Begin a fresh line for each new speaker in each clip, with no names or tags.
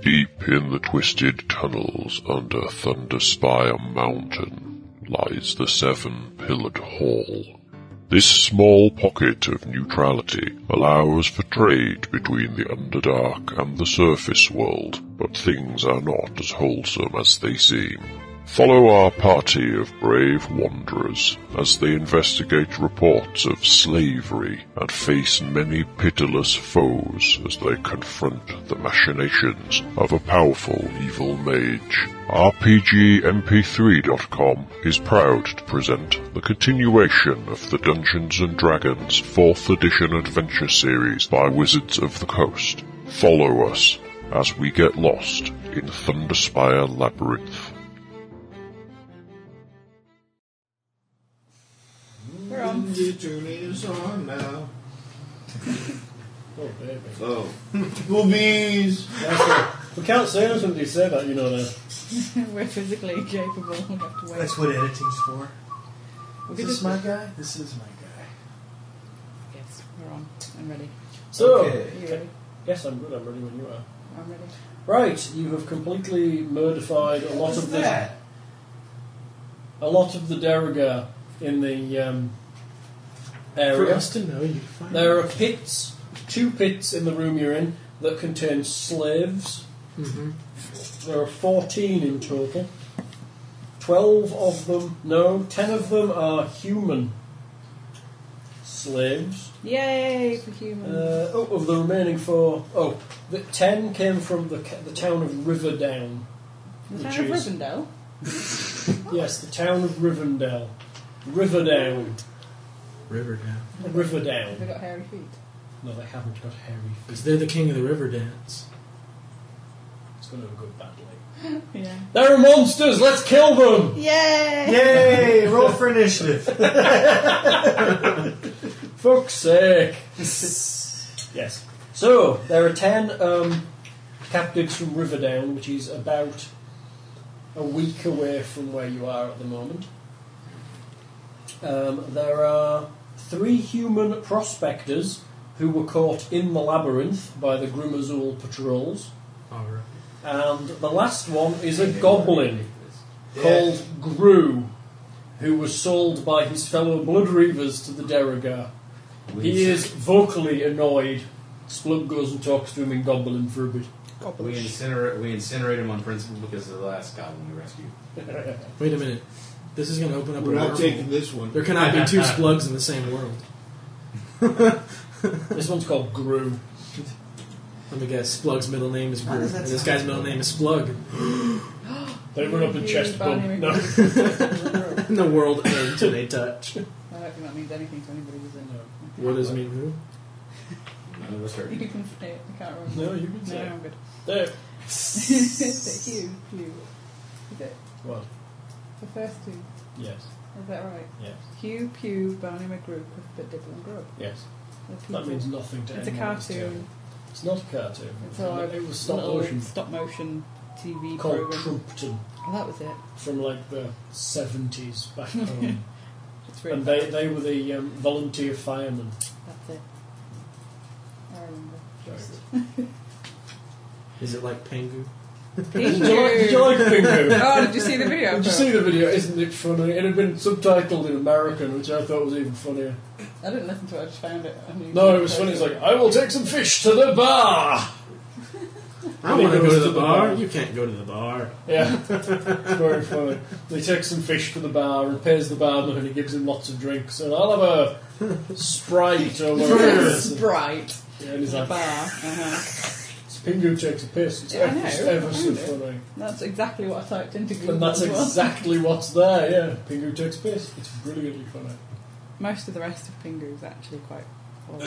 Deep in the twisted tunnels under Thunderspire Mountain lies the Seven Pillared Hall. This small pocket of neutrality allows for trade between the Underdark and the surface world, but things are not as wholesome as they seem. Follow our party of brave wanderers as they investigate reports of slavery and face many pitiless foes as they confront the machinations of a powerful evil mage. RPGMP3.com is proud to present the continuation of the Dungeons and Dragons 4th edition adventure series by Wizards of the Coast. Follow us as we get lost in Thunderspire Labyrinth.
We're on.
Your journey is on now.
Oh, baby.
Oh. Boobies!
We can't say anything until you say that, you know that.
We're physically incapable. We have to wait.
That's what editing's for.
we
Is
could
this
just
my guy? This is my guy.
Yes, we're on. I'm ready.
So,
Are you ready?
yes, I'm good, I'm ready when you are.
I'm ready.
Right, you have completely murdified a lot of the a lot of the Derogar in the um,
For
area.
us to know, you find
There are pits, two pits in the room you're in that contain slaves.
Mhm.
There are 14 in total. 12 of them, no, 10 of them are human slaves.
Yay for humans.
Uh, oh, of the remaining four, oh, the ten came from the ca- the town of Riverdown.
the
which
town of
is-
Rivendell.
Yes, the town of Rivendell. Riverdown.
River Dance.
Have
Riverdown.
they got hairy feet?
No, they haven't got hairy feet.
Because they're the king of the river dance.
It's going to have a good battle. eh?
Yeah.
There are monsters! Let's kill them!
Yay!
Yay! Roll for initiative.
Fuck's sake! yes. So, there are ten um, captives from Riverdown, which is about a week away from where you are at the moment. Um, there are three human prospectors who were caught in the labyrinth by the Grimazul patrols,
Alright.
and the last one is a goblin called Gru, who was sold by his fellow Blood Reavers to the Derogar. He is vocally annoyed. Splunk goes and talks to him in Goblin for a bit.
We incinerate, we incinerate him on principle because of the last goblin we rescued.
Wait a minute. This is going to open up
We're
a
not
wormhole.
taking this one.
There cannot be two splugs in the same world.
This one's called Gru.
Let me guess. Splug's middle name is Groot,
does that
and this
sound
guy's middle name is Splug.
They run up and chest bump. No.
I
And the world ends when they touch.
hope that means anything to anybody who's in
What does it mean who?
None of us hurt.
You can say it. I can't remember.
No, you can
No,
say it.
I'm good.
There.
Is it Hugh? Hugh. Is it?
Well,
The first two.
yes,
Is that right?
yes,
Hugh, Pew, Barney McGrew, Cuthbert, Dibble and Grub.
yes.
They're
That
people.
means nothing to
It's a
anyone on this
cartoon.
table. It's not a cartoon.
It's a
it was stop
little
motion
stop motion TV
called
program.
Trumpton
Oh, that was it.
from like the 70s back home.
It's really
and they, they were the um, volunteer firemen.
That's it. I remember.
Is it like Pengu?
Did you like, did you like Pingu?
oh, did you see the video?
Did you see the video? Isn't it funny? It had been subtitled in American, which I thought was even funnier.
I didn't listen to it. I just found it. on YouTube.
No, it was funny. It's like, I will take some fish to the bar!
I want to go to the bar. You can't go to the bar.
Yeah, it's very funny. They takes some fish to the bar and pays the barman and he gives him lots of drinks. And I'll have a Sprite or whatever it is.
Sprite
Yeah, and he's
bar.
like,
Uh-huh.
Pingu takes a piss. It's
Yeah, I
ever,
know,
it's ever
I
so
know.
funny.
That's exactly what I typed into Google.
And that's
as well.
exactly what's there, yeah. Pingu takes piss. It's brilliantly funny.
Most of the rest of Pingu is actually quite. horrible.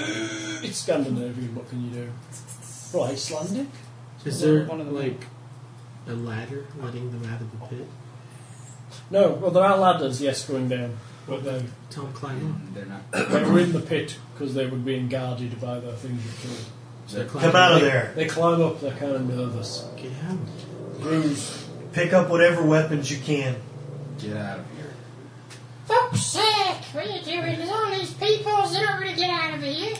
It's Scandinavian, what can you do? Well, Icelandic?
Is
One-
there
one of them.
like a ladder letting them out of the pit?
No, well, there are ladders, yes, going down. But they,
Tell them climb up.
They're not.
they were in the pit because they were being guarded by the things you killed.
So
Come
climb up.
there.
They climb up, they're kind of nervous.
Get out.
Grooves.
Pick up whatever weapons you can.
Get out of here.
Fuck's sake! What are you doing? There's all these people that don't want to get out of here.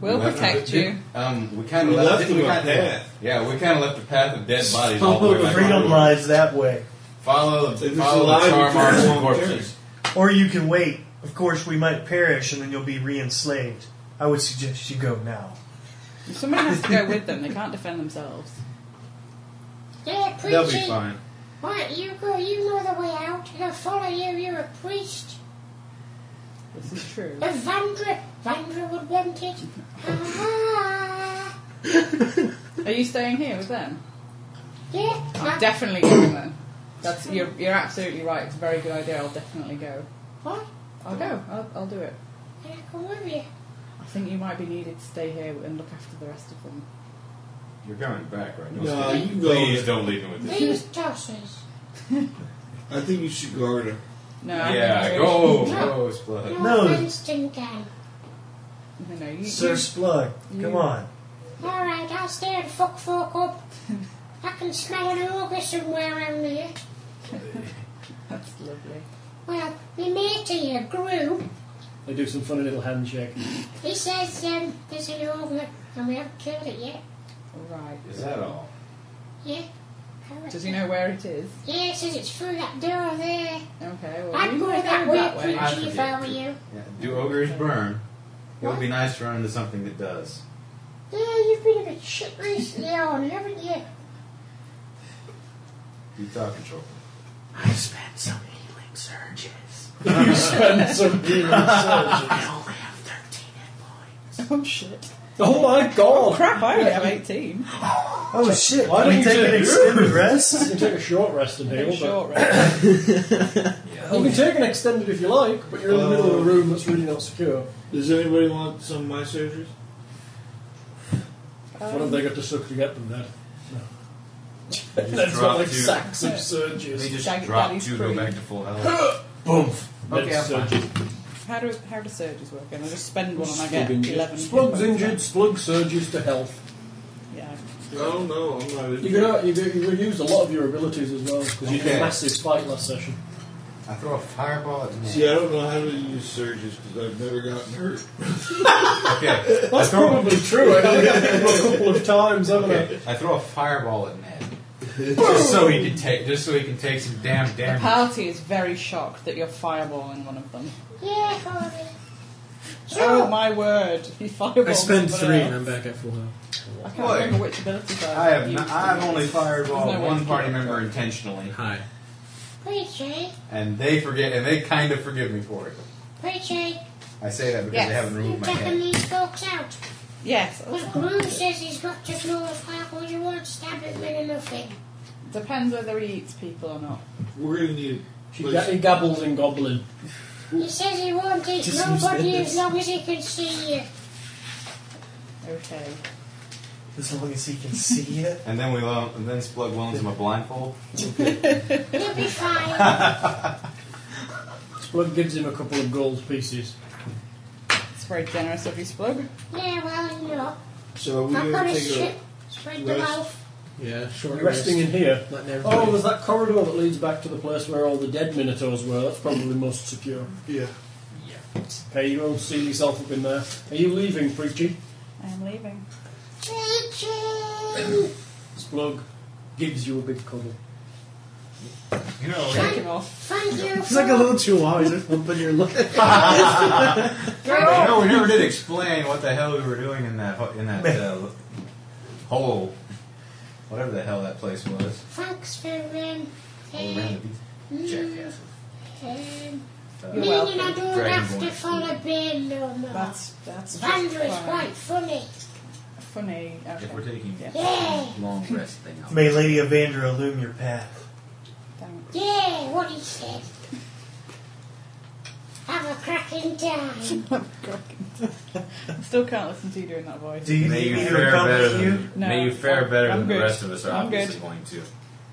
We'll
left-
protect you.
Um, we kind
We
of
left
left, didn't
him
we
a
kinda-
path.
Yeah, we kind of left a path of dead bodies. all the way
Follow
back
Freedom
on.
lies that way.
Follow the
If it's
follow the
alive,
char
you
marks
can
and
walk there.
corpses.
Or you can wait. Of course, we might perish and then you'll be re enslaved. I would suggest you go now.
Someone has to go with them. They can't defend themselves.
Yeah,
They'll be
preaching.
fine.
Right, you go. You know the way out. I'll follow you. You're a priest.
This is true.
A Vandra. Vandra would want it. Ah.
Are you staying here with them?
Yeah.
I'm
I-
definitely going then. That's you're, you're absolutely right. It's a very good idea. I'll definitely go.
What?
I'll go. I'll, I'll do it.
And I come with you.
I think you might be needed to stay here and look after the rest of them.
You're coming back, right?
No,
stay.
you go.
please don't leave him with this.
These tossers.
I think you should guard her.
No. I think
Yeah,
you-
go,
No.
go, Splug.
No,
No.
offense, Tinkan.
No, no, you,
Sir
you,
Splug, come
you-
on.
All right, I'll stay and fuck folk up. I can smell an ogre somewhere around here.
that's lovely.
Well, my mate here, Groom,
They do some funny little handshake.
he says um, there's an ogre and we haven't killed it yet.
All right.
Is that all?
Yeah. All right.
Does he know where it is?
Yeah, he says it's through that door there.
Okay. Well,
I'd
you
go
go
that
down
way,
that way.
I
Preachy, if I were you.
Yeah. Do ogres burn? It would be nice to run into something that does.
Yeah, you've been a bit shit recently on, haven't you?
You talking short.
I spent some healing surges.
you spend some demon surgery.
I only have 13 hit
Oh shit!
Oh my
Oh
god!
crap! I only have eighteen.
Oh shit,
Why
can we
don't
take
you-
an extended rest?
You can take a short rest and heal,
Very
but
short rest.
you can take an extended if you like. But you're in the middle of a room that's really not secure.
Does anybody want some of my surgeries?
What have they got to suck to get them dead?
You just
That's
drop
not like
two.
sacks of
They
surgeries.
just
Shag-
drop
Daddy's
two,
cream.
go back to full health.
Boom.
Okay,
Dead
I'm fine.
surgeons.
How do how do surges work? And I just spend one and I
Splug
get
injured.
eleven.
Splug's injured. Splug surges to health.
Yeah.
No, no, I'm not.
You're gonna you're gonna, you're gonna use a lot of your abilities as well because you did
Okay.
a massive fight last session.
I throw a fireball at him.
See, I don't know how to use surges because I've never gotten hurt.
Okay. I
That's
throw,
probably true. I've only got people a couple of times, haven't I?
I throw a fireball at Ned. just so he can take just so he can take some damn
The
damage.
party is very shocked that you're fireballing one of them.
Yeah, Harvey.
Oh my word! You fireball.
I spend
somebody
three
else.
and I'm back at full health.
I can't
Boy.
remember which abilities
I have
used
not, I've
them.
only fireballed
There's no way to
one
keep
party
it.
member intentionally,
Hi.
Preachy.
and they forget and they kind of forgive me for it.
Preachy.
I say that because
Yes.
they haven't
You're
removed Oh, my
taking
head.
these folks out.
Yes.
But Groom says he's got to know if how you won't stab him in nothing.
Depends whether he eats people or not.
We're gonna need.
She ga- he gabbles in goblin.
He says he won't eat
Just use
nobody
this.
as long as he can see you.
Okay.
As long as he can see it.
And then we loan, and then Splug loans him a blindfold.
He'll be fine.
Splug gives him a couple of gold pieces.
It's very generous of you, Splug.
yeah, well, you know.
So are we
I've got
gonna
to
take a
strip, spread them
rest.
out.
yeah short
Resting in here.
Letting everybody.
Oh, there's that corridor that leads back to the place where all the dead minotaurs were. That's probably most secure.
yeah.
Okay, you won't see yourself up in there. Are you leaving, Preachy?
I am leaving.
Preaching!
Splug gives you a big cuddle.
You know,
Shake him off.
Thank you.
It's like a little chihuahua. He's just humping your leg.
we, you know, we never did explain what the hell we were doing in that ho- in that uh, hole, whatever the hell that place was.
Thanks for um,
All around
um,
the beach. Jackasses.
um,
Uh,
You're
meaning I
welcome.
don't
Dragon
have to
Ball.
follow Ben no more.
That's that's just
Sandra is quite funny.
funny. Okay.
if we're taking
Yeah.
Yeah,
long rest thing, I'll-
May Lady Evandra illume your path.
Thanks.
yeah, what he said. Have a cracking time.
I Still can't listen to you doing that voice.
Do you
may
need
you
me to
fare
come
better
with
than
you?
No,
may you fare
I'm-
better
I'm
than
good.
the rest of us are
I'm
obviously
good.
going to.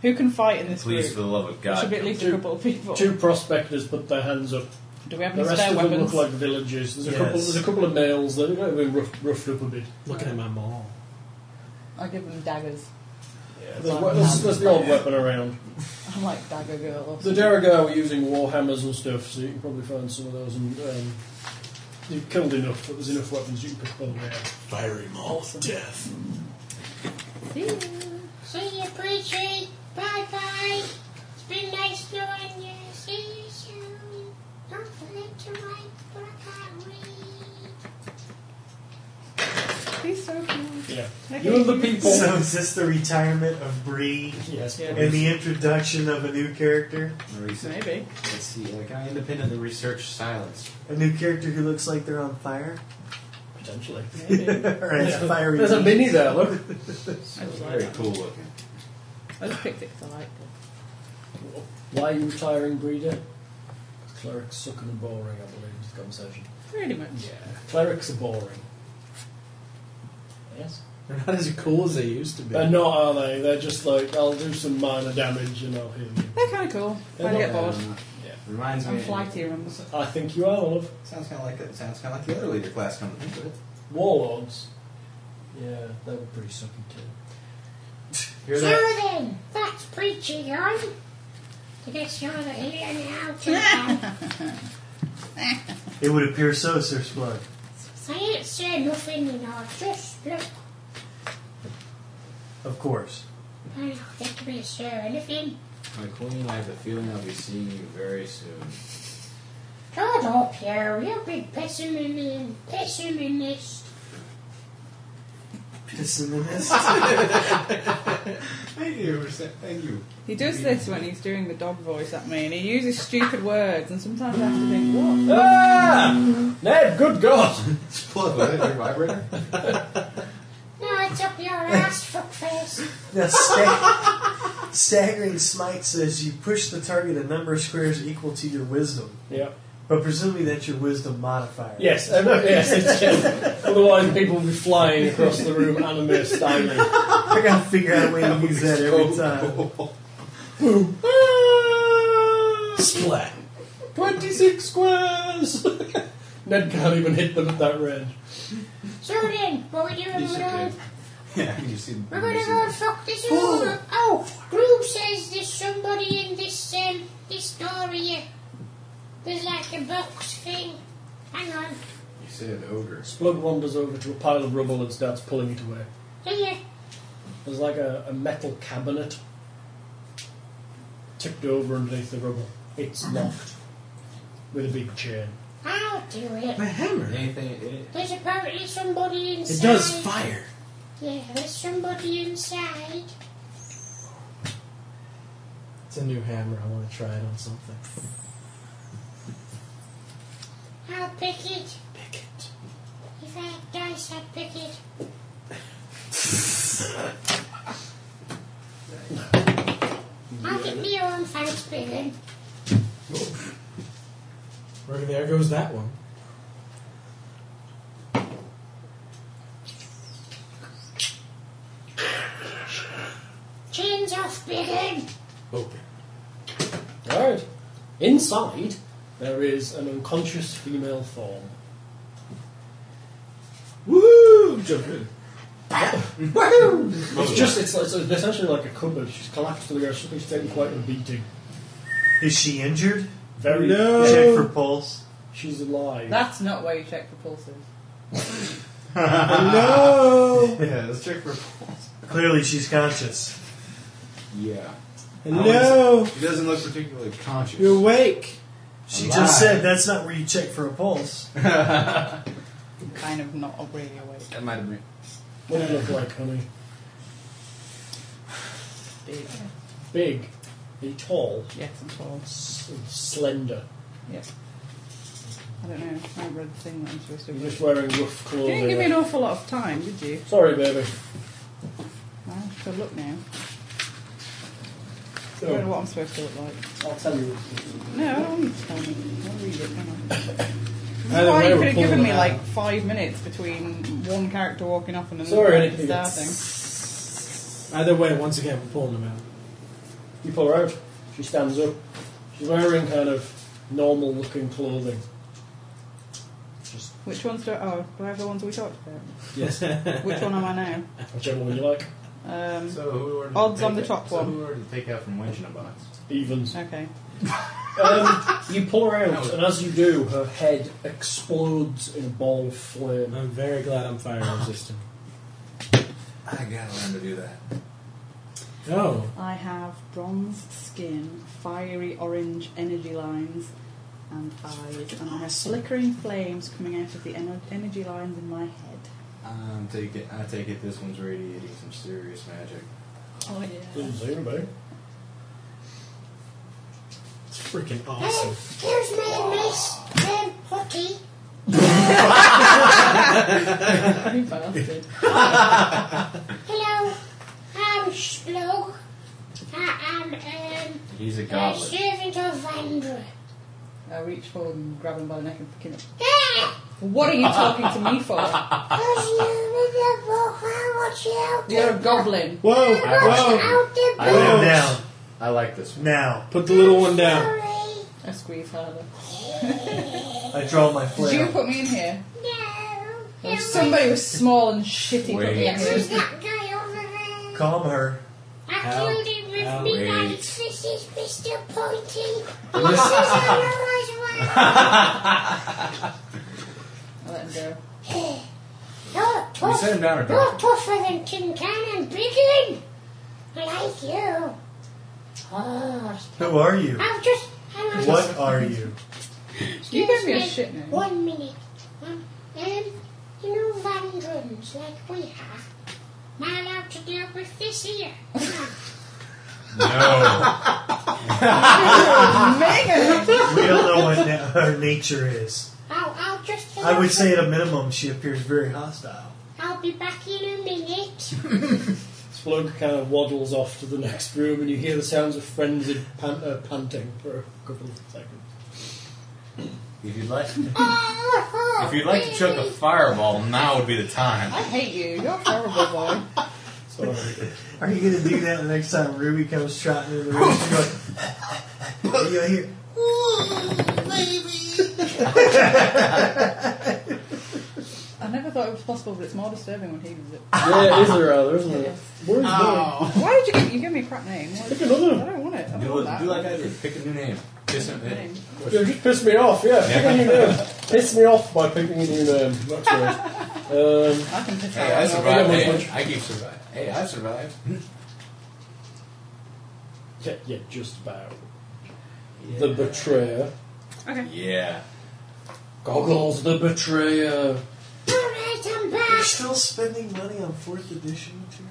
Who can fight in this
Please, for
group?
the love of
There
God,
should be at least a
Two-
couple of people.
Two prospectors put their hands up.
Do we have
The
any
rest
spare
of them
weapons?
look like villagers. There's a
Yes.
couple. There's a couple of males that have been rough, roughed up a bit.
Looking at my mall.
I give them daggers.
There's, we- there's, there's the odd weapon around.
I'm like dagger girl. Or
The
something.
Daragar were using war hammers and stuff, so you can probably find some of those and um, You've killed enough, but there's enough weapons you can pick up on the way out.
Fiery moth death.
See you, preachy. Bye bye. It's been nice knowing you. See you soon. Don't forget to write, but I can't read.
He's so cool.
Yeah.
Okay.
You and the people.
So is this the retirement of Bree
yes.
Yeah.
and the introduction of a new character?
Research.
Maybe.
Let's see. Like I independently research silence.
A new character who looks like they're on fire?
Potentially.
Maybe.
Or has
Yeah.
fiery
There's a
knees?
mini there, look.
I just like
Very
that.
cool looking.
I just picked it because I liked it.
Why are you retiring, Breeder? Clerics suck and are boring, I believe, is the conversation.
Pretty much.
Yeah. Clerics are boring. Yes?
They're not as cool as they used to be.
They're not, are they? They're just like, I'll do some minor damage and I'll heal you.
They're kind of cool.
They're
I get
not-
bored.
Uh,
Yeah.
Reminds
I'm
me.
flighty, remember?
I think you are, love.
Sounds kind of like that. Sounds kind of like the other leader class. Come to think of it.
Warlords. Yeah, they were pretty sucky too.
Hear
So
that?
then, that's preachy on. To get you out of here now, too. pal.
It would appear so, Sir Splug.
I ain't said nothing, you know. Just look.
Of course.
I don't think I'm gonna share anything.
My queen, I have the feeling I'll be seeing you very soon.
Shut up, you. You're big pessimist. Pessimist.
Pissing in this.
Thank you. Thank you.
He does this when he's doing the dog voice at me, and he uses stupid words, and sometimes I have to think, what?
Ah! Ned, good God!
Plug with it. Your vibrator.
No, it's up your ass, fuckface.
Now, stag- staggering smite says you push the target a number of squares equal to your wisdom,
Yeah.
but presumably that's your wisdom modifier.
Yes, uh, no, yes, it's yes. Otherwise, people will be flying across the room, anime styling.
I gotta figure out a way to use that every time.
Splat.
26 squares! Ned can't even hit them at that range.
So then, what we doing?
Piece
We're
of
gonna,
cake. Yeah, you see.
we're gonna go and fuck this all up. Oh, Gru says there's somebody in this um, this door here. There's like a box thing. Hang on.
You said ogre.
Splug wanders over to a pile of rubble and starts pulling it away.
Here.
There's like a, a metal cabinet tipped over underneath the rubble. It's locked with a big chain.
I'll do it.
My hammer.
Anything? It,
There's apparently somebody
It
inside.
does fire.
Yeah, there's somebody inside.
It's a new hammer. I want to try it on something.
I'll pick it.
Pick it.
If I had dice, I'd pick it. I'll get me your own Thanksgiving.
Where there goes that one.
Chains off, Biggin.
Open.
Alright. Inside, there is an unconscious female form.
Woo! Jump in.
It's just, it's, it's essentially like a cupboard. She's collapsed to the ground. She's taken quite a beating.
Is she injured?
Very.
No.
Check for pulse.
She's alive.
That's not where you check for pulses.
Ah.
Hello!
yeah, let's check for.
Clearly, she's conscious.
Yeah.
Hello!
He doesn't look particularly conscious.
You're awake!
She
Alive.
just said that's not where you check for a pulse.
Kind of not really awake.
That might have been.
What do you look like, honey?
Big.
Big. Are you tall?
Yes, I'm tall.
S- slender.
Yep. I don't know. I read the thing that I'm supposed to
You're just
read.
wearing rough
You
clothing.
didn't give me an awful lot of time, did you?
Sorry, baby.
I have to look now. I don't know
Oh,
what I'm supposed to look like.
I'll tell you.
No, I don't need to tell me. I'll read it. hang on. This is
Either
why
way,
you
we're
could have
pulling
given
it
me
out.
like five minutes between one character walking off and another
Sorry, I
character
didn't
starting.
Either way, once again, we're pulling them out.
You pull her out. She stands up. She's wearing kind of normal looking clothing. Just
Which ones do I, oh, do I have the ones we talked about?
Yes.
Which one am I now?
whichever one you like.
Um,
So who ordered
Odds
to
on
take
the top
out-
one.
So who ordered to take out from Winch in a box?
Evens.
okay.
Um, you pull her
That
out,
was-
and as you do, her head explodes in a ball of flame.
I'm very glad I'm fire resistant.
I gotta learn to do that.
Oh,
I have bronzed skin, fiery orange energy lines, and eyes, and I have flickering flames coming out of the ener- energy lines in my head.
Um, take it, I take it this one's radiating some serious magic.
Oh yeah.
Didn't say anybody.
it's freaking
Um,
awesome.
here's my nice um, hoodie.
You bastard.
Hello, I'm Splug. I am um,
He's a
a
goblin.
servant of Vandra.
I reach forward and grab him by the neck and pick him up.
Ah,
What are you talking to me for?
because you in the book, I want you out the
You're a goblin.
Whoa, whoa!
out the
I
book.
know.
Put him down.
I like this one.
Now.
Put the little one down.
Sorry.
I squeeze harder.
I draw my
Did you
flail.
put me in here?
No.
Or
It
somebody was small and shitty put me in
Wait.
was
here.
that guy over there.
Calm her.
I killed him with
Ow.
me
Wait.
knife. This is Mr. Pointy. This is our
I let him go.
one. You're
Can you
tough.
set him down or
You're
drop him?
tougher than Tin Can and Biggin. Like you. Oh,
Who are you?
I'm just. I was
What are you?
You
Excuse
gave me a
me.
shit name.
One minute. Um, um, you know Vandrums, like we have. Not allowed to deal with this here.
No.
Megan!
We don't know what na- her nature is.
I'll, I'll just.
I would say at a minimum she appears very hostile.
I'll be back in a minute.
Splug kind of waddles off to the next room, and you hear the sounds of frenzied pan- uh, panting for a couple of seconds.
If you'd like, if
Oh, oh,
you'd like to chuck a
baby.
fireball, now would be the time.
I hate you. You're a horrible boy.
Sorry.
Are you going to do that the next time Ruby comes trotting in the room? She's going, and you'll hear,
I never thought it was possible, but it's more disturbing when he does it.
yeah, it is a rather, isn't it? Where is
Why did you give, you give me a crap name? Why-
Pick another.
I don't want it. I don't
Do,
want that.
do like I did. Pick a new name. Kiss him.
Name.
You just pissed me off, yeah. Pick a new name. Piss me off by picking a new name. That's right. Um,
I can picture
Hey, I
it.
survived.
Yeah,
Hey,
much-
I keep surviving. Hey, I survived.
yeah, yeah, just about. The Betrayer.
Okay.
Yeah.
Goggles the Betrayer.
All right, I'm
You're
back.
still spending money on 4th edition materials?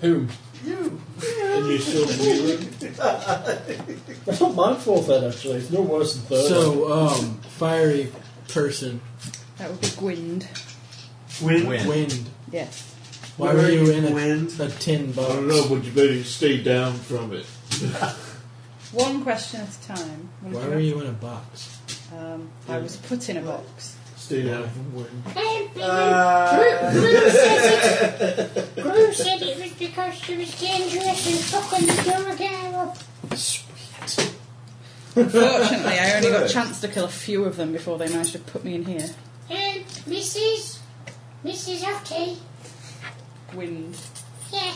Whom?
You!
And you still I don't mind fourth ed actually, it's no worse than third.
So, um, fiery person,
That would be Gwynd.
Win.
Win.
wind.
Yes.
Why were you in
Wind.
a, a tin box?
I don't know, but you better stay down from it.
One question at a time. What
Why
did
were you in a box?
Um, I was put in a box.
Stay down from
Hey, baby.
Uh,
Gru, Gru said it. Gru said it was because she was dangerous and fucking the door girl up.
Fortunately, I only got a chance to kill a few of them before they managed to put me in here.
Um, Mrs. Mrs. Hottie.
Gwynd.
Yeah,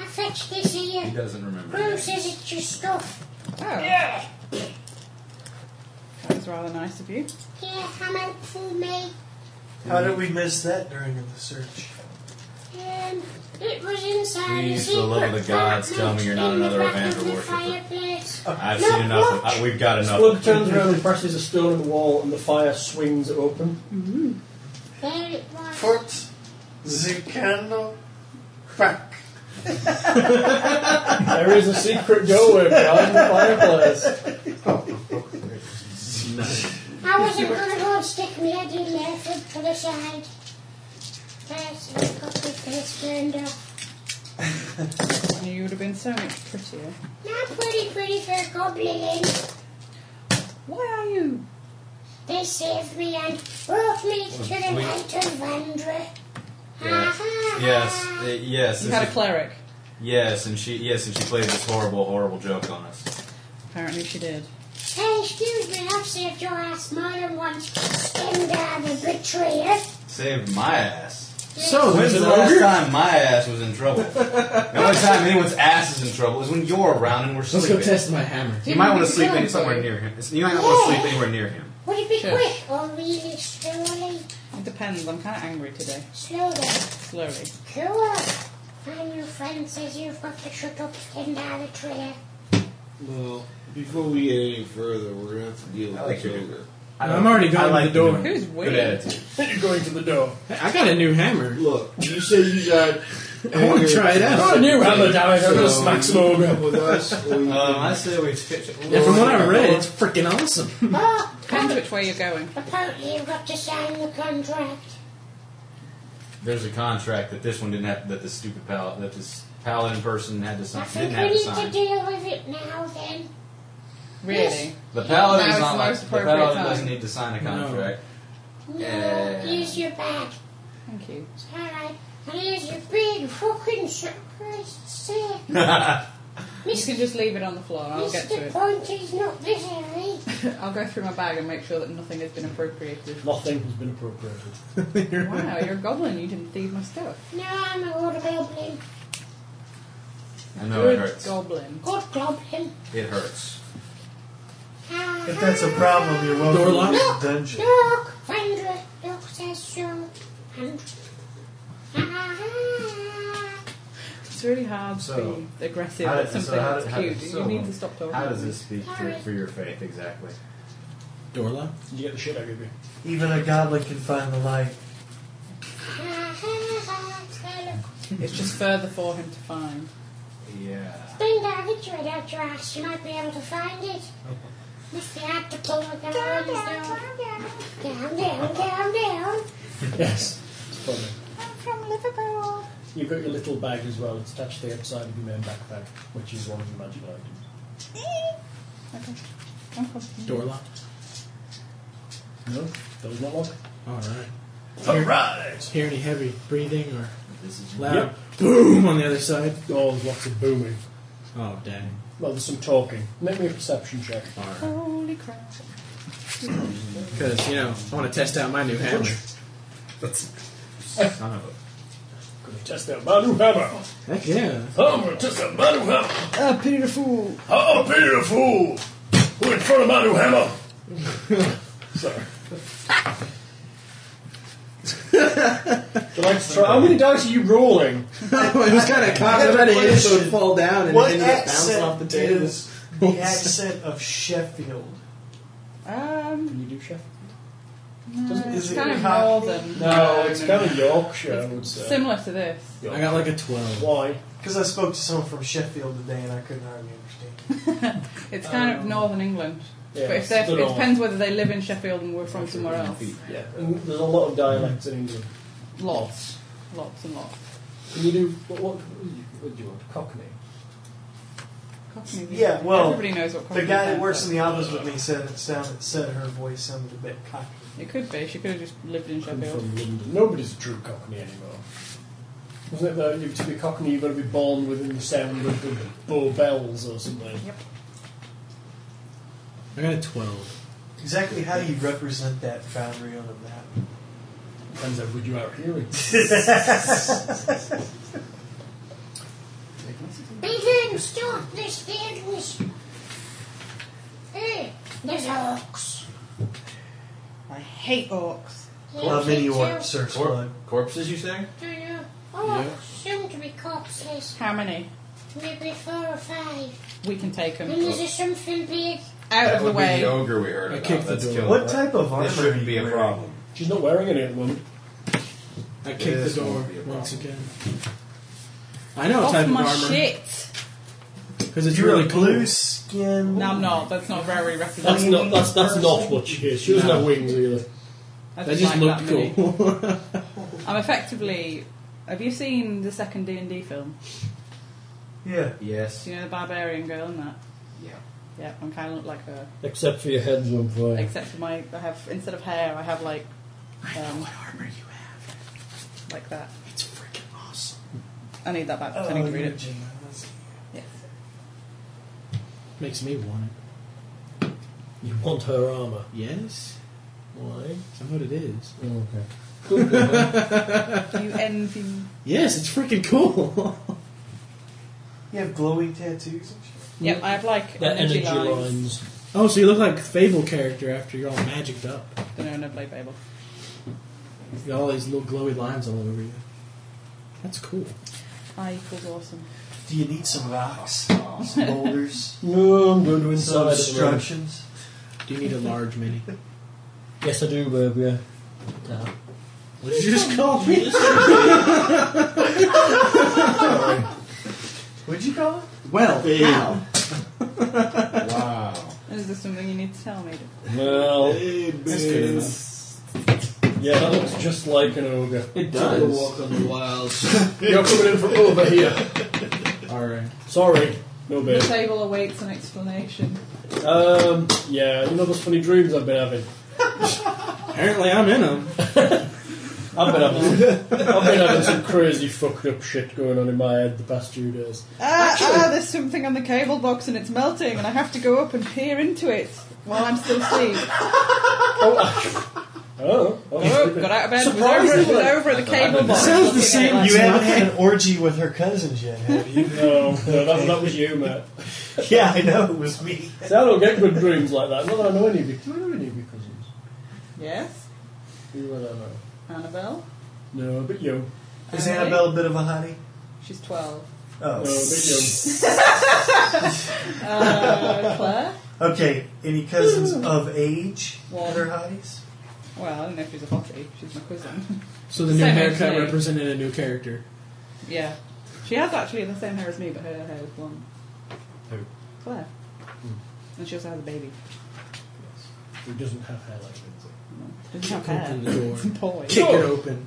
I fetched this
He
here.
doesn't remember.
Gru
names.
says it's your stuff.
Oh. Yeah. That was rather nice of you.
Yeah, I'm helpful, mate.
how did we miss that during the search?
Um, it was inside
Please,
a
for the
secret
love of the gods,
compartment
tell me you're not
in the
another
back of
Evander
the
worshipper.
fireplace.
I've
No,
seen enough.
look.
Of, I, we've got enough.
Splug turns around and presses a stone in the wall and the fire swings open.
There it was.
Fort Zucano Back.
There is a secret doorway behind the fireplace.
I wasn't gonna go and stick my head in there from the other side. First, I got my face burned off.
And you would have been so much prettier.
Not pretty, pretty for a goblin.
Why are you?
They saved me and brought me to the
we-
night of Vandra.
Yeah. Yes, uh, yes,
You
this
had a
is-
cleric.
yes, and she yes, and she played this horrible, horrible joke on us.
Apparently she did.
Hey, excuse me, I've saved your ass more than once. And uh, the betrayer.
Saved my ass.
So, there's
When's the
an
last
ogre?
time my ass was in trouble? the only time anyone's ass is in trouble is when you're around and we're
Let's
sleeping.
go test my hammer.
You might want to sleep in somewhere near him. It's- You might not want to sleep anywhere near him.
Would it be
Sure.
quick or really slowly?
It depends. I'm kind of angry today.
Slowly.
Slurry.
Cool. When your friend says you've got to shut up and out of tree.
Well, before we get any further, we're going to have to deal with
I like
this
your-
ogre.
I
I'm already going
I
to
like
the door.
new-
Who's
Good
weird?
attitude.
You're going to the door.
Hey, I got a new hammer.
Look, you say you got.
I want to try it out.
Got a new hammer, damn it! I'm gonna smack some
you
ogre.
come with us, or you
Um, I
can-
say we pitch it.
Yeah, from what I read, it's freaking awesome.
Oh,
Depends which way you're going.
apparently you've got to sign the contract.
There's a contract that this one didn't have. That this stupid pal, that this paladin person had to
I
sign. Didn't
think we
have to
need to
sign.
deal with it now then.
Really?
The paladin's
Now is
not
the
like
most
the
appropriate
paladin
time.
doesn't need to sign a contract.
No,
Yeah.
here's your bag.
Thank you.
Alright. And here's your big fucking surprise set.
You can just leave it on the floor. I'll get to
Mr.
it.
Pointy's not this early.
I'll go through my bag and make sure that nothing has been appropriated.
Nothing has been appropriated.
Wow, you're a goblin. You didn't thieve my stuff.
No, I'm a good goblin.
I know it
Good
hurts.
goblin.
Good goblin.
It hurts.
Ah,
If that's a problem, you're
Door
welcome
locked?
to the dungeon.
Look, Vendra, look, says so. And. Ah,
It's really hard
So,
to be aggressive
how
at
did-
something
so how
that's
did- how
cute.
did-
you
so
need to stop talking.
How does this speak for, for your faith exactly?
Door lock?
Did you get the shit out of you?
Even a goblin can find the light.
ah, ah, ah, look.
It's just further for him to find.
Yeah.
Bring that victory out your ass, you might be able to find it. Must be hard to pull with that one's Down, down, down, down.
Yes. It's funny.
I'm from Liverpool.
You've got your little bag as well. It's attached to the outside of your main backpack, which is one of the magic items.
Okay. I'm confident.
Door lock?
No, that was not locked.
Alright.
Alright!
Hear any heavy breathing or
This is
loud
Yep.
boom on the other side?
Oh, there's lots of booming.
Oh, dang.
Well, there's some talking. Make me a perception check.
Alright.
Holy crap.
Because, you know, I want to test out my new hammer.
son of a.
Gonna test out my new hammer.
Heck yeah.
I'm gonna test out my new hammer.
Ah, beautiful.
I'll be a fool. Who in front of my new hammer? Sorry. Would you like to try? How many dice are you rolling?
it was kind of
I have a
cocked so
question.
it'd fall down and
What
then it bounce
accent
off the table.
is the accent of Sheffield?
Um,
Can you do chef?
no,
Doesn't- is
it's
it
kind of
cockney?
northern.
No, it's
no,
kind
no.
of Yorkshire, I would say.
Similar to this.
I got like a 12.
Why?
Because I spoke to someone from Sheffield today and I couldn't hardly understand.
It's kind of
Um,
northern England.
Yeah,
but if they're,
split
it
off.
depends whether they live in Sheffield and we're from somewhere else.
Yeah, and there's a lot of dialects in England.
Lots. Lots and lots.
Can you do what? What, what do you want? Cockney.
Cockney,
Yeah, well,
everybody knows what
The
Cockney
guy that
sounds
works in
like.
the office with me said it sounded said her voice sounded a bit cocky.
It could be. She could have just lived in
I'm
Sheffield.
from London. Nobody's a true Cockney anymore. Wasn't it that you to be Cockney, you've got to be born within the sound of the Bow Bells or something?
Yep.
I got a 12.
Exactly how do you represent that boundary on a map?
Depends how good you are at hearing.
Begin, stop this madness. Hey, there's orcs.
I hate orcs.
How many
Yeah,
orcs are
Cor-
exploded?
corpses, you say?
I don't know. Orcs Oh, seem to be corpses.
How many?
Maybe four or five.
We can take them
And there's a something big.
out
that
of the
would be the
way.
ogre we heard
I
about.
kicked the
That's
door.
killing.
What type of armor?
This shouldn't
are
be
you
a
wearing?
problem.
She's not wearing any at the moment.
I kicked
This
the door
won't be a
once
problem.
again. I know a
Off
type
my
of armor.
shit.
Because it's
You're
really
a
cool.
blue skin.
No, I'm not. That's not very
That's
representative.
not that's that's not what she is. She doesn't have wings either.
I
They
didn't
just
like
look
that many.
cool.
I'm effectively. Have you seen the second D and D film?
Yeah.
Yes.
Do you know the barbarian girl in that?
Yeah.
Yeah, I'm kind of look like her.
Except for your head's on fire.
Except for my, I have instead of hair, I have like, um,
armor you have.
like that.
It's freaking awesome.
I need that back.
Oh,
I need to read
you're
it.
Jim, that's-
Yes.
Makes me want it. Hmm.
You want her armour.
Yes?
Why?
I know what it is.
Oh, okay. Good woman.
You envy.
Yes, it's freaking cool.
You have glowing tattoos and shit.
Yep, I have like
They're
energy,
energy
lines.
lines.
oh, so you look like Fable character after you're all magicked up.
Don't know, I never played Babel.
You got all these little glowy lines all over you. That's cool.
I equals awesome.
Do you need some rocks? Some boulders?
No, I'm going to
some
inside at the moment.
obstructions?
Do you need a large mini?
Yes, I do, babe, yeah. Nah.
What did you just call me?
What'd you call it?
well, how?
Wow.
Is there something you need to tell me?
Well,
That's
good
yeah, that looks just like an ogre.
It
Took a walk on the wilds.
You're coming in from over here.
Alright.
Sorry. No,
The
babe.
table awaits an explanation.
Um, yeah, you know those funny dreams I've been having?
Apparently I'm in them.
I've been having, I've been having some crazy fucked up shit going on in my head the past few days.
Ah, ah, there's something on the cable box and it's melting, and I have to go up and peer into it while I'm still asleep.
Oh, oh,
Oh, got out of bed, was over,
Surprisingly.
was over at the cable box.
Sounds
looking
the
at it
same,
like-
You haven't had an orgy with her cousins yet, have you?
no, no that, that was you, mate.
yeah, I know, it was me.
See, I don't get good dreams like that. Not that I know any of you. Do I know any of your cousins?
Yes,
Who would I know?
Annabelle.
No, but you.
Is
Alright.
Annabelle a bit of a honey?
She's 12.
No,
Oh.
but you.
Uh, Claire?
Okay, any cousins of age
One.
that are hotties?
Well, I don't know if she's a hottie. She's my cousin.
So the new
Same as
haircut
me.
represented a new character.
yeah. She has actually the same hair as me, but her hair is blonde.
Who? Hmm.
Claire. And she also has a baby.
Who doesn't have hair like Lindsay?
Doesn't have hair.
Open the door.
It's a toy.
Kick
Sure.
it open.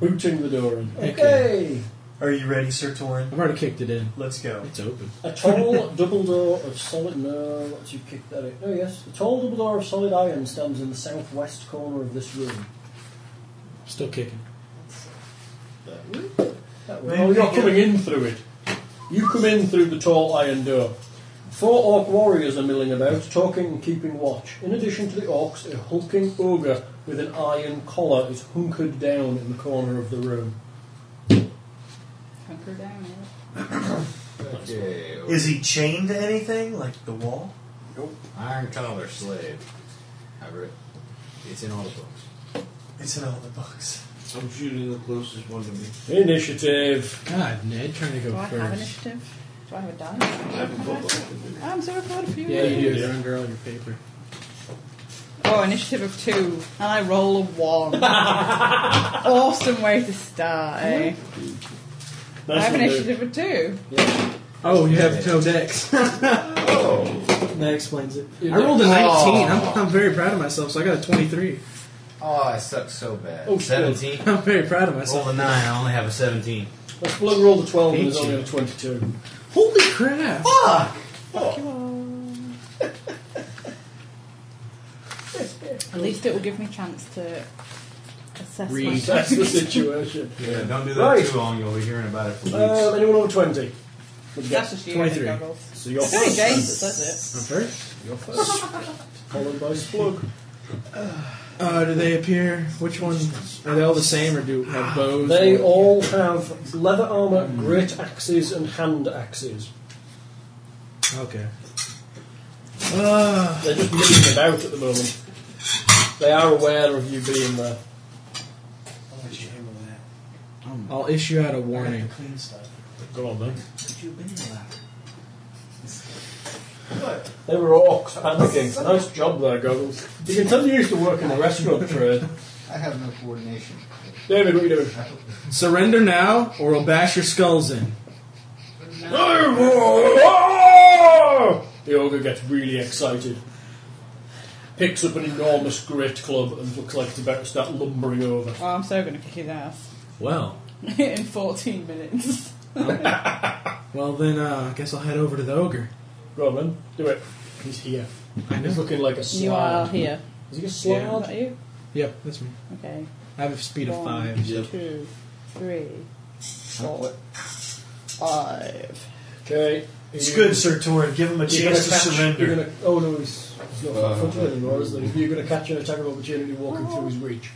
Booting the door in.
Okay.
Are you ready, Sir Torn?
I've already kicked it in.
Let's go.
It's open.
A tall double door of solid no, what you kicked that in. No, yes. A tall double door of solid iron stands in the southwest corner of this room.
Still kicking.
That way. Oh, you're coming in through it. You come in through the tall iron door. Four orc warriors are milling about, talking and keeping watch. In addition to the orcs, a hulking ogre with an iron collar is hunkered down in the corner of the room.
Hunker down. eh? yeah.
Okay.
Is he chained to anything, like the wall?
Iron collar slave. I read. It's in all the books.
It's in all the books.
I'm shooting the closest one to me.
Initiative.
God, Ned, trying to
Do
go
I have
first.
initiative? Do I have a die?
I have a football.
I'm Um, so proud of you.
Yeah, you do. They're under all your paper.
Oh, initiative of two. And I roll a one. awesome way to start, eh? I
Nice
have
one,
an
dude.
initiative of two.
Oh, you have no decks. That explains it. I rolled a 19. I'm, I'm very proud of myself, so I got a 23.
Oh, I suck so bad.
Oh,
17.
I'm very proud of myself.
Roll a 9, I only have a 17.
Let's blood roll the 12 and
Hate
there's only
you.
a 22.
Holy crap!
Fuck!
At least it will give me a chance to assess
Read.
my
That's the situation.
Yeah, don't do that
Right.
too long, you'll be hearing about it for weeks.
Um, anyone over 20?
That's just you.
23.
goggles.
So you're
It's very
first.
James that says
I'm first.
You're first. Followed by Splug.
Uh, do they appear? Which ones? Are they all the same, or do have bows?
They
or-
all have leather armour, great axes, and hand axes.
Okay. Uh,
They're just milling about at the moment. They are aware of you being there.
I'll let you handle that.
I'll issue out a
I got
warning.
the clean stuff.
Go on then.
Could you have been allowed?
They were orcs panicking. Nice job there, Goggles. You can tell you used to work in the restaurant trade.
I have no coordination.
David, what are you doing?
Surrender now, or we'll bash your skulls in.
The ogre gets really excited, picks up an enormous great club, and looks like he's about to start lumbering over.
it. Oh, I'm so going to kick his ass.
Well.
In 14 minutes.
Well, then, uh, I guess I'll head over to the ogre.
Go on, then. Do it. He's here.
I
He's
know.
looking like a slab.
You are here.
Is he a
Is
slab?
that you?
Yep, that's me.
Okay.
I have a speed of
One,
five.
two, three, four, five.
Okay.
It's
You-
good, Sir Torn. Give him a
You're gonna
chance to
catch, You're
surrender.
gonna, oh no, he's, he's not far fronted anymore, is he? You're going to catch an attack of opportunity walking through his reach.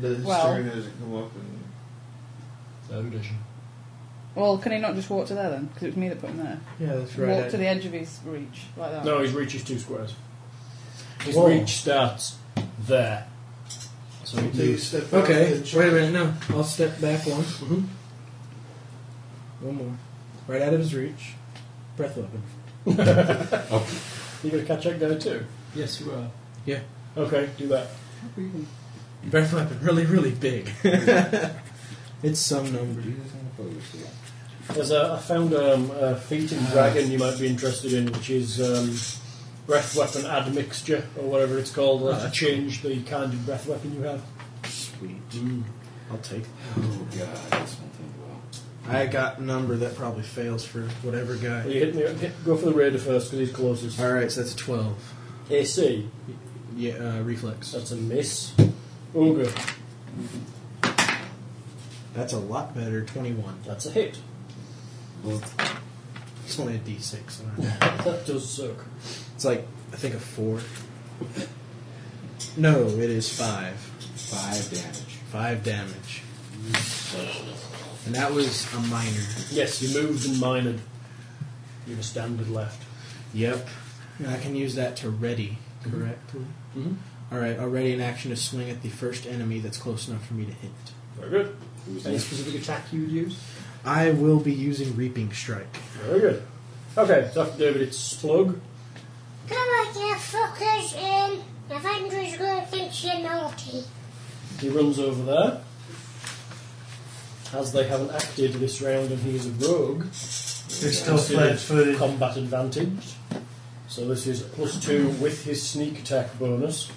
the
Well-
historian doesn't come up and.
Third edition.
Well, can he not just walk to there then? Because it was me that put him there.
Yeah, that's
Walk
right.
to the edge of his reach, like that.
No, his reach is two squares. His
Whoa.
reach starts there. So he
Do you
takes
step out
Okay,
and
wait a minute. No, I'll step back one. One more. Right out of his reach. Breath weapon.
You got a catch check there too? Yes, you are.
Yeah.
Okay, do that.
Breath weapon, really, really big. it's some number.
There's a, I found um, a feat in dragon you might be interested in, which is um, breath weapon admixture or whatever it's called. That'll change the kind of breath weapon you have.
Sweet.
I'll take.
Oh god, that's one thing.
I got number that probably fails for whatever guy.
You hit me. Hit, go for the raider first because he's closest.
All right, so that's a twelve.
AC.
Yeah, uh, reflex.
That's a miss. Oh, Ogre.
That's a lot better. Twenty-one.
That's a hit.
It's only a D6. so
That does suck.
It's like I think a four. No, it is five.
Five damage.
Five damage. And that was a minor.
Yes, you moved and minored. You were standard left.
Yep. And I can use that to ready,
Mm-hmm.
correct?
Mhm.
All right, I'll ready an action to swing at the first enemy that's close enough for me to hit.
Very good.
Who's
Any
that?
specific attack you would use?
I will be using Reaping Strike.
Very good. Okay, so after David, it's Slug.
Come on, you fuckers, um, Avandra's gonna think you're naughty.
He runs over there. As they haven't acted this round and he is a rogue,
They're still
Considered
flat footed.
combat advantage. So this is plus two with his sneak attack bonus.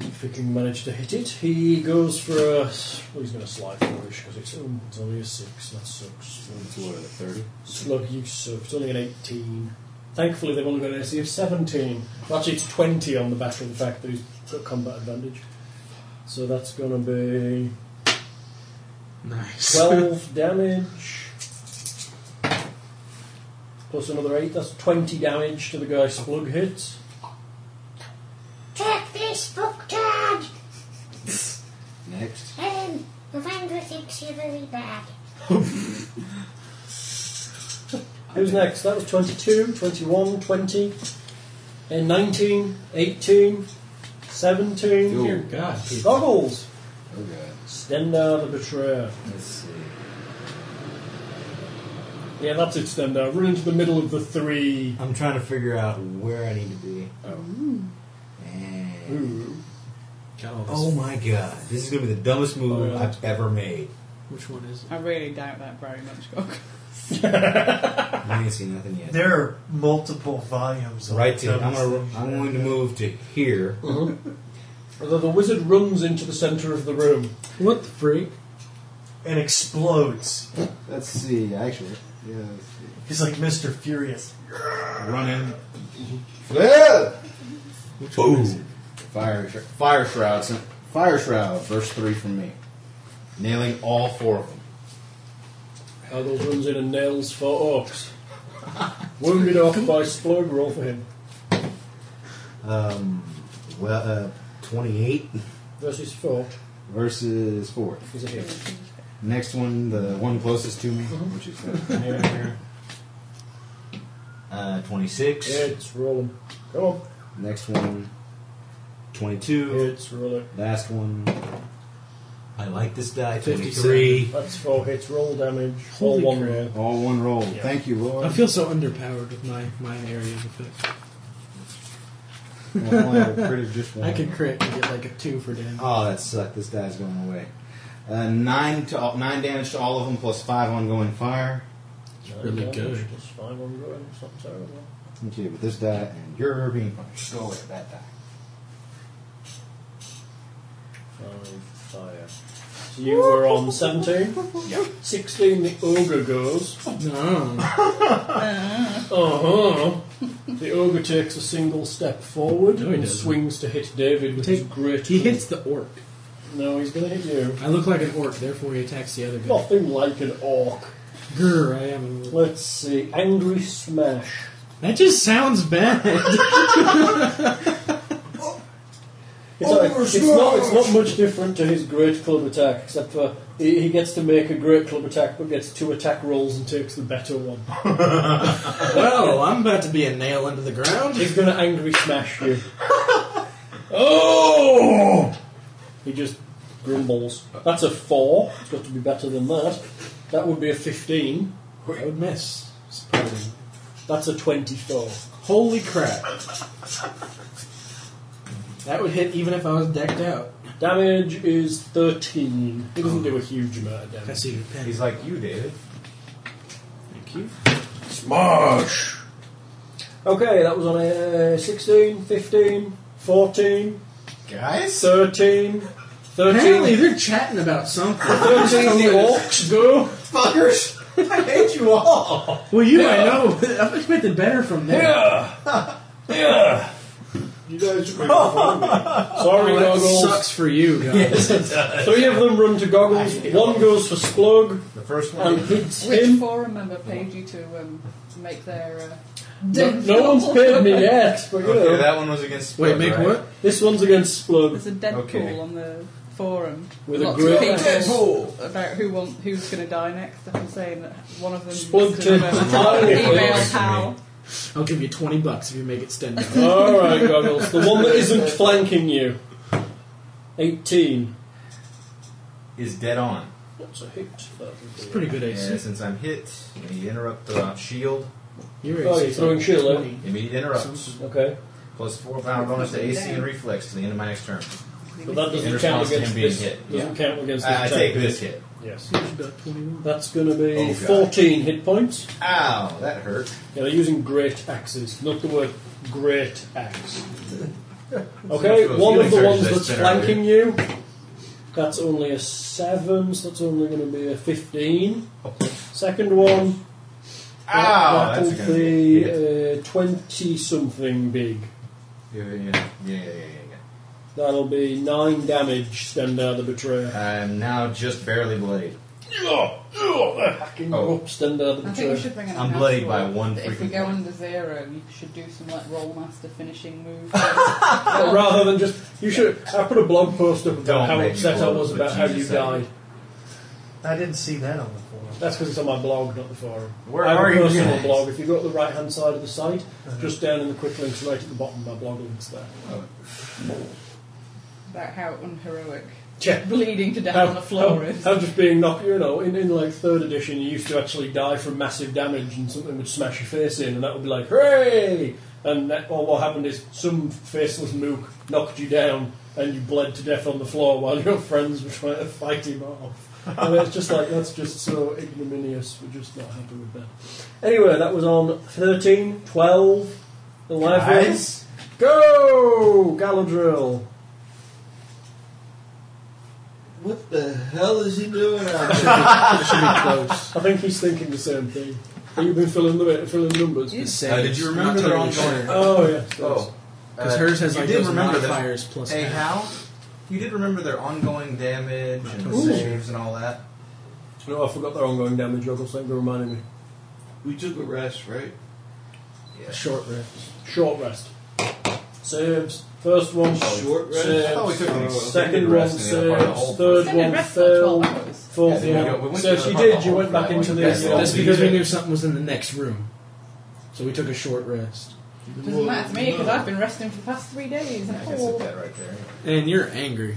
If he can manage to hit it, he goes for a. Well, he's going to slide fourish because it's, oh, it's only a six. That sucks.
It's what, a 30?
Slug, you suck. It's only an 18. Thankfully, they've only got an AC of 17. Well, actually, it's 20 on the back of the fact that he's got combat advantage. So that's going to be
Nice.
12 damage. Plus another 8, that's 20 damage to the guy Slug hits.
Take this fucktard!
Next.
Um, Avandra thinks you're very bad.
Who's next? That was 22, 21, 20, and 19, 18, 17.
Ooh.
Dear God. people.
Goggles!
Oh god.
Stendar the Betrayer.
Let's see.
Yeah, that's it, Stendar. Run into the middle of the three.
I'm trying to figure out where I need to be. And
Ooh.
Got all this.
oh my god, this is gonna be the dumbest move
Oh, yeah.
I've ever made.
Which one is it?
I really doubt that very much, Gog.
I ain't seen nothing yet.
There are multiple volumes. of
Right to, I'm,
those
gonna,
things.
I'm going to move to here.
Although the wizard runs into the centre of the room.
What the freak?
and explodes.
Let's see, actually. Yeah, let's see.
He's like Mr. Furious.
Run in.
Yeah!
Boom.
Fire, sh- fire shroud. sen- Fire shroud. Verse three from me. Nailing all four of them.
Goggles runs in and nails four orcs. Wounded orc by Splug, roll for him.
Um, well, uh, 28
Versus four
Versus four.
is a hit.
Next one, the one closest to me,
Mm-hmm.
which is that.
Uh, 26.
It's rolling. Come on.
Next one.
22.
It's rolling.
Last one.
I like this die.
57.
23.
That's four hits. Roll damage. All
Holy
one
crap.
roll.
All one roll. Thank you,
I
Lord.
feel so underpowered with my, my area of effect.
Well, I only have a crit of just one.
I could crit and get like a two for damage.
Oh, that sucked. This guy's going away. Uh, nine to all, nine damage to all of them, plus five ongoing fire.
Nine
really
damage,
good.
Plus five on going. It's not terrible.
Okay, with this die, and you're being punished. Go away, that die.
Five fire. So you were on 17?
Yeah.
16, the ogre goes.
No.
Uh huh. the ogre takes a single step forward
No, he
and
doesn't.
swings to hit David with his
Take-
great.
He hits the orc.
No, he's going to hit you.
I look like an orc, therefore he attacks the other guy.
Nothing like an orc.
Grr, I am an orc.
Let's see. Angry smash.
That just sounds bad.
It's, like- it's not, it's not much different to his great club attack, except for he, he gets to make a great club attack, but gets two attack rolls and takes the better one.
Well, I'm about to be a nail into the ground.
He's going to angry smash you. oh! He just grumbles. That's a four. It's got to be better than that. That would be a fifteen.
I would miss. Surprising.
That's a twenty-four.
Holy crap. That would hit even if I was decked out.
Damage is thirteen. It doesn't do a huge amount of
I
damage.
see your pen.
He's like you, David.
Thank you.
Smash!
Okay, that was on a 16, 15, 14,
Guys?
13, 13.
Apparently they're chatting about something.
13 the orcs go.
Fuckers! I hate you all!
Well, you I know. I've expected better from them.
Yeah! Yeah!
You guys are making
Sorry,
Oh, that
goggles.
sucks for you guys.
Three of them run to goggles. One goes for Splug
The first one.
and hits
Which
him.
forum member paid you to um, make their. Uh,
No, no one's paid me yet, but you know.
Okay, that one was against.
Wait,
Spud,
make
right?
what?
This one's against Splug.
There's a Deadpool
Okay.
on the forum.
With a
Lots
great-
of people
Deadpool!
about who want, who's going to die next. I'm saying that one of them
Splunked it.
sort of, uh, email
Nice.
how.
I'll give you 20 bucks if you make it stand up.
Alright, Goggles. The one that isn't flanking you. 18.
Is dead on.
That's a hit. That would be-
Pretty good
And
AC.
since I'm hit, he interrupt the shield.
Your
Oh,
AC.
you're throwing shield, eh?
Immediate interrupts.
Okay.
Plus four power bonus to AC and reflex to the end of my next turn.
But that
In
doesn't
response
count
to
against
him being
this.
hit,
Doesn't count against this.
I, I
attack.
take this hit.
Yes.
about 21.
That's going to be
Oh, God.
14 hit points.
Ow, that hurt.
Yeah, they're using great axes, not the word great axe.
much
Okay,
of those
one of the
healing
ones
surges
that's
that's been earlier.
flanking you. That's only a 7, so that's only going to be a 15. Second one.
Uh, Ow,
that'll
Ah, that's a good
be
hit.
uh, 20 something big.
Yeah, yeah, yeah, yeah, yeah, yeah,
That'll be 9 damage, Stand out the Betrayer.
yeah. I'm now just barely bloodied.
Hacking
Oh.
up, Stendhal the
I think we
Betrayer.
should bring an
I'm bloodied
announcement
by one
that If we
freaking
go
point.
under zero, you should do some like rollmaster finishing move.
But rather than just. You should. I put a blog post up about
Don't
how
make me
upset I
blow,
was
but
about how you
Jesus, eh? I-
died.
I didn't see that on the forum.
That's because it's on my blog, not the forum.
Where
I have
are
a
you Uh-huh.
personal
guys?
blog. If you go to the right hand side of the site, just down in the quick links right at the bottom, my blog link's there.
about how unheroic
Yeah.
bleeding to death
How,
on the floor
how-
is.
how just being knocked, you know, in, in like third edition, you used to actually die from massive damage and something would smash your face in, and that would be like, hooray! And that, or what happened is some faceless mook knocked you down and you bled to death on the floor while your friends were trying to fight him off. and it's just like, that's just so ignominious. We're just not happy with that. Anyway, that was on 13, 12, 11.
Guys?
Go! Galadriel.
What the hell is he doing out there?
I think he's thinking the same thing. You've been filling the filling numbers.
It's
Uh, did you remember
not
they're on
totally
going?
Oh yeah.
Oh,
Because
uh,
hers has
you
like
did
those
remember that-
modifiers plus
Hey,
half.
Hal, you did remember their ongoing damage and
Ooh.
saves and all that?
No, I forgot their ongoing damage goggles. Thank you for reminding me.
we took a rest, right?
Yeah.
Short rest.
Short rest. Saves. First one.
Short rest?
I thought we
Saves.
took an extended
Second one
rest in the other part of the
saves.
whole
Third
Extended
one
rest for 12
failed.
hours.
Yeah,
Fourth
then we go- we
one.
went
So
to the
she
part
did.
of the
You
whole
went back
flat
into
one.
the.
That's
uh,
all
That's
these
because we
are-
knew something was in the next room. So we took a short rest.
Doesn't matter to me because I've been resting for the past three days.
I can sit that right there.
And you're angry.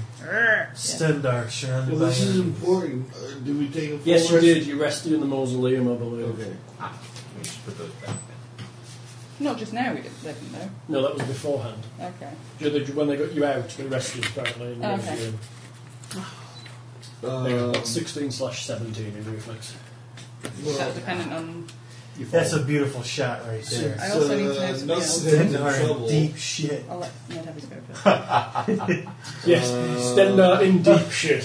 Stendar, surrounded
Well,
by
this is
enemies.
important. Uh, do we take a full
Yes, you
rest?
did. You rested in the mausoleum, I believe.
Okay.
We should put those back.
Not just now, we didn't, they didn't know.
No, that was beforehand.
Okay.
Yeah, they- When they got you out, they rested apparently. and you
Okay.
went in. They got
Um,
about Sixteen slash seventeen in reflex.
That's dependent on.
You
That's
fall.
a beautiful shot right there.
I also need to
uh,
know something else.
nothing's in
Stendar
trouble.
in deep shit.
I'll let Ned have his go first.
yes. Stendar in deep shit.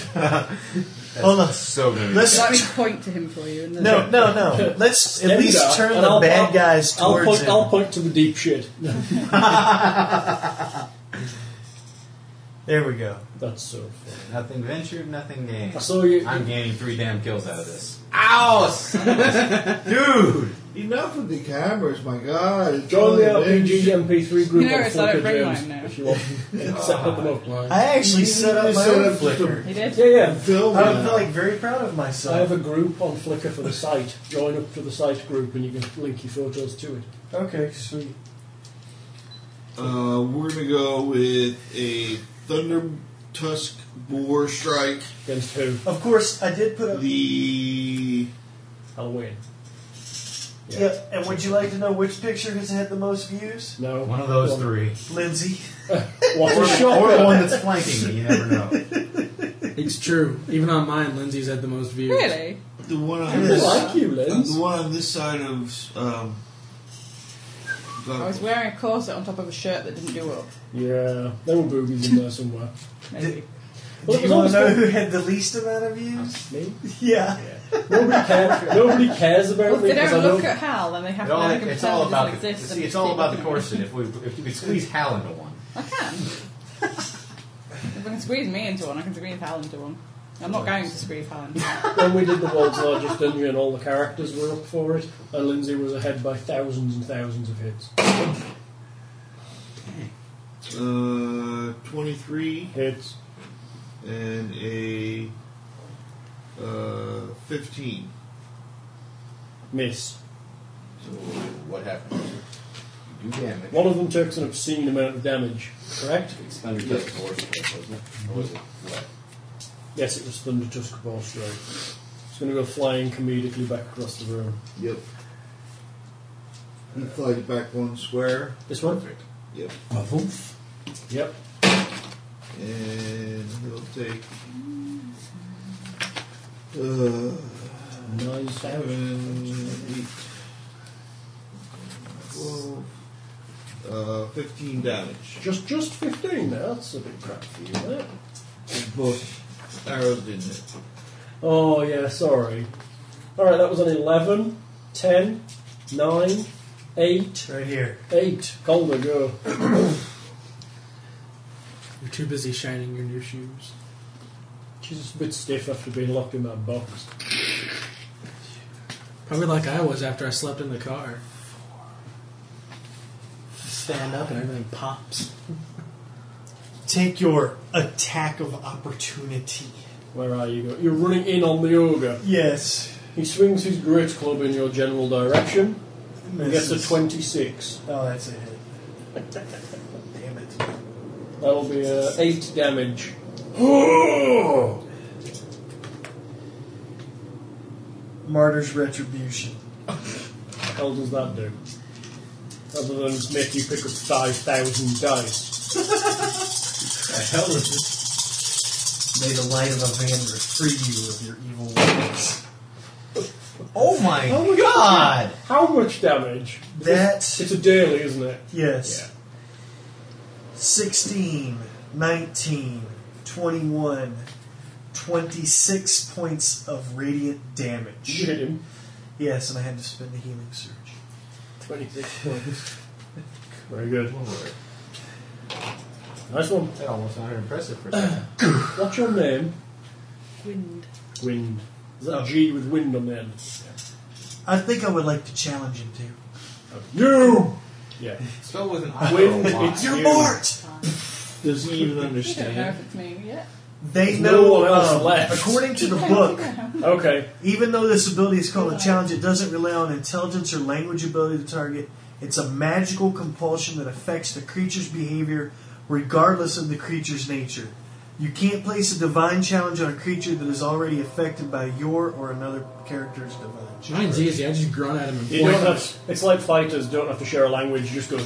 Hold on.
So good.
Let's
Let me point to him for you. And then
no, no, no. Let's at
Stendar,
least turn
and
the
I'll-
bad
I'll-
guys
I'll
towards
point,
him.
I'll point to the deep shit.
There we go.
That's so funny.
Nothing ventured, nothing gained.
I saw you.
I'm gaining three damn kills out of this. Ow! son of a- Dude!
Enough of the cameras, my God. It's
Join the
all been-
RPG MP3 group
You know,
on
it's like
Flickr,
bring
James,
mine now.
if you want. Set up an upline.
I actually
You
set up
just
my
set
own
up Flickr.
He
Flickr.
did.
Yeah, yeah.
Film
I
that.
feel like very proud of
I have
myself.
a group on Flickr for the site. Join up to the site group and you can link your photos to it.
Okay, sweet.
Uh, we're gonna go with a thunder tusk boar strike.
Against who?
Of course, I did put up.
The
Halloween.
Yeah. And would you like to know which picture has had the most views?
No.
One of those three.
Lindsay.
What
Or,
a shocker.
or the one that's flanking me, you never know.
It's true. Even on mine, Lindsay's had the most views.
Really?
the one
I
on
really
this
like you,
uh,
Liz.
the one on this side of um.
I was wearing a corset on top of a shirt that didn't do up.
Yeah, there were boobies in there somewhere.
Maybe.
Well,
Do
it was
you want
always
to know
the-
who had the least amount of views?
Me?
Yeah.
Nobody cares. Nobody cares about
Well, if
me
they
because I
don't
don't.
look at Hal, then they have
It
to
all,
now can
it's
pretend
all
it
about
doesn't
the,
exist.
see,
and
it's all
keep
about the
looking at it.
corset. If we if we squeeze Hal into one,
I can. if I can squeeze me into one, I can squeeze Hal into one. I'm not going to squeeze Hal into one.
When we did the world's largest dungeon, and all the characters were up for it, and Lindsay was ahead by thousands and thousands of hits.
Uh, 23
Hits.
and a uh, 15.
Miss.
so what happens? You do damage.
One of them takes an obscene amount of damage, correct?
It's thunder tusk boar strike, wasn't it? Or was it what?
Yes, it was Thunder Tusk Ball Strike. It's going to go flying comedically back across the room.
Yep. He flies back one square.
This one?
Yep.
Yep.
And he'll take. Uh,
Nice damage.
seven, eight, 12, uh, 15 damage.
Just, just 15 there. That's a bit crap for you, isn't it?
Both arrows didn't hit.
Oh, yeah, sorry. Alright, that was an 11, 10, 9, 8,
Right here.
8. Calder, go.
You're too busy shining your new shoes.
She's a bit stiff after being locked in that box.
Probably like I was after I slept in the car. Stand up and everything pops.
Take your attack of opportunity.
Where are you going? You're running in on the ogre.
Yes.
He swings his great club in your general direction. He gets a
Misses.
26.
Oh, that's a hit. Damn it.
That'll be uh, 8 damage. Oh!
Martyr's Retribution.
The hell does that do? Other than make you pick up 5,000 dice.
The hell is this?
May the light of Evander free you of your evil ways.
Oh my,
my
god!
How much damage?
That,
It's a daily, isn't it?
yes. 16, 19, 21, 26 points of radiant
You
damage.
hit him.
Yes, and I had to spend the healing surge.
26 points. Very good. Nice one.
That almost sounded impressive for a second.
What's your name?
Wind.
Wind. Is that G with wind on the end?
I think I would like to challenge him to.
You! Yeah.
Spell with an
Wind,
I.
it's
You're
you.
marked!
Does he even
You don't know
understand?
if it's me yet.
They
No
know,
one else
um,
left.
according to the
I
book,
don't know.
Okay.
Even though this ability is called a challenge, it doesn't rely on intelligence or language ability to target. It's a magical compulsion that affects the creature's behavior regardless of the creature's nature. You can't place a divine challenge on a creature that is already affected by your or another character's divine challenge.
Mine's easy. I just grunt at him and
You don't
point.
have, it's like fighters don't have to share a language, you just go.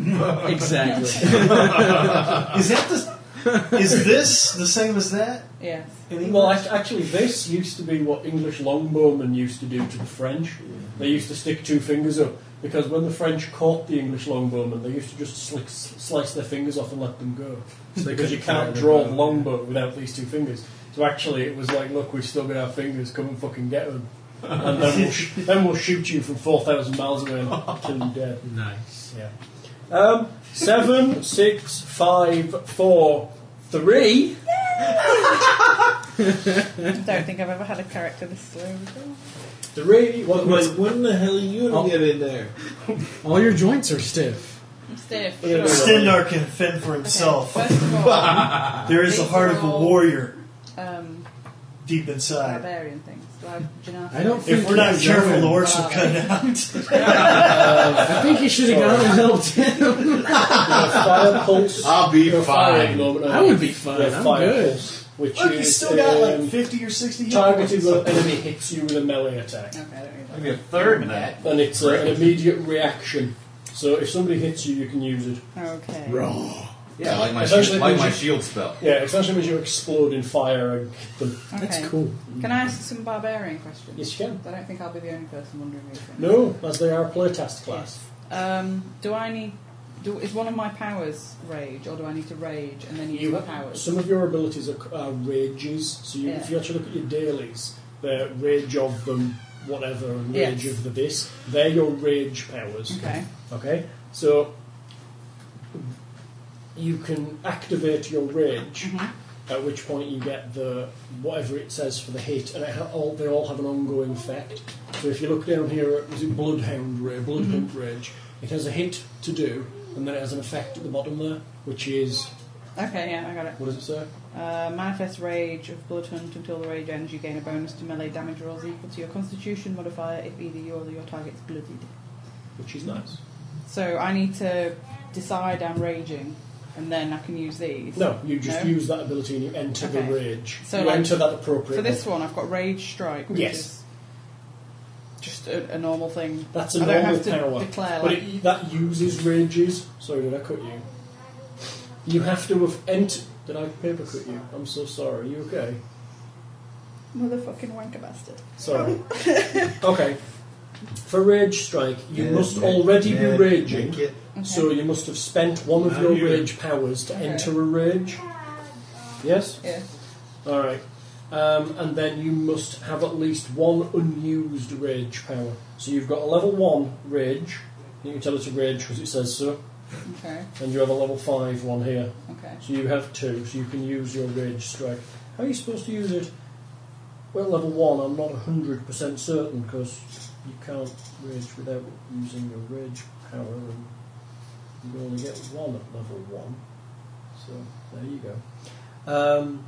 Exactly.
Is that the, is this the same as that?
Yes.
In English?
Well, act- actually, this used to be what English longbowmen used to do to the French. They used to stick two fingers up because when the French caught the English longbowmen, they used to just slick, slice their fingers off and let them go because you can't draw the longbow without these two fingers. So actually, it was like, look, we've still got our fingers. Come and fucking get them, and then we'll, sh- then we'll shoot you from four thousand miles away and kill you dead.
nice.
Yeah. Um, seven, six, five, four, three.
I don't think I've ever had a character this slow before.
The radio.
What, like, when the hell are you gonna
Oh.
get in there?
All your joints are stiff.
I'm stiff.
Yeah,
sure.
no, no.
Stendar can fend for
Okay,
himself.
First of all,
There is the heart of a warrior
um,
deep inside.
barbarian things. Do I, do you know-
I don't
If we're not
He's going.
careful, the orcs will cut out.
I think you should have gone level ten.
fire pulse.
I'll be
Your fire at
fine.
the moment.
I would be fine.
Your
I'm
fire
good.
pulse, which
Look, you
is
still got
um,
like 50 or 60 hit
targeted
points.
when an enemy hits you with a melee attack,
Okay, I don't need that.
Maybe a third of that.
and it's uh, an immediate reaction. So if somebody hits you, you can use it.
Okay.
Yeah, like my
Essentially,
shield, like my
you-
shield spell.
Yeah, essentially means you explode in fire and hit them.
okay.
That's cool.
Can I ask some barbarian questions?
Yes, you can.
I don't think I'll be the only person wondering these things.
No, as they are a playtest class.
Um, do I need? Do, is one of my powers rage, or do I need to rage and then use
You
my
have,
powers?
some of your abilities are, are rages, so you, if you actually look at your dailies, they're rage of them, whatever, and rage
Yes.
of the this. They're your rage powers.
Okay.
Okay, so you can activate your rage,
Mm-hmm.
at which point you get the whatever it says for the hit, and it ha- all, they all have an ongoing effect. So if you look down here, at- is it Bloodhound
Mm-hmm.
Rage? Bloodhound Rage. It has a hit to do, and then it has an effect at the bottom there, which is
Okay, yeah, I got it.
what does it say?
Uh, manifest rage of Bloodhunt until the rage ends. You gain a bonus to melee damage rolls equal to your Constitution modifier if either you or your target's bloodied.
Which is nice.
So I need to decide I'm raging, and then I can use these.
No, you just
No?
use that ability and you enter
Okay.
the rage.
So
you
like-
enter that appropriately.
For this one, I've got rage strike. Which
Yes.
Is just a, a normal thing.
That's
I
a
don't
normal
have to
power.
declare.
but
Like,
it, that uses rages. Sorry, did I cut you? You have to have ent. Did I paper cut you? I'm so sorry. you okay?
Motherfucking wanker bastard.
Sorry. okay. For rage strike, you must already be raging,
Okay.
so you must have spent one of your rage powers to
Okay.
enter a rage. Yes?
yeah.
Alright. Um, and then you must have at least one unused rage power. So you've got a level 1 rage. You can tell it's a rage because it says so.
Okay.
And you have a level 5 one here.
Okay.
So you have two, so you can use your Rage Strike. How are you supposed to use it? Well, at level 1, I'm not 100% certain because you can't Rage without using your Rage power, and you only get one at level 1. So there you go. Um,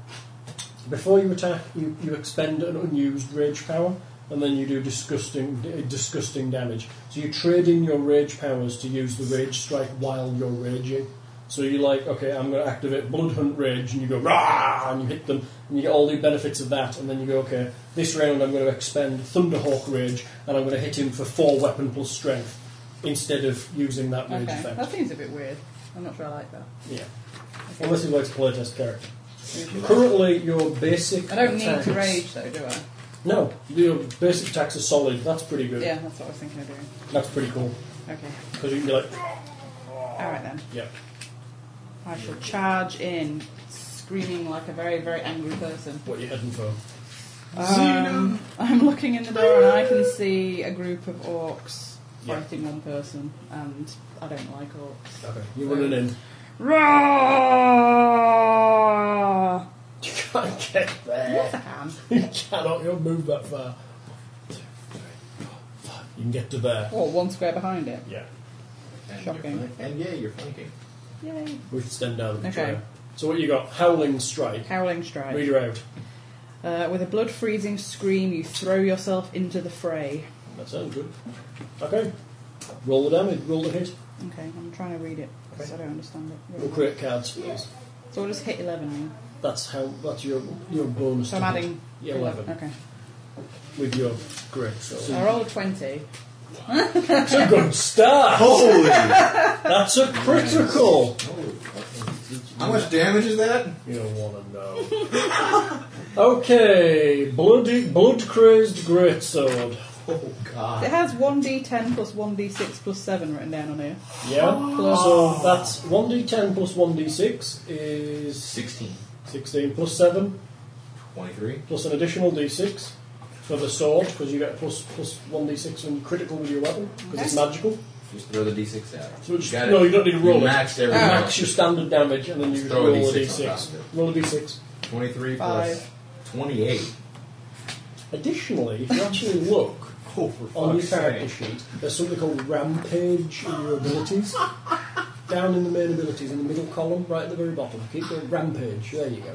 before you attack, you, you expend an unused Rage power. And then you do disgusting, d- disgusting damage. So you trade in your rage powers to use the rage strike while you're raging. So you're like, okay, I'm going to activate Bloodhunt Rage, and you go rah, and you hit them, and you get all the benefits of that, and then you go, okay, this round I'm going to expend Thunderhawk Rage, and I'm going to hit him for four weapon plus strength instead of using that rage
Okay.
effect.
That seems a bit weird. I'm not sure I like that.
Yeah. Well, this is like a playtest character.
Usually.
Currently, your basic
I don't need
attacks,
to rage though, do I?
No, your basic attacks are solid. That's pretty good.
Yeah, that's what I was thinking of doing.
That's pretty cool
Okay.
because you can be like,
Alright then.
yeah.
I shall charge in, screaming like a very, very angry person.
What you heading for?
Um, I'm looking in the door and I can see a group of orcs fighting one person, and I don't like orcs.
Okay, you're running in.
Roar!
You can't get there.
Yes, I can.
You cannot you'll move that far. You can get to there.
What, Oh, one square behind it?
Yeah.
Shocking.
And yeah, you're flanking.
Yay.
We should stand down. and
Okay.
try. So what you got? Howling strike.
Howling strike.
Read her out.
Uh, with a blood freezing scream, you throw yourself into the fray.
That sounds good. Okay. Roll the damage. Roll the hit.
Okay, I'm trying to read it because I don't understand it.
Roll crit cards, please.
So we'll just hit 11 mean?
That's how. That's your your bonus.
So I'm
to hit.
adding
Yeah, eleven
Okay.
with your crit. So it's
I rolled 20.
a good start.
Holy!
That's a critical.
How much damage is that?
You don't want to know. okay, bloody blood crazed greatsword.
Oh god.
Ah.
It has 1d10 plus 1d6 plus 7 written down on here.
Yeah.
Plus-
So that's 1d10 plus 1d6 is
16.
16 plus 7
23.
plus an additional d6 for the sword because you get plus plus 1d6 when you critical with your weapon because it's magical.
Just throw the d6 out.
So it's,
Got it.
no, you don't need to
You
roll it. Ah,
maxed everything
You
out.
max your standard damage and then you
Just
just
throw a
roll a
D6 on top
d6.
of it.
Roll a d6.
23
Five.
plus
28.
Additionally, if you actually look
Oh,
on your character sheet, there's something called Rampage in your abilities. Down in the main abilities, in the middle column, right at the very bottom. Keep going Rampage. There you go.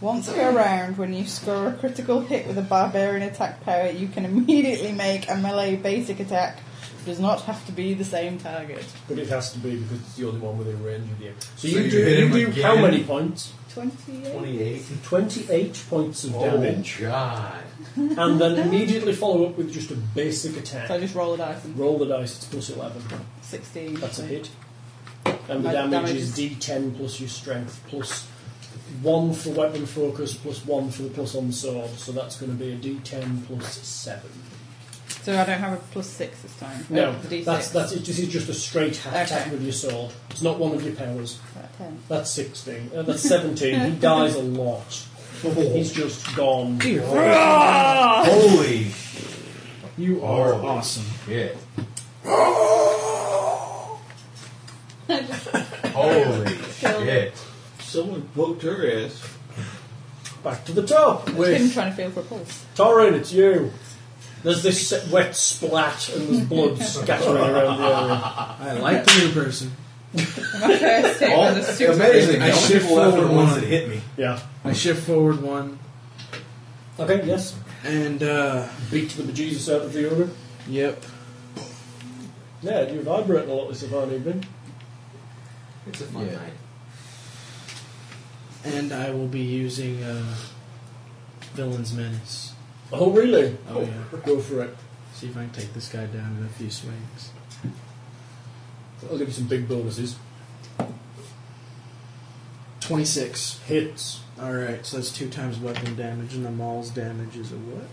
Once per round, when you score a critical hit with a barbarian attack power, you can immediately make a melee basic attack. It does not have to be the same target.
But it has to be because it's the only one within range of you. So,
So
you,
you
do,
hit him
you do how
again?
many points?
28.
28.
28 points of damage.
Oh, God.
And then immediately follow up with just a basic
So I
attack.
just roll a dice and
Roll the dice, it's plus 11.
16.
That's a hit. And the
My
damage,
damage
is
is-
d10 plus your strength plus 1 for weapon focus plus 1 for the plus on sword. So that's going to be a d10 plus 7.
So I don't have a plus 6 this time.
No,
Oh, the D6.
that's, that's it. This is just a straight hack
Okay.
attack with your sword. It's not one of your powers.
About 10.
That's 16. Uh, that's 17. he dies a lot. He's just gone.
Holy
You are
Holy
awesome.
shit. Holy shit.
Someone poked her ass.
Back to the top.
Him
With
trying to feel for a pulse.
Torin, it's you. There's this s- wet splat and there's blood scattering around the area.
I like the new person.
My first hit
Oh,
was a super.
amazing.
I
I
shift
shift left are the
forward
ones
one.
that hit me.
Yeah.
I shift forward one,
Okay, yes.
and uh,
Beat the bejesus out of the other.
yep.
Yeah, you're vibrating a lot this fine evening.
It's a fun night.
And I will be using uh, Villain's Menace.
Oh, really?
Oh, yeah.
Go for it.
See if I can take this guy down in a few swings.
I'll give you some big bonuses.
26.
Hits.
Alright, so that's two times weapon damage, and the maul's damage is a what?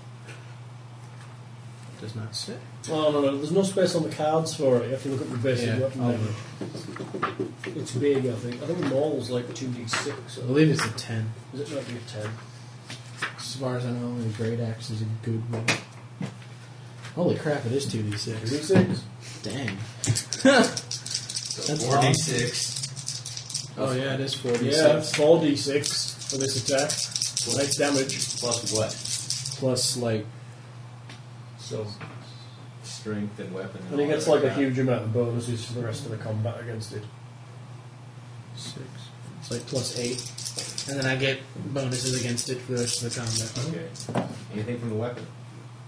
Does not say.
Oh, no, no, there's no space on the cards for it. You have to look at the basic
Yeah,
weapon
I'll
damage. It's big, I think. I think the maul's like 2d6.
I
So
believe it's a 10.
is it might be a 10.
As far as I know, only a great axe is a good one. Holy crap, it is 2d6.
2d6.
Dang.
So
That's
46.
Oh, yeah, it is 46.
Yeah, 4d6 for this attack. Nice damage.
Plus what?
Plus, like,
So,
Strength and weapon.
and he
all
gets
that
like a
crap.
huge amount of bonuses for the rest of the combat against it.
six. It's like plus eight. And then I get bonuses against it for the rest of the combat.
Okay. Anything from the weapon?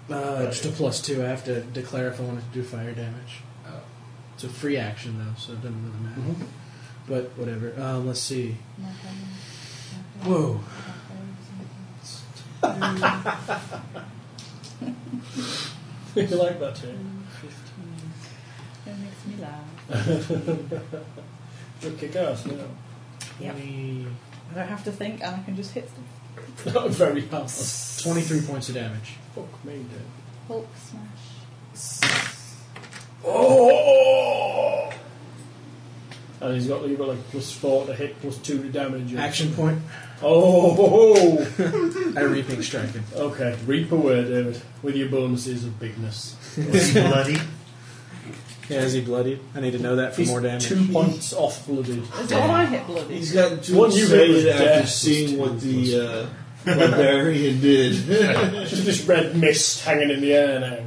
Uh, just a plus two. I have to declare if I want to do fire damage.
Oh.
It's a free action, though, so it doesn't really matter. But whatever. Um, let's see. Whoa.
you like that eh? too?
It makes me laugh.
Just kick ass, you
Yep.
Twenty-
I don't have to think and I can just hit stuff.
know. Very hard.
23 points of damage.
Fuck me, dude.
Hulk smash.
Oh! And he's got, you've got like plus 4 to hit, plus 2 to damage. and-
Action point.
Oh!
I reaping strike him.
okay, reap away, David, with your bonuses of bigness.
Was he bloody?
Yeah, is he bloodied? I need to know that for
He's
more damage.
two points off blooded.
Is all I hit bloody?
He's gotten too
Once you hit
excited
with
after
death,
seeing what the uh, barbarian did.
Just this red mist hanging in the air now.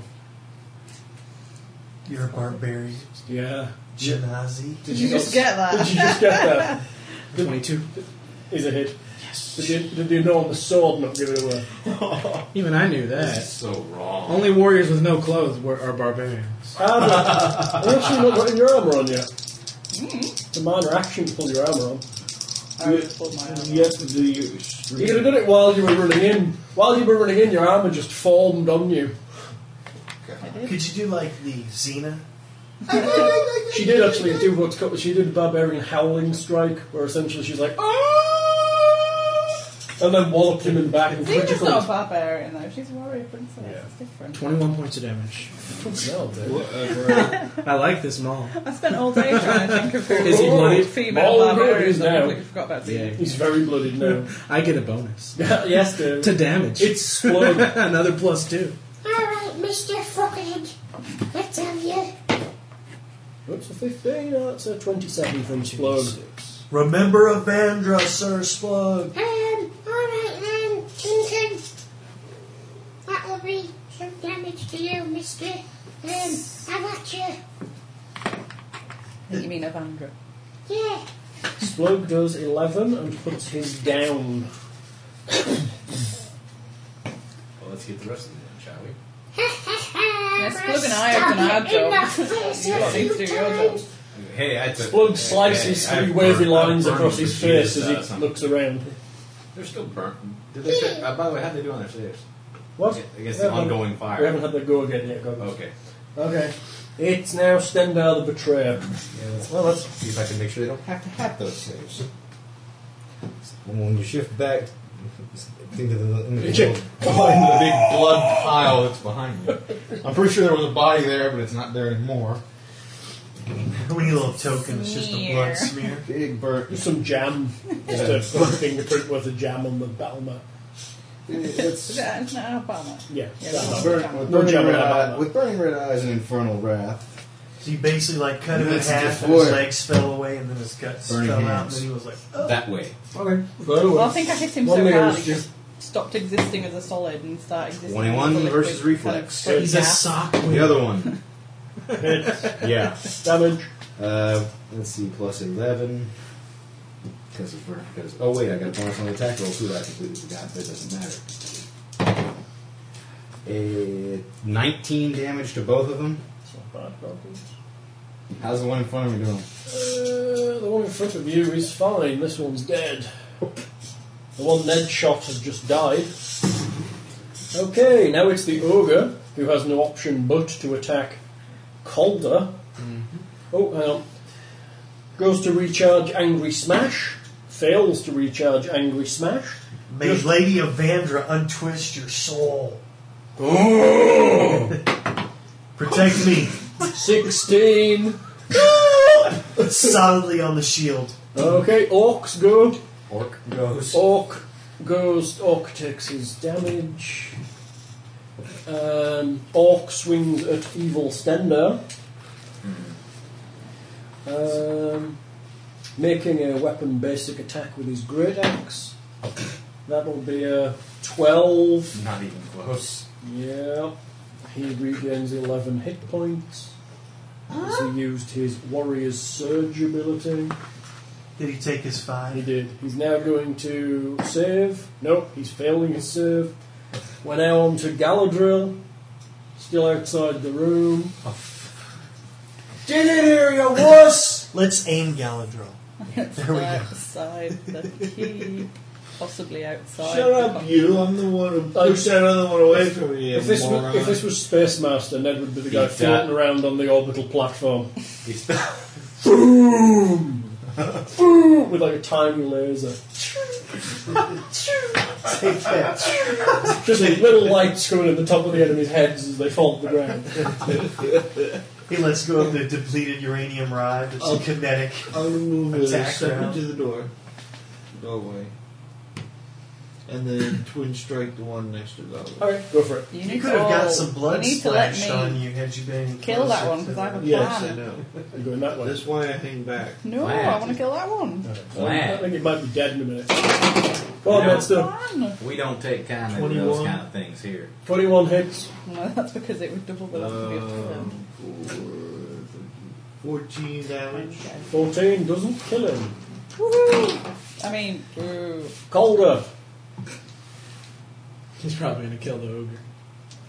You're a barbarian.
Yeah.
Genazi.
Did
you just
not-
get that?
Did you just get that?
22.
Is a hit. Yes. Did you, did you know on the sword not give it away?
Even I knew
That's
that.
so wrong.
Oh.
Only warriors with no clothes were, are barbarians.
Armour. I'm not sure you've not got your armour on yet. It's a minor action to pull your armour on.
I would pull my arm.
You have to do your strength.
You could have done it while you were running in. While you were running in, your armour just formed on you.
Could you do like the Xena?
She did actually do what's called, she did the barbarian howling strike, where essentially she's like, "Ah!" and then walloped him in the back and
Xena's
critical.
not a barbarian though, she's a warrior princess.
Yeah.
It's different.
21 points of damage.
No, Oh, dude.
Whatever.
I like this maul.
I spent all day trying to think of who
Is he bloody?
female
All
barbarians.
good
I
now.
completely forgot about Xena.
Yeah.
He's very blooded now.
I get a bonus.
yes, dude.
To damage.
It's exploded.
Another plus two.
Alright, Mr. Fuckhead. I tell you.
That's a 15, no, that's a 27 from Splode.
Remember Avandra, Sir Splug.
Um, alright then. Some damage to you, mister. Um, I'm at you.
You mean Evandra?
Yeah.
Splug does 11 and puts him down.
Well, let's get the rest of them, shall we?
Yes,
My
Plug and I have done our
stomach in
job.
my face a
Yeah,
few
do your job.
times.
Hey, I took.
Splug slices
Hey, I
three wavy
burned- I
lines
burned
across
the
his
cheese
face as
out of
he
something.
looks around.
They're still burnt. Did they? Fit? Uh, by the way, how'd they do on their stairs?
What?
Against
We
the
haven't-
ongoing
We
fire. Oh.
haven't had the go again yet, God.
Okay.
Okay. It's now Stendar the Betrayer.
Yeah, let's
Well, that's
see if I can make sure they don't have to have those saves.
And when you shift back into the, in the,
Check.
big blood pile that's behind you, I'm pretty sure there was a body there, but it's not there anymore.
We need a little token. It's just a blood smear.
Big Bert.
Just some jam. Just a sort of fingerprint worth of jam on the battle map.
It's
Is that an Obama?
Yeah.
Yeah,
that
that's
one.
burnt, with,
No
burning
jam on
red
that
eye,
battle map.
with burning red eyes and infernal wrath.
So you basically like cut him in
That's
half,
just
and his
wood.
legs fell away, and then his guts
Burning
fell out, and
hands.
then he was like, oh.
That way.
Okay. Well,
Well, I think I hit him
One
so
meter
hard
is
he just stopped existing as a solid and started existing.
21
as a liquid
versus
kind of
reflex.
quick
"He's a
gas.
sock."
The other one.
hits.
Yeah.
Damage.
Uh, let's see, plus 11. Because of burn. Because, oh, wait, I got a bonus on the attack roll, too. that I completely forgot, but it doesn't matter. A 19 damage to both of them.
It's not bad, not
How's the one in front of me doing?
good. Uh, the one in front of you is fine. This one's dead. The one Ned shot has just died. Okay, now it's the ogre who has no option but to attack Calder. Oh, hang on. Goes to recharge Angry Smash. Fails to recharge Angry Smash.
May Lady Evandra untwist your soul. Protect me
16.
solidly on the shield.
Okay, orcs go.
Orc goes.
Orc goes. Orc takes his damage. Um, orc swings at evil Stender, um, making a weapon basic attack with his great axe. That'll be a twelve.
Not even close.
Yeah, he regains eleven hit points. As he used his warrior's surge ability.
Did he take his
He
five?
did. He's now going to serve. Nope, he's failing his serve. We're now on to Galadriel. Still outside the room. Didn't hear you, wuss!
Let's aim Galadriel. There we go.
Outside the key, possibly outside.
Shut
the
up,
con-
you. I'm the one who
Oh,
pushed that other one away from me.
If this, was, if this was Space Master, Ned would be the guy
Beat that.
floating around on the orbital platform.
He's-
Boom! Boom! With like a tiny laser.
Take that.
Just like little lights going at the top of the enemy's heads as they fall to the ground.
He lets go of the depleted uranium rod. It's
Oh.
kinetic.
I'll remove it.
Attack
Step
round.
into the door. Go away. And then twin strike the one next to the other.
Alright, go for it.
You,
You
need
could
to
have got
all-
some blood
you need to let
splashed
me
on you had you been
kill that
closer
one,
to
'cause
the-
I have a-
Yes,
Plan.
I know.
You're going that way.
That's why I hang back.
No,
Plan.
I want to kill that one.
I
Plan.
think it might be dead in a minute. Go on,
No.
Ned, still.
Plan.
We don't take kindly to those
21.
kind of things here.
21 hits.
No, that's because it would double the last of the other
Um,
one.
four, 14 damage.
14 doesn't kill him.
Woohoo! I mean, ooh.
Calder.
He's probably gonna kill the ogre.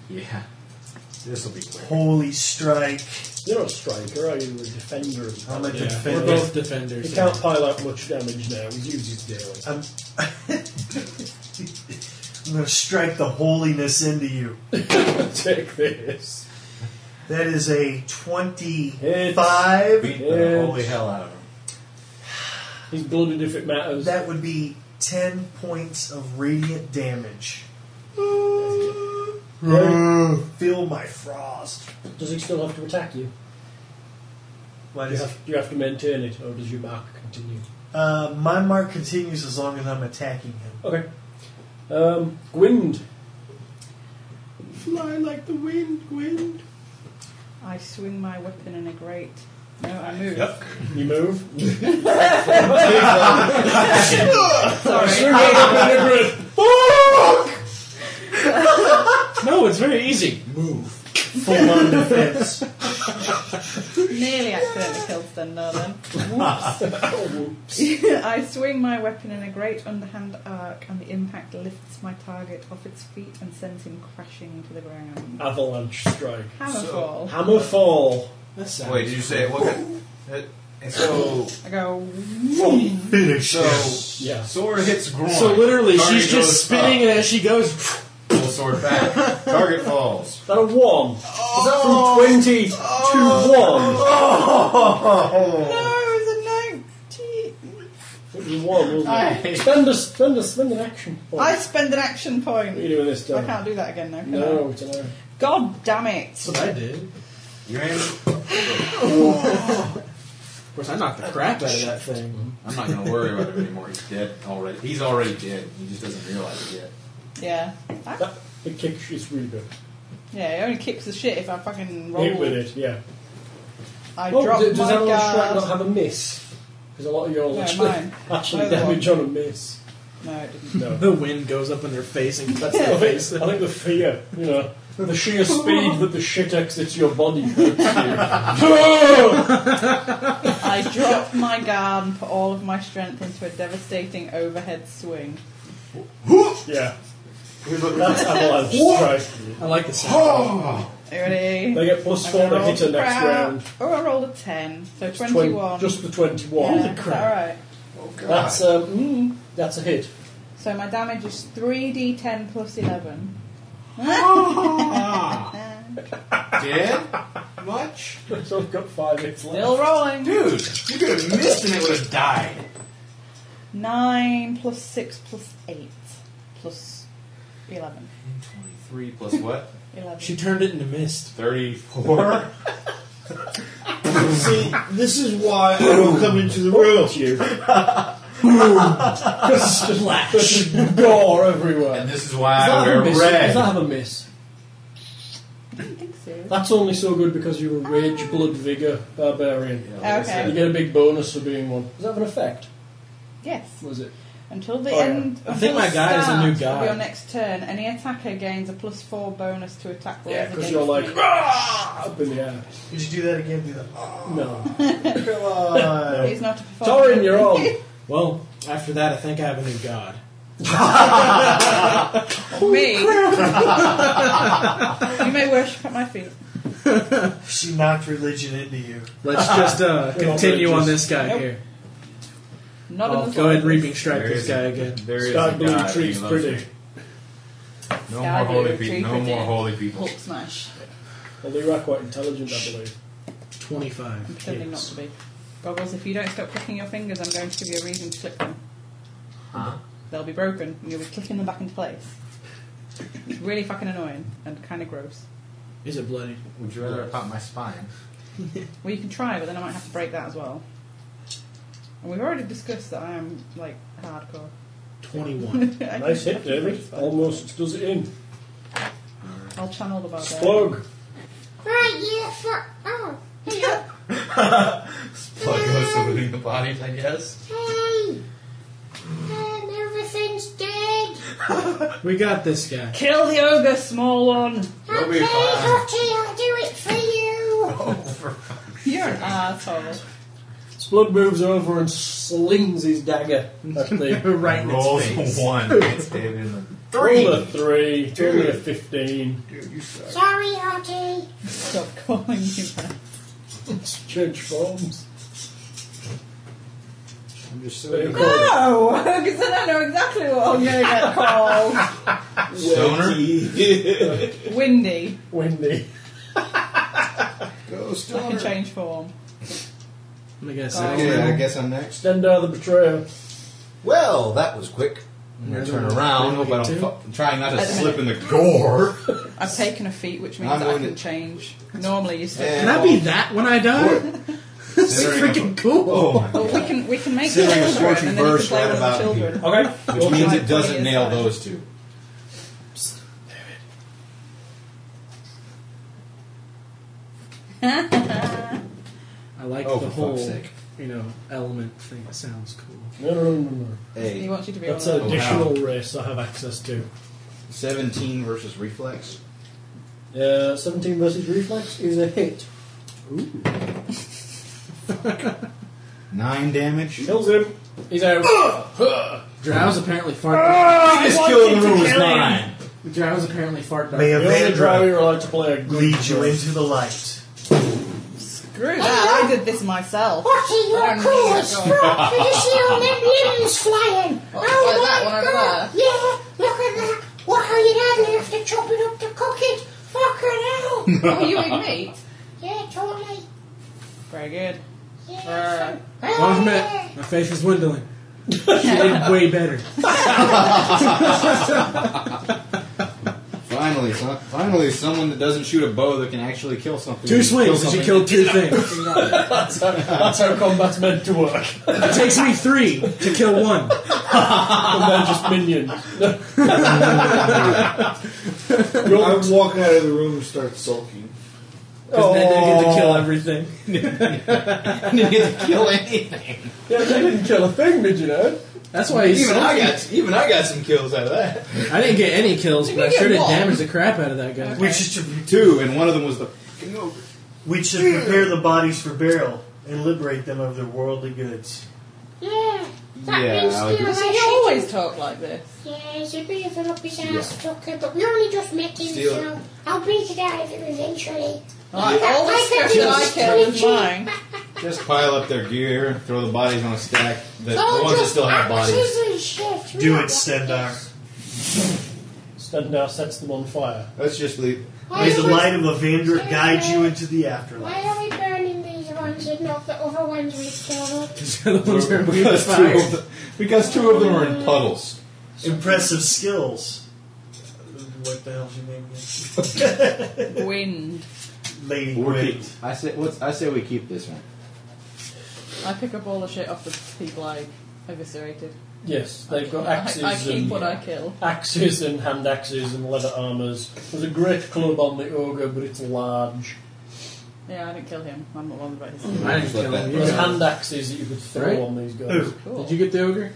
Yeah. This will be quick.
Holy strike.
You're not a striker, are you? You're a defender. of
I'm a
Yeah.
We're
defender.
both
He
defenders.
can't pile out much damage now. He's used his daily.
I'm, I'm going to strike the holiness into you.
Take this.
That is a 25.
Beat
Yeah.
the holy hell out of him.
He's blooded if it matters.
That would be 10 points of radiant damage. Feel my frost.
Does he still have to attack you?
Why
You
does it-
have, you have to maintain it, or does your mark continue?
Uh, my mark continues as long as I'm attacking him.
Okay. Um, Gwynd.
Fly like the wind, wind.
I swing my weapon in a grate. No, I move.
You move.
Sorry.
no, No, it's very easy.
Move.
Full on defense.
Nearly accidentally killed Stendar then. I swing my weapon in a great underhand arc, and the impact lifts my target off its feet and sends him crashing to the ground.
Avalanche strike.
Hammerfall.
Hammer fall.
That sounds
Wait, did you say what? It, and so,
I go.
Finish.
so
Yeah.
sword hits groin.
So literally,
Target
she's
goes
just spinning, and as she goes,
up, Pull sword back. Target falls.
That a one. Is that from twenty
Oh.
Oh,
No, it's a no.
to one? It was a one, wasn't
I,
it? Spend a spend a spend an action. point.
I spend an action
What are you
point.
doing this
I
time?
can't do that again now, can I?
No, it's an arrow.
God damn it.
That's what I did. Of
you ain't.
course, I knocked the crap out of that thing.
I'm not gonna worry about him anymore. He's dead already. He's already dead. He just doesn't realize it yet.
Yeah.
That, the kick is really good.
Yeah, it only kicks the shit if I fucking roll.
Hit with it, yeah.
I
Oh,
drop
d- does
my
that one strike not
guard.
have a miss? Because a lot of yours
No,
actually,
mine.
actually
Mine was
damage on a miss.
No, it didn't.
No.
The wind goes up in their face and cuts
I
their
think,
face.
I think the fear, you know, the sheer speed that the shit exits your body. hurts you.
I drop my guard and put all of my strength into a devastating overhead swing.
yeah. That's avalanche strike.
I like the sound.
Are you ready?
They get plus four to hit her next
Crap.
round.
Oh, I rolled a 10, so
It's
21.
Twen- just the 21.
yeah, Alright.
That's, um, mm, that's a hit.
So my damage is 3d10 plus 11.
Dead? Much?
So I've got five hits left.
Still rolling.
Dude, you could have missed and it would have died.
9 plus 6 plus 8 plus 11.
23 plus what?
11.
She turned it into mist.
34?
See, this is why I don't come into the room.
Slash. Gore everywhere.
and
Does
this is why
that,
I
have a
wear
miss? Does that
red.
have a miss?
I don't think so.
That's only so good because you're a rage, blood, vigour barbarian. You
Okay.
get a big bonus for being one. Does that have an effect?
Yes.
Was it?
Until the
Oh, yeah.
end.
I
until
think my
the
guy is a
start
new
of
guy.
Your next turn, any attacker gains a plus four bonus to attack rolls
Yeah, because
against
you're like
me.
"Rah!" up in the air.
Did you do that again? Do that. Oh,
No,
Come on.
He's not a performer.
Torin, you're on.
Well, after that, I think I have a new god.
Me. you may worship at my feet.
She knocked religion into you.
Let's just uh, continue on this guy
Nope.
here.
Not in
Oh,
the
go ahead,
zone.
reaping strike
There
this
is
guy
a-
again.
There is
Sky
a
Blue
God and
Tree's
he loves
pretty.
me. No
Sky
more
Blue
holy
Tree
people. No
pretty.
more holy people.
Hulk smash.
Although you are quite intelligent, I believe.
I'm
25.
pretending not
hits.
to be. Goggles, if you don't stop clicking your fingers, I'm going to give you a reason to click them. They'll be broken, and you'll be clicking them back into place. It's really fucking annoying and kind of gross.
Is it bloody?
Would you rather I pop my spine?
Well, you can try, but then I might have to break that as well. And we've already discussed that I am like hardcore.
21.
I
Nice
can-
hit, David. Almost does it in.
I'll channel the barbarian.
Splug.
Right, yeah, fuck. Oh, hello.
Plug goes to within the body, I guess.
hey. Um, everything's dead.
we got this guy.
Kill the ogre, small one.
You'll
Okay,
be fine.
Hottie, I'll do it for you.
Oh, for fuck's
You're an asshole.
Splug moves over and slings his dagger at the
right in
Rolls
its face.
one. It's David in the
three. Roll a three. It's only a fifteen.
Sorry, Hottie.
Stop calling you that.
Change forms.
I'm just so.
But you call it
No, because then I know exactly what I'm going to get called.
stoner.
Windy.
Wendy.
Go,
I can
stoner.
change form.
I guess.
Oh.
Okay, I guess I'm next.
Stendar the betrayer.
Well, that was quick. I'm gonna turn around. Hope I don't.
Two.
Fu- I'm trying not to slip in the gore.
I've taken a feat, which means
I'm
that I
going
can
to-
change. Normally, you still.
And-
Can I be that when I die? That's freaking cool.
Oh my
But we can we can make
Considering a
children,
scorching
and then you can
verse
play
right
with the
about
children.
Okay.
Which means it
Five
doesn't
years
nail
time.
those two.
I like
Oh,
the
for
whole,
fuck's sake.
you know, element thing. It sounds cool.
No, no, no, no, no.
He
Hey,
wants
Oh,
you to be
That's
on
an
that.
additional race I have access to.
17 versus reflex.
Uh, 17 versus reflex is a hit.
Nine damage.
Kills him. He's out.
Drow's apparently farted.
Biggest kill in the room was nine.
Drow's apparently farted.
May
The only drow
Evander
you're allowed to play a good
lead you into the light.
Screw that, I did this myself.
Watching your
Darn me,
cool
God.
sprout, did you see all them limbs flying?
Oh,
oh
like
my
that one over
God.
there.
Yeah, look at that. What are you having after chopping up the cook it? Fucking hell.
oh, you ignite?
yeah, totally.
Very good.
Yeah.
One
yeah.
minute. My face was dwindling. She did way better.
Finally, so, finally, someone that doesn't shoot a bow that can actually kill something.
Two swings,
Kill something.
and she killed two things.
That's how, that's how combat's meant to work.
It takes me three to kill one.
And they're just minions.
I walk out of the room and start sulking.
Because then they get to kill everything.
Didn't get to kill anything.
Yeah, they didn't kill a thing, did you know?
That's why he's
Even
so-
I got even I got some kills out of that.
I didn't get any kills,
You
but I
get
sure did
one.
damage the crap out of that guy.
We should,
Two, and one of them was the fucking ogre.
we should prepare the bodies for burial and liberate them of their worldly goods.
Yeah. That
Yeah,
means
I would
still
do-
I
So you
should-
always talk like this.
Yeah, it's a bit of an up his ass fucker, but we only just met him,
Steal it.
so I'll beat it out of him eventually.
Like, all the stuff that I kill is mine.
Just pile up their gear, throw the bodies on a stack. The, the
Oh,
ones that
just
still have
axes
bodies.
and shit. We
Do it,
don't want
Stendar.
this.
Stendar sets them on fire.
Let's just leave.
Why
May the
are we-
light of Evander guide you into the afterlife.
Why are we burning these ones and not the other ones we killed?
the ones that are moving
Because two,
fire.
of the, because two of them are in puddles.
Impressive skills. What the hell's your name again?
Wind.
Lady
We're
Gwent.
keep, I say, what's, I say we keep this one.
I pick up all the shit off the people I eviscerated.
Yes, they've got
I,
axes
I keep
and
what I kill.
axes and hand axes and leather armors. There's a great club on the ogre, but it's large.
Yeah, I didn't kill him. I'm not bothered about his.
I didn't
Just let
kill
that
him. You
There's
got
hand axes that you could throw
Right.
on these guys.
Who?
it.
Cool.
Did you get the ogre?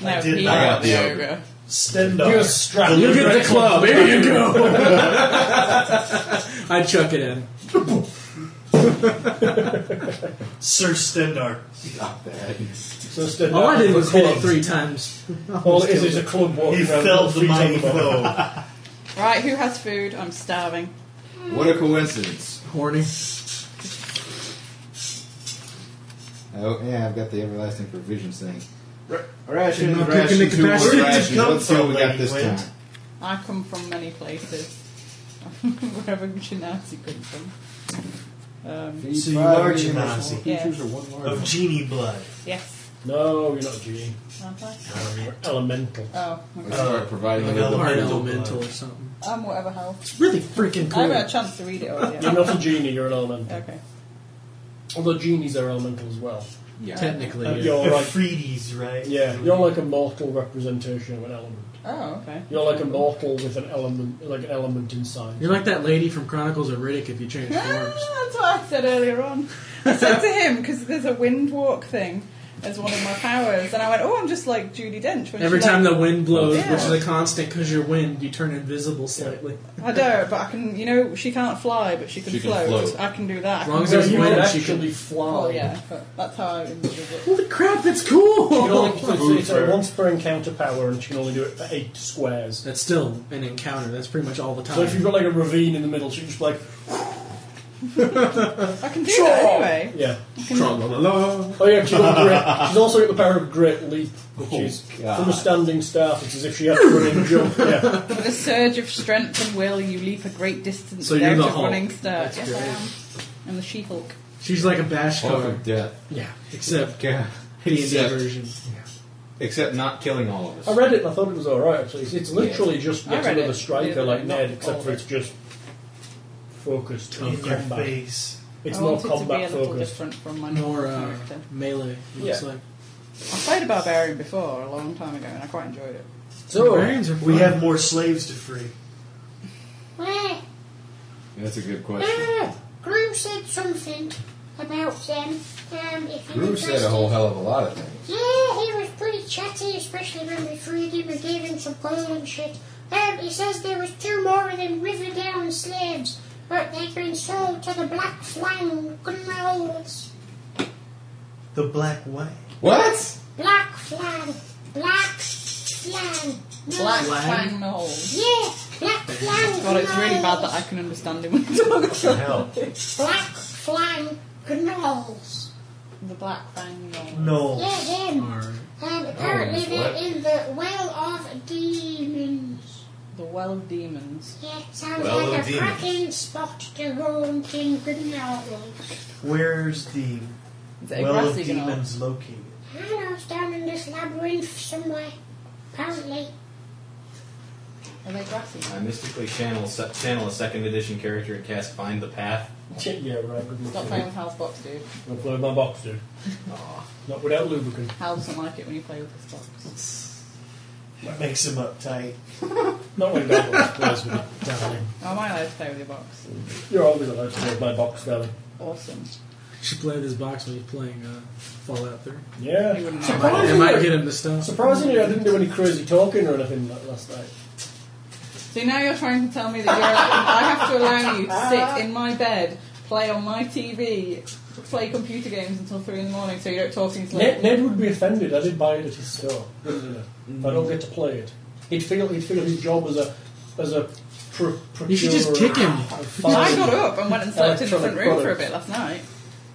No,
did
he
not.
got
I got the
the
ogre.
ogre.
You're
Stendar.
strapped.
Look at
You're
the club. Here you go. I chuck it at him.
Sir Stendar.
Stop that.
So Stendar
All I did was hit it
club.
three times.
All it is is a club walking
You
around
felled
with
the
feet on
mighty
the bottom.
foe.
Right, who has food? I'm starving.
What a coincidence.
Horny.
Oh, yeah, I've got the everlasting provisions thing. Ra- Ration,
You're not
ration,
taking the
two
capacity
more
to
rations.
come
Let's see what
from,
we got
Lady
this
Gwent.
time.
I come from many places. Wherever Genasi comes from. Um,
So you are Genasi.
Yes.
Of genie blood.
yes.
No, you're not a genie.
Aren't I?
You're elemental.
Oh, okay.
Let's start providing a
Like
little
Elemental
Hard
blood.
elemental or something.
I'm whatever health.
It's really freaking
I haven't had
cool.
a chance to read it already.
You're not a genie, you're an elemental.
Okay.
Although genies are elemental as well.
Yeah.
Technically,
Uh,
yeah.
You're like
Euphrides, right?
yeah, you're like a mortal representation of an element.
Oh, okay.
You're like a mortal with an element, like an element inside.
You're like that lady from Chronicles of Riddick if you change
Ah,
forms.
that's what I said earlier on. I said to him because there's a wind walk thing as one of my powers, and I went, "Oh, I'm just like Judy Dench." When
Every
she,
time
like,
the wind blows,
Yeah.
which is a constant because you're wind, you turn invisible slightly.
I don't, but I can. You know, she can't fly, but she can,
She can
float.
float.
I can do that.
As
I
long
can
as there's
you
wind,
can
she can.
actually fly.
Oh yeah, but that's how I envisage it.
Holy crap, that's cool!
You can only,
Food
it's
for-
a once per encounter power, and she can only do it for eight squares.
That's still an encounter. That's pretty much all the time.
So if you've got like a ravine in the middle, she can just be like,
I can do that anyway.
yeah.
Tra-la-la-la.
Oh yeah, she's, got great, she's also got the power of great leap, which is
God.
from a standing staff. It's as if she had to run and jump. Yeah.
With a surge of strength and will, you leap a great distance
So you're
without
the
a
Hulk.
running start.
That's
yes, I am. I'm the She-Hulk.
She's like a bash
Hulk
card.
of death.
Yeah, except
Yeah.
D&D
Except-
version.
Except not killing all of us.
I read it and I thought it was all right. Actually, it's, it's literally just
I
yet
read
another
it.
striker
Yeah,
like
not
Ned,
all
except
of
for
it.
it's just focused
In
on
your
combat.
face.
It's
I
more
want it to be a
combat
little
focused.
different from my normal
More uh,
character.
melee, it looks
Yeah.
like.
I played a barbarian before a long time ago, and I quite enjoyed it.
So
Barbarians are
We
fun.
have more slaves to free.
Where?
That's a good question.
Ah, Gru said something about them. Um, if you're
Drew said a whole hell of a lot of things.
Yeah, he was pretty chatty, especially when we freed him and gave him some oil and shit. Um, out it says there was two more of them Riverdown slaves, but they've been sold to the Black Flying Gnolls.
The black what?
What?
Black Flying. Black Flying.
Black Fang Knoll.
Yeah, Black Flying
God, it's really bad that I can understand him when he talks.
hell?
Black Flying Gnolls.
The Black Fang Knoll.
No.
Yeah, them. And apparently they're in the Well of Demons.
The Well of Demons.
Yeah, sounds
Well
like a
of Demons.
fracking spot to go into Gnolls.
Where's the
Is it a
well of
grassy gnoll?
demons located?
I don't know, it's down in this labyrinth somewhere. Apparently.
Are they grassy?
I mystically channel se- channel a second edition character and cast Find the Path.
yeah, right. Good
Stop
luck.
playing with Hal's box, dude.
I'm playing my box, dude. Not without lubricant.
Hal doesn't like it when you play with his box.
It makes him uptight.
Not when Goblin plays with it. Darling.
Oh, am I allowed to play with your box?
You're always allowed to play with my box, darling.
Awesome.
Should play this box when he's playing uh, Fallout 3.
You
Yeah.
wouldn't know.
Surprisingly,
It might get him to stop.
surprisingly, I didn't do any crazy talking or anything like last night.
See, now you're trying to tell me that you're, I have to allow you to sit in my bed, play on my TV, play computer games until 3 in the morning so you don't talk until
Ned, Ned would be offended. I did buy it at his store. Wouldn't he? If I don't get to play it, he'd feel he'd feel his job as a as a pro, procurer.
You should just kick him.
of
I
fine-
got up and went and slept in the front
Electronic
room for a
products.
bit last night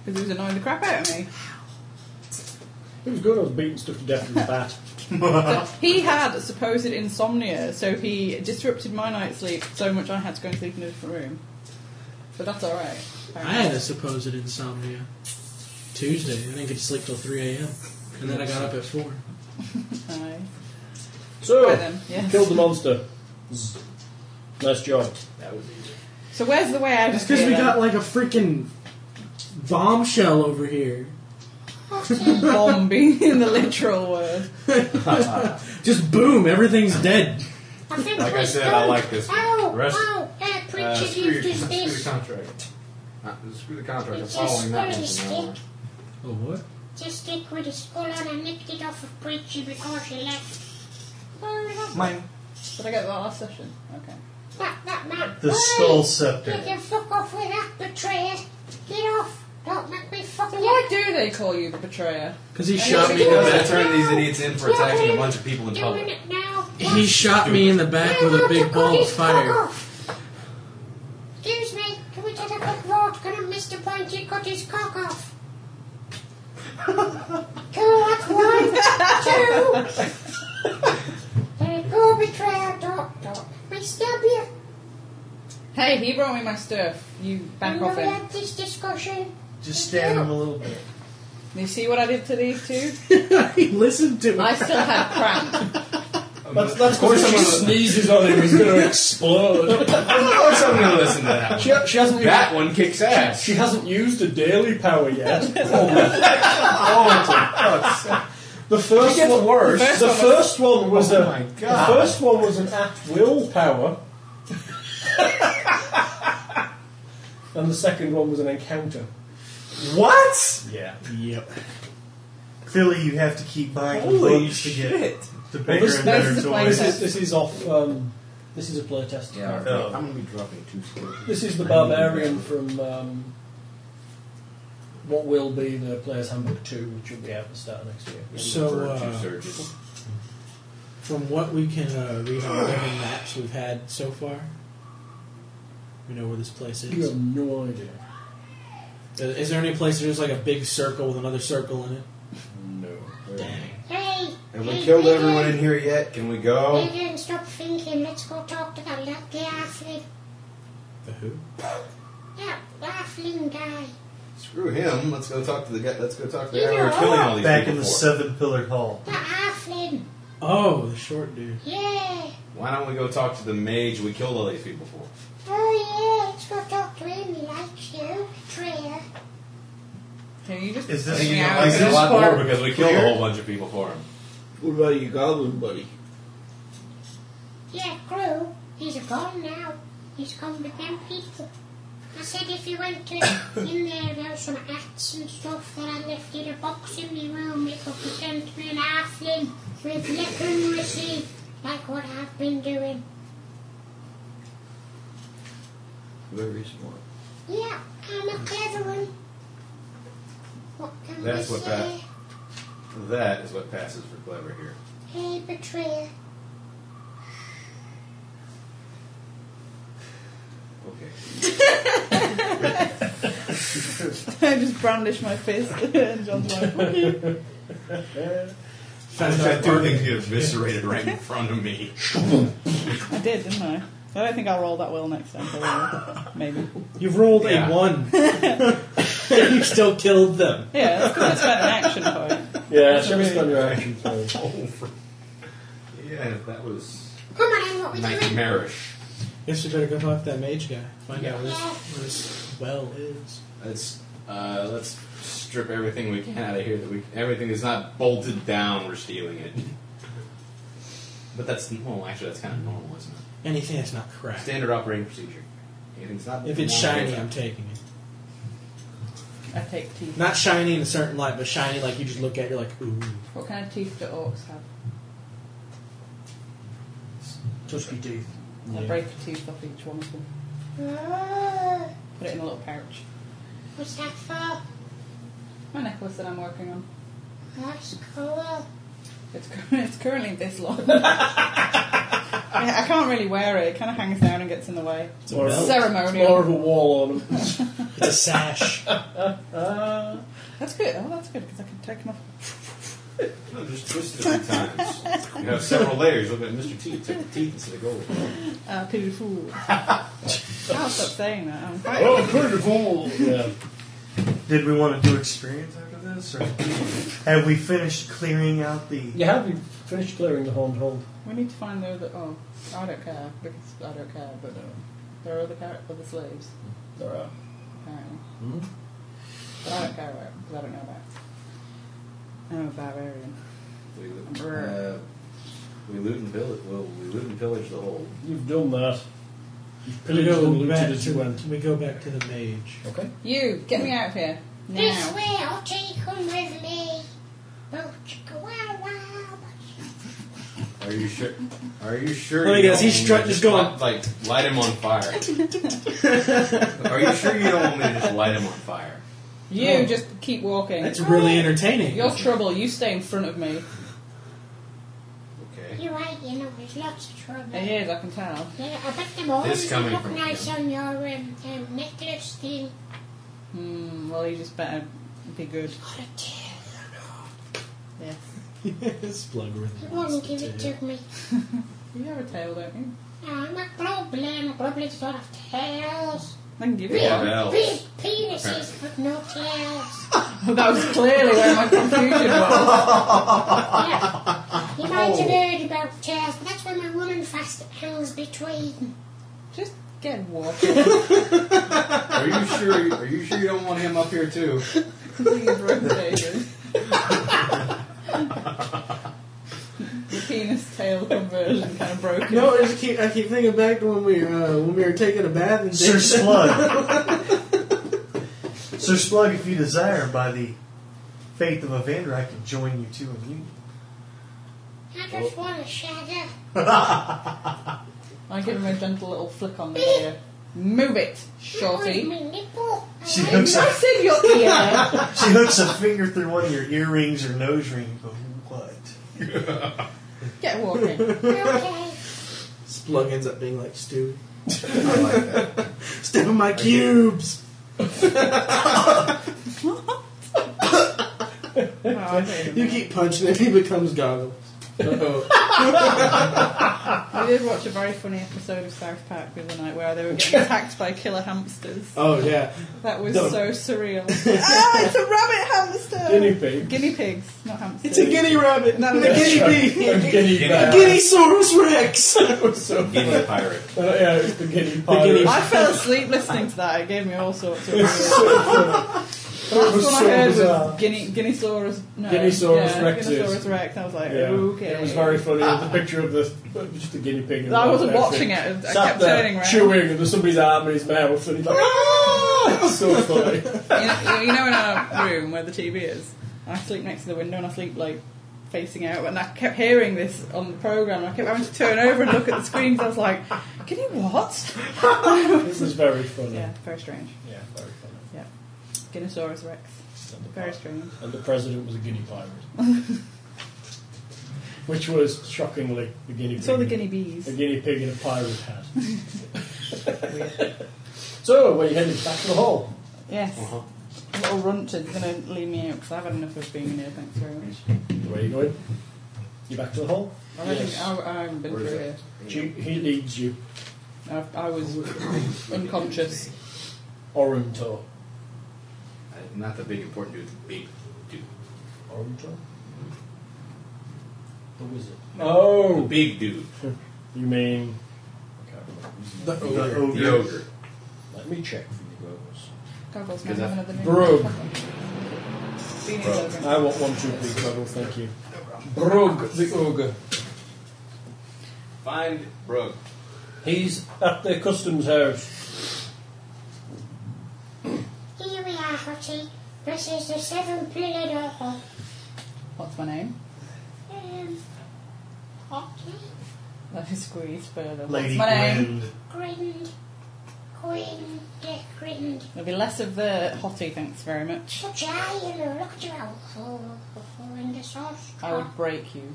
because he was annoying the crap out of me.
It was good. I was beating stuff to death with a bat.
So he had supposed insomnia, so he disrupted my night's sleep so much I had to go and sleep in a different room. But that's alright.
I had a supposed insomnia Tuesday. I didn't get to sleep till 3 a.m. And then I got up at 4.
Aye.
So
Right then, yes.
killed the monster. Nice job.
So where's the way out?
That's
of
because
here,
we
then?
got like a freaking bombshell over here.
bomb being in the literal word.
Just boom, everything's dead.
I think
Like
we
I said,
don't-
I like this.
Oh,
Rest-
oh, uh, preacher
Uh, screw,
gives
your-
us
screw the
this.
contract. Uh, screw the contract. I'm
It's
following that one.
just
from now on.
stick.
Oh, what?
Just stick with his skull on and nicked it off of preacher because he left. Where is that?
Mine.
Did I get that last session? Okay.
That, that man.
The
Oi,
skull
You
scepter.
can fuck off with that betrayer. Get off. Don't make me fucking
Why do they call you the betrayer?
Because he
And
shot
it's
me. in
Because
the
I turned these idiots in for attacking a bunch of people in
Doing
public.
it now.
He shot me in the back with a big ball of fire.
Excuse me, can we take a quick vote? Can I Mr. Pointy cut his cock off? Cool, that's one, two. There you go, betrayer, dog, dog. I stab you.
Hey, he brought me my stuff. You back
Remember
off eh?
we
him.
had this discussion?
Just stab him a little bit.
You see what I did to these two?
he listened to
I
it.
still had cramp.
That's that's because she sneezes on him. He's going to explode.
Of course I'm going to listen to that
she, she hasn't used,
That one kicks ass.
she hasn't used a daily power yet. Oh, The first one
worse.
The first one was
Oh
a.
my
The
God.
first one was an at will power. and the second one was an encounter.
What?
Yeah. Yep.
Clearly, you have to keep buying the
Holy
books to get the
Well,
bigger
this,
this
and better
is the place
toys.
this is this is off. Um, this is a playtest.
Yeah, alright.
Oh.
I'm gonna be dropping two scores.
This is the barbarian from um, what will be the Player's Handbook Two, which will be out at the start of next year.
So,
For two
uh,
surges.
from what we can uh, read on whatever maps we've had so far, we know where this place
You
is.
have no idea.
Uh, Is there any place there's like a big circle with another circle in it?
No.
Hey,
Have we
hey,
killed
hey,
everyone
hey.
in here Oh. yet? Can we go?
Megan, stop thinking. Let's go talk to that lucky halfling.
The who?
That halfling guy.
Screw him. Let's go talk to the guy. Let's go talk to the
You
guy we were
know,
killing all these
Back
people
in the
for.
seven pillared hall.
That halfling.
Oh, the short dude.
Yeah.
Why don't we go talk to the mage we killed all these people for?
Oh, yeah. Let's go talk to him. He likes you, Treya.
Can you just
Is this-
take me
you know,
out?
I
Is
like it a
this
lot
part
more because we killed
clear?
a whole bunch of people for him.
What about your goblin buddy?
Yeah, Crew. He's gone now. He's gone with them people. I said if you went to in there, there was some acts and stuff that I left in a box in the room. It could pretend to be an halfling with leprosy, like what I've been doing.
Whatever you want.
Yeah, I'm a clever one. What can
That's
we
what
say?
That is what passes for clever here.
Hey, betrayer.
Okay.
I just brandish my fist, and John's like, "Okay."
that dude didn't get eviscerated right in front of me.
I did, didn't I? I don't think I'll roll that well next time. Probably. Maybe.
You've rolled
Yeah.
a one.
you still killed them.
Yeah, that's cool. It's about an action point.
Yeah, show me on your action point.
Yeah, that was
Come on, what we doing?
nightmarish.
Guess we better go talk to that mage guy. Find out what his,
Yeah.
what his well is.
Let's uh, let's strip everything we can out of here. That we everything is not bolted down. We're stealing it. But that's well, actually, that's kind of normal, isn't it?
Anything that's not cracked.
Standard operating procedure. Anything's not.
If it's
normal,
shiny,
it's-
I'm taking it.
I take teeth.
Not shiny in a certain light, but shiny like you just look at, it, you're like, ooh.
What kind of teeth do orcs have?
Tusky teeth.
I
Yeah.
break a tooth off each one of them.
Oh,
Put it in a little pouch.
what's that for?
My necklace that I'm working on.
That's cool.
It's, cur- it's currently this long. I I can't really wear it. It kind of hangs down and gets in the way.
It's more, of- it's
Ceremonial.
more of a wall ornament.
It's a sash.
That's good. Oh, that's good because I can take them off.
No, just twist it a few times. You have several layers. Look at Mr. T. Took the teeth instead of gold.
Uh, pity fool. I'll stop saying that. um. I'm quite-
oh, pretty cool. Yeah.
Did we want to do experience after this, or have we finished clearing out the?
You have you finished clearing the horned hold.
We need to find the other. Oh, I don't care because I don't care. But uh, there are other char- other slaves
There are.
apparently. But I don't care about because I don't know about. it. I'm a barbarian.
We, loot- uh, we loot and pillage. Well, we loot and pillage the whole.
You've done that. You've
we,
pillaged and
go
looted
back
as you
to,
went.
we go back to the mage.
Okay.
You get me out of here
This
now.
way, I'll take him with me. Oh, chicka wow wow.
Are you sure? Are you sure?
Look at
you
this,
don't
he's
want
tr- just going-
me to Like, light him on fire. are you sure you don't want me to just light him on fire?
You just keep walking.
That's really entertaining.
Your trouble. You stay in front of me.
Okay.
You're right, you know, there's lots of trouble.
It is. I can tell.
Yeah, I bet them all
This coming
look
from
nice
you.
on your um, um, necklace thing.
Hmm. Well, you just better be good.
Got a tail.
Yes.
Yes,
He
Bloodworth.
won't give it to me.
You have a tail, don't you?
I'm a problem. Goblins don't have tails.
I can give you
Yeah,
one.
bells.
Big penises, but no tails.
That was clearly where my confusion was.
Yeah. You might have
Oh.
heard about tails, but that's where my woman fast hangs between.
Just get walking.
Are you sure? you- Are you sure you don't want him up here too?
Please run, David. the penis tail conversion kind of broken.
No, I just keep I keep thinking back to when we uh, when we were taking a bath and
Sir Slug. Sir Slug, if you desire, by the faith of Evander, I can join you too in union.
I just
Oh.
want a shadow.
I give him a gentle little flick on the ear. Move it,
I
shorty.
want my nipple. I
She
like
I
hooks up.
said your ear.
She hooks a finger through one of your earrings or nose ring. Go, what?
Get walking.
Okay.
Splug ends up being like Stu.
I like that.
Step on my cubes.
Oh, I see.
You keep punching him, he becomes goggles.
I did watch a very funny episode of South Park the other night where they were getting attacked by killer hamsters.
Oh yeah.
That was
Don't.
so surreal. ah, it's a rabbit hamster!
Guinea pig.
Guinea pigs, not hamsters.
It's a guinea rabbit, not a guinea bee.
A guinea
Guinea
bat.
Guinea Saurus Rex.
That was so funny.
Guinea pirate.
Uh, yeah, it's the guinea pirate.
guinea-
I fell asleep listening to that. It gave me all sorts of.
It's
weird-
so funny.
The last
was
one
so
I heard
bizarre.
was Guinea, Guineasaurus. No,
Guineasaurus
yeah,
Rex is.
Guineasaurus Rex. I was like,
Yeah.
okay.
It was very funny. The picture of the just the guinea pig. and
I wasn't
that
watching
thing.
it. I
Sat
kept
there
turning around.
chewing, and there's somebody's arm in his mouth, and he's like, "Ah!" It was so funny.
You know, you know, in our room where the TV is, I sleep next to the window and I sleep like facing out, and I kept hearing this on the program. I kept having to turn over and look at the screen 'cause I was like, "Can you what?"
This is very funny.
Yeah, very strange.
Yeah, very funny.
Yeah, Guinnosaurus Rex,
And the
very
pi-
strange.
And the president was a guinea pirate. Which was shockingly the guinea pig.
It's all the
in-
guinea
A
bees.
guinea pig in a pirate hat. so, where you headed? Back to the hall.
Yes,
Uh-huh.
little runtard's gonna leave me out because I've had enough of being in here. Thanks very much.
Where are you going? You back to the hall?
I don't
Yes.
think I, I haven't been
Where is
through
it?
here.
She, he leads you.
I, I was unconscious.
Oruntor.
Uh, not the big important dude, the big dude.
Oruntor? The wizard.
The
Oh!
big dude.
You mean. The
The
ogre.
The ogre.
Let me check for you guys.
Goggles,
Because
might have
I-
another name.
Brug.
Phoenix ogre.
I want one, two, three, Cuddle, thank you. Brug the ogre.
Find Brooke.
He's at the customs house.
Here we are, Hottie. This is the seventh um, pillar door.
What's my name?
Um, Hottie,
Let me squeeze further.
Lady
What's my name?
Grind.
grinned, grinned, grinned.
There'll be less of the hottie, thanks very much.
So shy and look at your hole in the sauce.
I would break you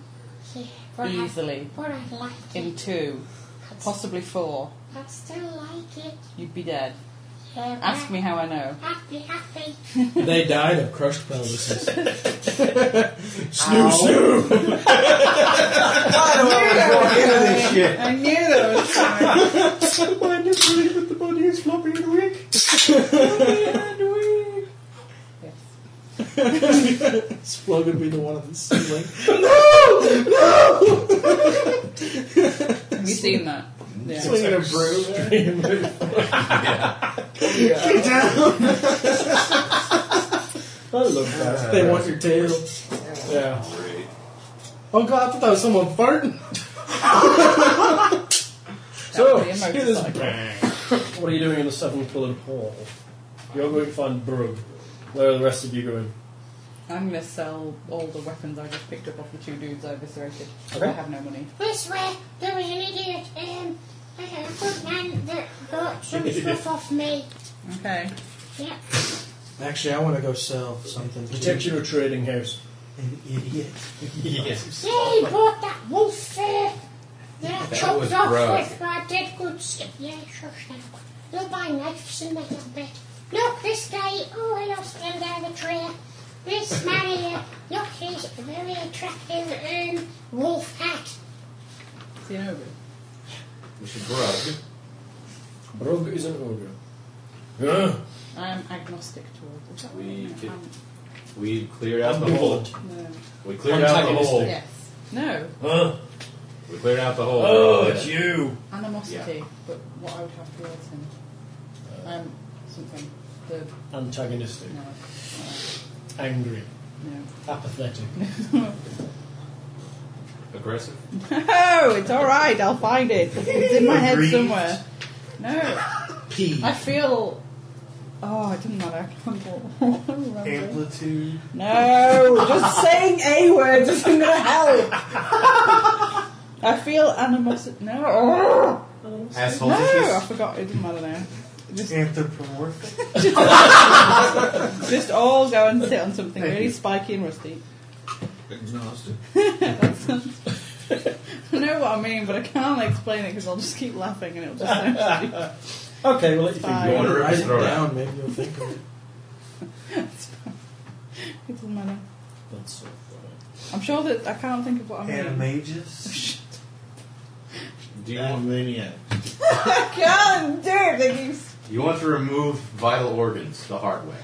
What I-
easily
What I like
in
it.
two, possibly four.
I still like it.
You'd be dead.
Yeah,
Ask me how I know.
Happy, happy.
They died of crushed pelvises.
Snoo snoo!
I knew that was coming.
the body is floppy and weak.
Yes.
It's going to be the one on the ceiling.
Have you seen that? Yeah.
Swinging a broom.
I love that.
They want your tail.
Yeah.
Oh god, I thought that was someone farting.
So,
That would be a
hear this
motorcycle.
bang. What are you doing in the seven pillared hall? You're going to find Brug. Where are the rest of you going?
I'm going to sell all the weapons I just picked up off the two dudes I eviscerated. 'cause
Okay.
I have no money.
This way, there was an idiot, um, a good man that got some stuff off me.
Okay.
Yep.
Actually, I want to go sell something. to
Protection or trading house?
An idiot.
Yes.
Yeah, he brought that wolf uh, that I
was
choked off
rough.
with, but I did good stuff. Yeah, shush now. You'll buy knives in that little bit. Look, this guy, oh, I lost him down the trail. This man here, look, he's a very attractive um, wolf hat.
See you in over.
Mr. Brug.
Brug is an ogre. Yeah.
I'm agnostic towards. Is that what
We
you mean? Um,
did-
I'm-
We cleared out the hole.
No.
We cleared out the
Antagonistic.
Oh.
hole.
Yes. No.
Huh?
We cleared out the hole.
Oh,
Yeah.
it's you!
Animosity. But what I would have towards him. Um, something. The.
Antagonistic.
No.
Angry.
No.
Apathetic.
Aggressive.
No, it's all right. I'll find it. It's in my head
Aggrieved.
somewhere. No,
Pee.
I feel. Oh, it doesn't matter. I can't remember.
Amplitude.
No, just saying a word isn't gonna help. I feel animosity. No,
Asshole
no, I
issues.
forgot. It doesn't matter now. Just,
Anthropomorphic.
just all go and sit on something really spiky and rusty.
Agnostic.
I know what I mean, but I can't explain it because I'll just keep laughing and it'll just sound stupid.
Okay, well, let you
Fine.
think.
Water up
Write
his
it
throat.
down, maybe you'll think of it.
It doesn't matter.
That's so funny.
I'm sure that I can't think of what I mean.
Animagus.
Do you want,
Animaniac.
God damn, they keep...
you want to remove vital organs the hard way.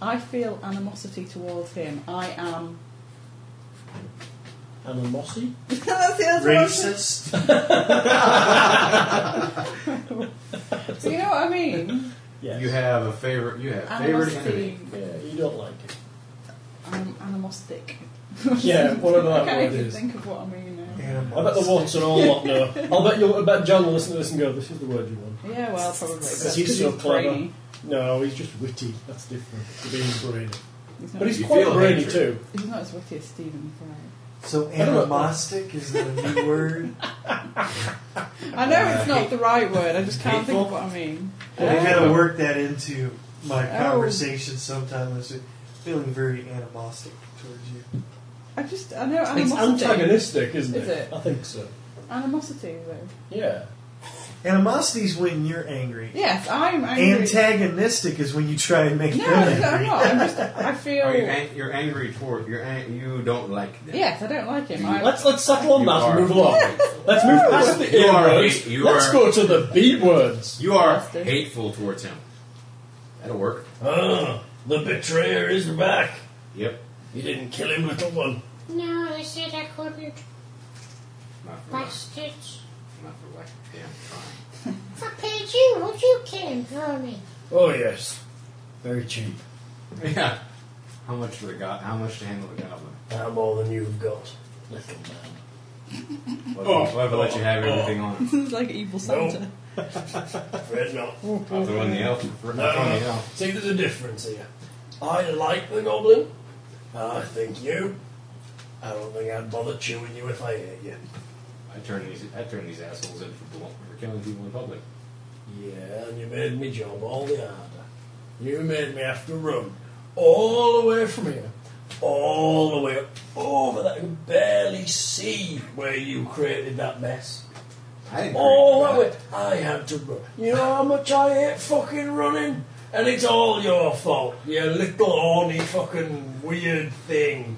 I feel animosity towards him. I am.
Animosity?
that's the answer.
Racist.
Do you know what I mean?
Yes.
You have a favorite. You have favorite enemy.
Animosity.
Yeah, you don't like it.
I'm animostic.
Yeah, whatever
I
that
can't
word
even
is.
think of what I mean now.
I bet the
Animal.
wants and all lot know. I'll bet you'll I bet John will listen to this and go, this is the word you want.
Yeah, well, probably. but That's
he's
because
so
he's
clever.
brainy.
No, he's just witty. That's different to being brainy.
He's not,
But he's
You
quite
feel
brainy
hatred.
too.
he's not as witty as Stephen Fry.
So animostic is that a new word?
I know it's not the right word. I just can't think of what I mean.
I gotta work that into my
Oh.
conversation sometime this week. Feeling very animostic towards you.
I just I know
It's
animosity.
antagonistic, isn't
Is it?
I think so.
Animosity though.
Yeah.
Animosity is when you're angry.
Yes, I'm angry.
Antagonistic is when you try and make
no,
them
no,
angry.
I'm not. I'm just I feel.
Are you ang- you're angry toward you're ang- you don't like them.
Yes, I don't like him. I,
Let's let's settle on
You
that
are-
and move along. Let's move past the
You
A
are-
words.
you
Let's
are-
go to the B words.
You are
Bastard.
hateful towards him. That'll work.
Oh, the betrayer is back.
Yep.
You didn't kill him, little one.
No, they said I couldn't.
Not for lack-
Bastards.
not for lack of damn trying.
If I paid you, would you kill him for me?
Oh yes, very cheap.
Yeah. How much for the go- How much to handle the goblin?
How more than you've got, little man.
Whatever, whatever let you have everything on.
this is like evil Santa.
Fred, no.
I'll throw in the elf. I'll throw in
No, no,
the
no.
elf.
See, there's a difference here. I like the goblin. I think you. I don't think I'd bother chewing you if I ate you.
I turn these. I turn these assholes in for, blo- for killing people in public.
Yeah, and you made me job all the harder. You made me have to run all the way from here, all the way over that. I could barely see where you created that mess.
I didn't.
All
create
Oh, that way, I had to run. You know how much I hate fucking running? And it's all your fault, you little horny fucking weird thing.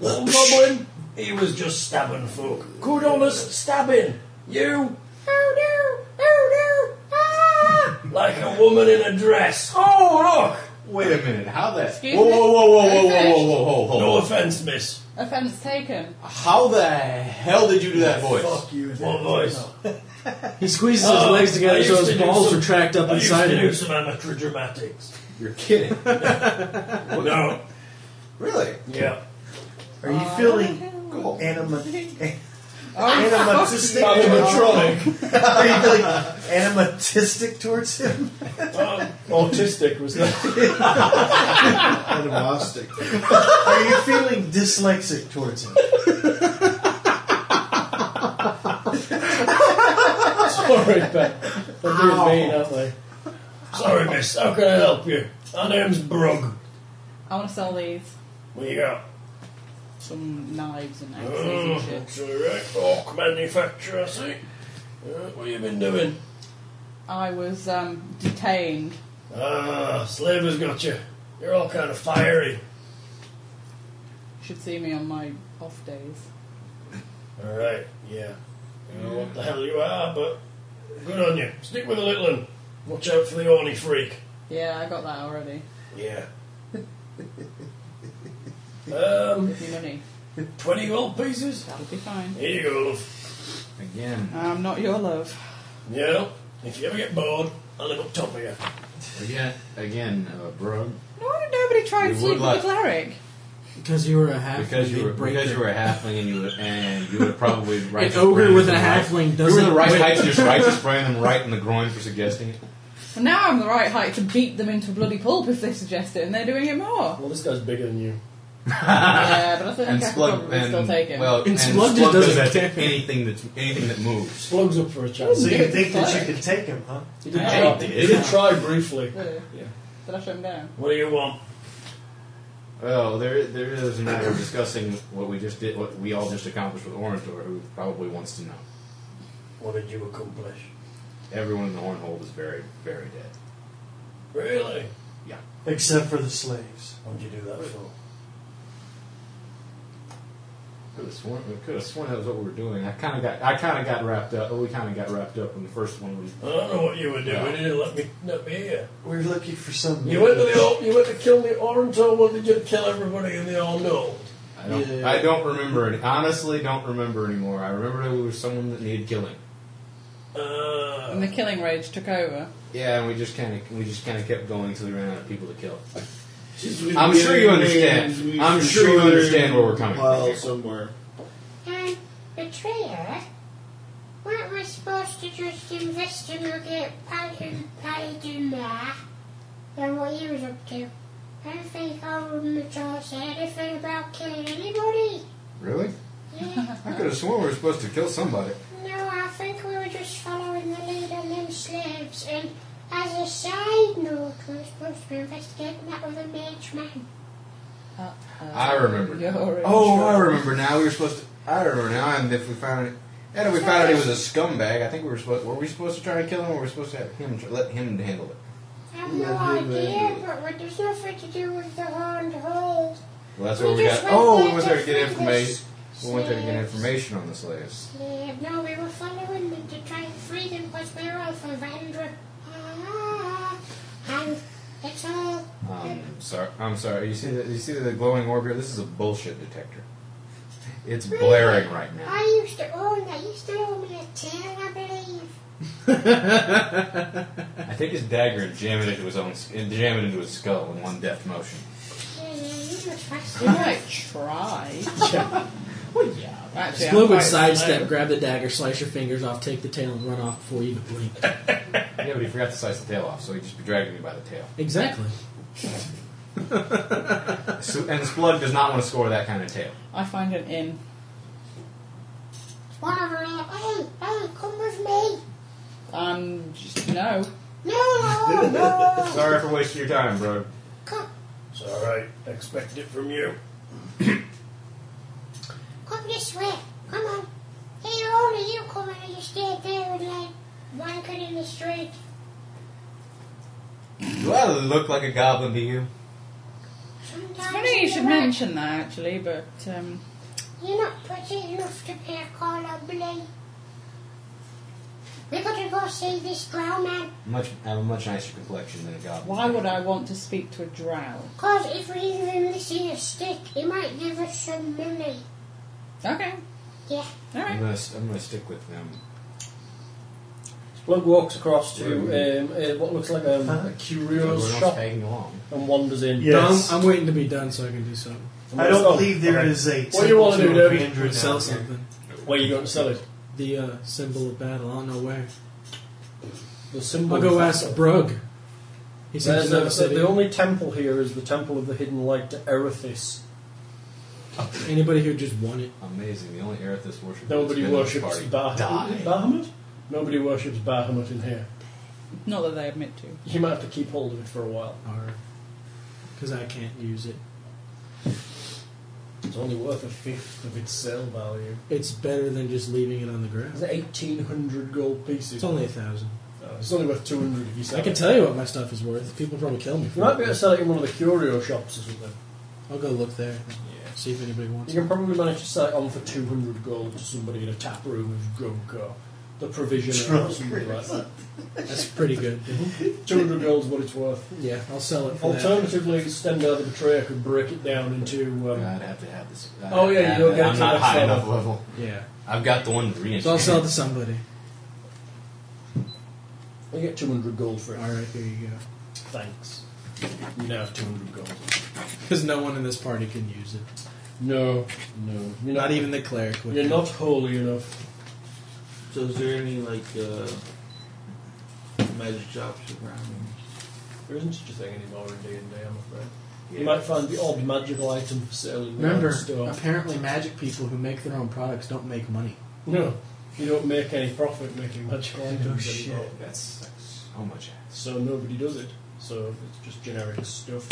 Little goblin, he was just stabbing folk. Good honest stabbing. You,
Oh no! Oh no! Ah!
like a woman in a dress. Oh,
Wait a minute. How the
Excuse
whoa,
me?
whoa, whoa, whoa, whoa, whoa,
Finish.
whoa, whoa, whoa,
look!
whoa,
No
whoa.
offence, miss.
Offense taken.
How the hell did you do that voice?
Fuck you.
What voice?
He squeezes his
Oh,
legs
I
together so
used
his
to do
balls
some-
are tracked up
I used
inside
to
of
do
him.
some amateur dramatics.
You're kidding.
No,
really?
yeah.
Are you feeling
Cool.
anima-
Oh,
animatistic?
Animatronic.
Are you feeling animatistic towards him?
Um,
Autistic was that?
Animostic.
Are you feeling dyslexic towards him?
Sorry, Ben. They're being mean, aren't they?
sorry, miss. How can I help you? My name's Brug.
I want to sell these.
What you got?
Some knives and axes and
Mm,
shit.
that's all right. Orc manufacturer, I see. Uh, what you been doing?
I was um, detained.
Ah, Slaver's got you. You're all kind of fiery.
Should see me on my off days.
All right, yeah. I don't know what the hell you are, but good on you. Stick with the little one. Watch out for the horny freak.
Yeah, I got that already.
Yeah. um,
Give me money.
20 gold pieces?
That'll be fine.
Here you go, love.
Again.
I'm not your love.
Yeah, if you ever get bored, I live up top of you.
Again. Again, uh, bro.
No wonder nobody tried
You
to
would
sleep
like-
with the cleric.
Because you were a halfling.
Because you were because you were a halfling and you would and you would probably right.
An ogre with a halfling
You were
doesn't
the right
quit.
height. You're right to spray them right in the groin for suggesting it.
And now I'm the right height to beat them into bloody pulp if they suggest it, and they're doing it more.
Well, this guy's bigger than you.
yeah, but I think
and
I could
slug
probably still
and
take it.
well,
And
and
Slug just
does
doesn't
that to
care.
anything that anything that moves.
Slugs up for a chance.
So you think that you can take him, huh?
He did,
I
try.
did.
He did try briefly.
Really?
Yeah.
Did I shut him down?
What do you want?
Well, there there is a matter of discussing what we just did, what we all just accomplished with Orantor, who probably wants to know.
What did you accomplish?
Everyone in the Hornhold is very very dead.
Really?
Except for the slaves.
What did you do that for?
Could have sworn, I could have sworn that was what we were doing. I kind of got, I kind of got wrapped up. We kind of got wrapped up when the first one was.
I don't know what you were doing. You didn't let me, let me hear.
We're looking for some.
You went to the old, you went to kill the Oranto. What did you kill everybody in the old knoll?
I don't,
Yeah.
I don't remember. Any, honestly, don't remember anymore. I remember that we were someone that needed killing.
Oh.
And the
Uh,
killing rage took over.
Yeah, and we just kind of, we just kind of kept going until we ran out of people to kill.
Just
I'm
with
sure you
their
understand.
names, we
I'm
should
sure you
show them
understand where we're coming
Pile
from.
somewhere.
And betrayer? Weren't we supposed to just investigate Pagan Pagan there? And what he was up to? I don't think Old Matar said anything about killing anybody.
Really?
Yeah.
I could have sworn we were supposed to kill somebody.
No, I think we were just following the lead on them slaves. And as a side note, we we're supposed to be investigating that with a mage man.
I remember.
You're in
Oh, I
trouble.
remember now. We were supposed to. I remember now. And if we found it, and if we found out he was a scumbag, I think we were supposed. Were we supposed to try and kill him, or were we supposed to have him tr- let him handle it?
I have no
Yeah, they
idea,
were.
but what there's nothing to do with the horned hole.
Well, that's where
We
we
just
got.
went
Oh, we
back
went there
to
to get
find
information. We went there to get
slaves.
information on the slaves.
Yeah, no, we were following them to try and free them because we were all from Vandra. Ah, and it's all.
Um, sorry, I'm sorry. You see the you see the glowing orb here? This is a bullshit detector. It's blaring right now.
I used to own that. You used to own me a ten, I believe.
I take his dagger and jam it into his own s- and jam it into his skull in one deft motion.
Yeah, yeah, you were fast.
You might try.
Well, yeah.
Actually,
Squid would
quite
sidestep,
slow.
grab the dagger, slice your fingers off, take the tail, and run off before you even blink.
Yeah, but he forgot to slice the tail off, so he'd just be dragging me by the tail.
Exactly.
So, and Splug does not want to score that kind of tail.
I find an inn.
Whatever. uh, Hey, hey, come with me.
Um, just, no.
No, no, no.
Sorry for wasting your time, bro.
come,
It's alright, expect it from you.
come this way. Come on. Hey, only you come and you stay there and like wanking in the street.
Do I look like a goblin to you?
Sometimes
It's funny you should
you're right.
mention that, actually, but, um,
You're not pretty enough to be a caller, Billy. We gotta go see this drow man.
Much, I have a much nicer complexion than a goblin.
why would I want to speak to a drow?
Cause if we give him this here stick, he might give us some money.
Okay.
Yeah.
I'm
Alright.
gonna, s- I'm gonna stick with them.
Splug walks across to um, uh, what looks like a, a
Everyone
Curios
else
shop
tagging along.
and wanders in.
Yeah. Yes.
No, I'm, I'm waiting to be done so I can do something.
I
Oh,
don't believe there is a.
What do you wanna
temple
do,
of
David?
Andrew
Sell
down here.
something.
Where you going to sell it?
The uh, symbol of battle. I don't know where.
The symbol.
I'll go
of-
ask Brug. He seems
There's
to know
a,
the city.
the only temple here is the Temple of the Hidden Light to Erethys.
Anybody who just won it.
Amazing. The only Erithus worship.
Nobody worships Bah-
Die.
Bahamut. Nobody worships Bahamut in here.
Not that they admit to.
You might have to keep hold of it for a while.
Because I can't use it.
It's only worth a fifth of its sale value.
It's better than just leaving it on the
It's
ground.
eighteen hundred gold pieces.
It's only a thousand.
Uh, it's only worth two hundred if you sell
I can
it.
tell you what my stuff is worth. People probably kill me
You
for
might be able to
it.
sell it in one of the curio shops or something.
I'll go look there.
Yeah.
See if anybody wants
You
it.
can probably manage to sell it on for two hundred gold to somebody in a tap room of drunk or the provisioner or something like that.
That's pretty good.
Two hundred gold's what it's worth.
Yeah, I'll sell it for that.
Alternatively, Stendar the Betrayer could break it down into. Um,
I'd have to have this. I'd
Oh,
have
yeah,
to have
you'll
it.
get
I'm
to
not
that
high
level.
enough level.
Yeah.
I've got the one three inch.
So I'll sell it to somebody.
you get two hundred gold for it.
Alright, here you go.
Thanks. You now have two hundred gold.
Because no one in this party can use it.
No, no, you're
Not even the cleric would.
You're not holy enough.
So is there any like uh, magic shops around here?
There isn't such a thing anymore in D and D. I'm afraid.
Yeah.
You might find the odd magical item for sale in the
Remember,
odd store.
apparently magic people who make their own products don't make money.
No, you don't make any profit making magical items anymore.
That sucks so much ass.
So nobody does it. So it's just generic stuff.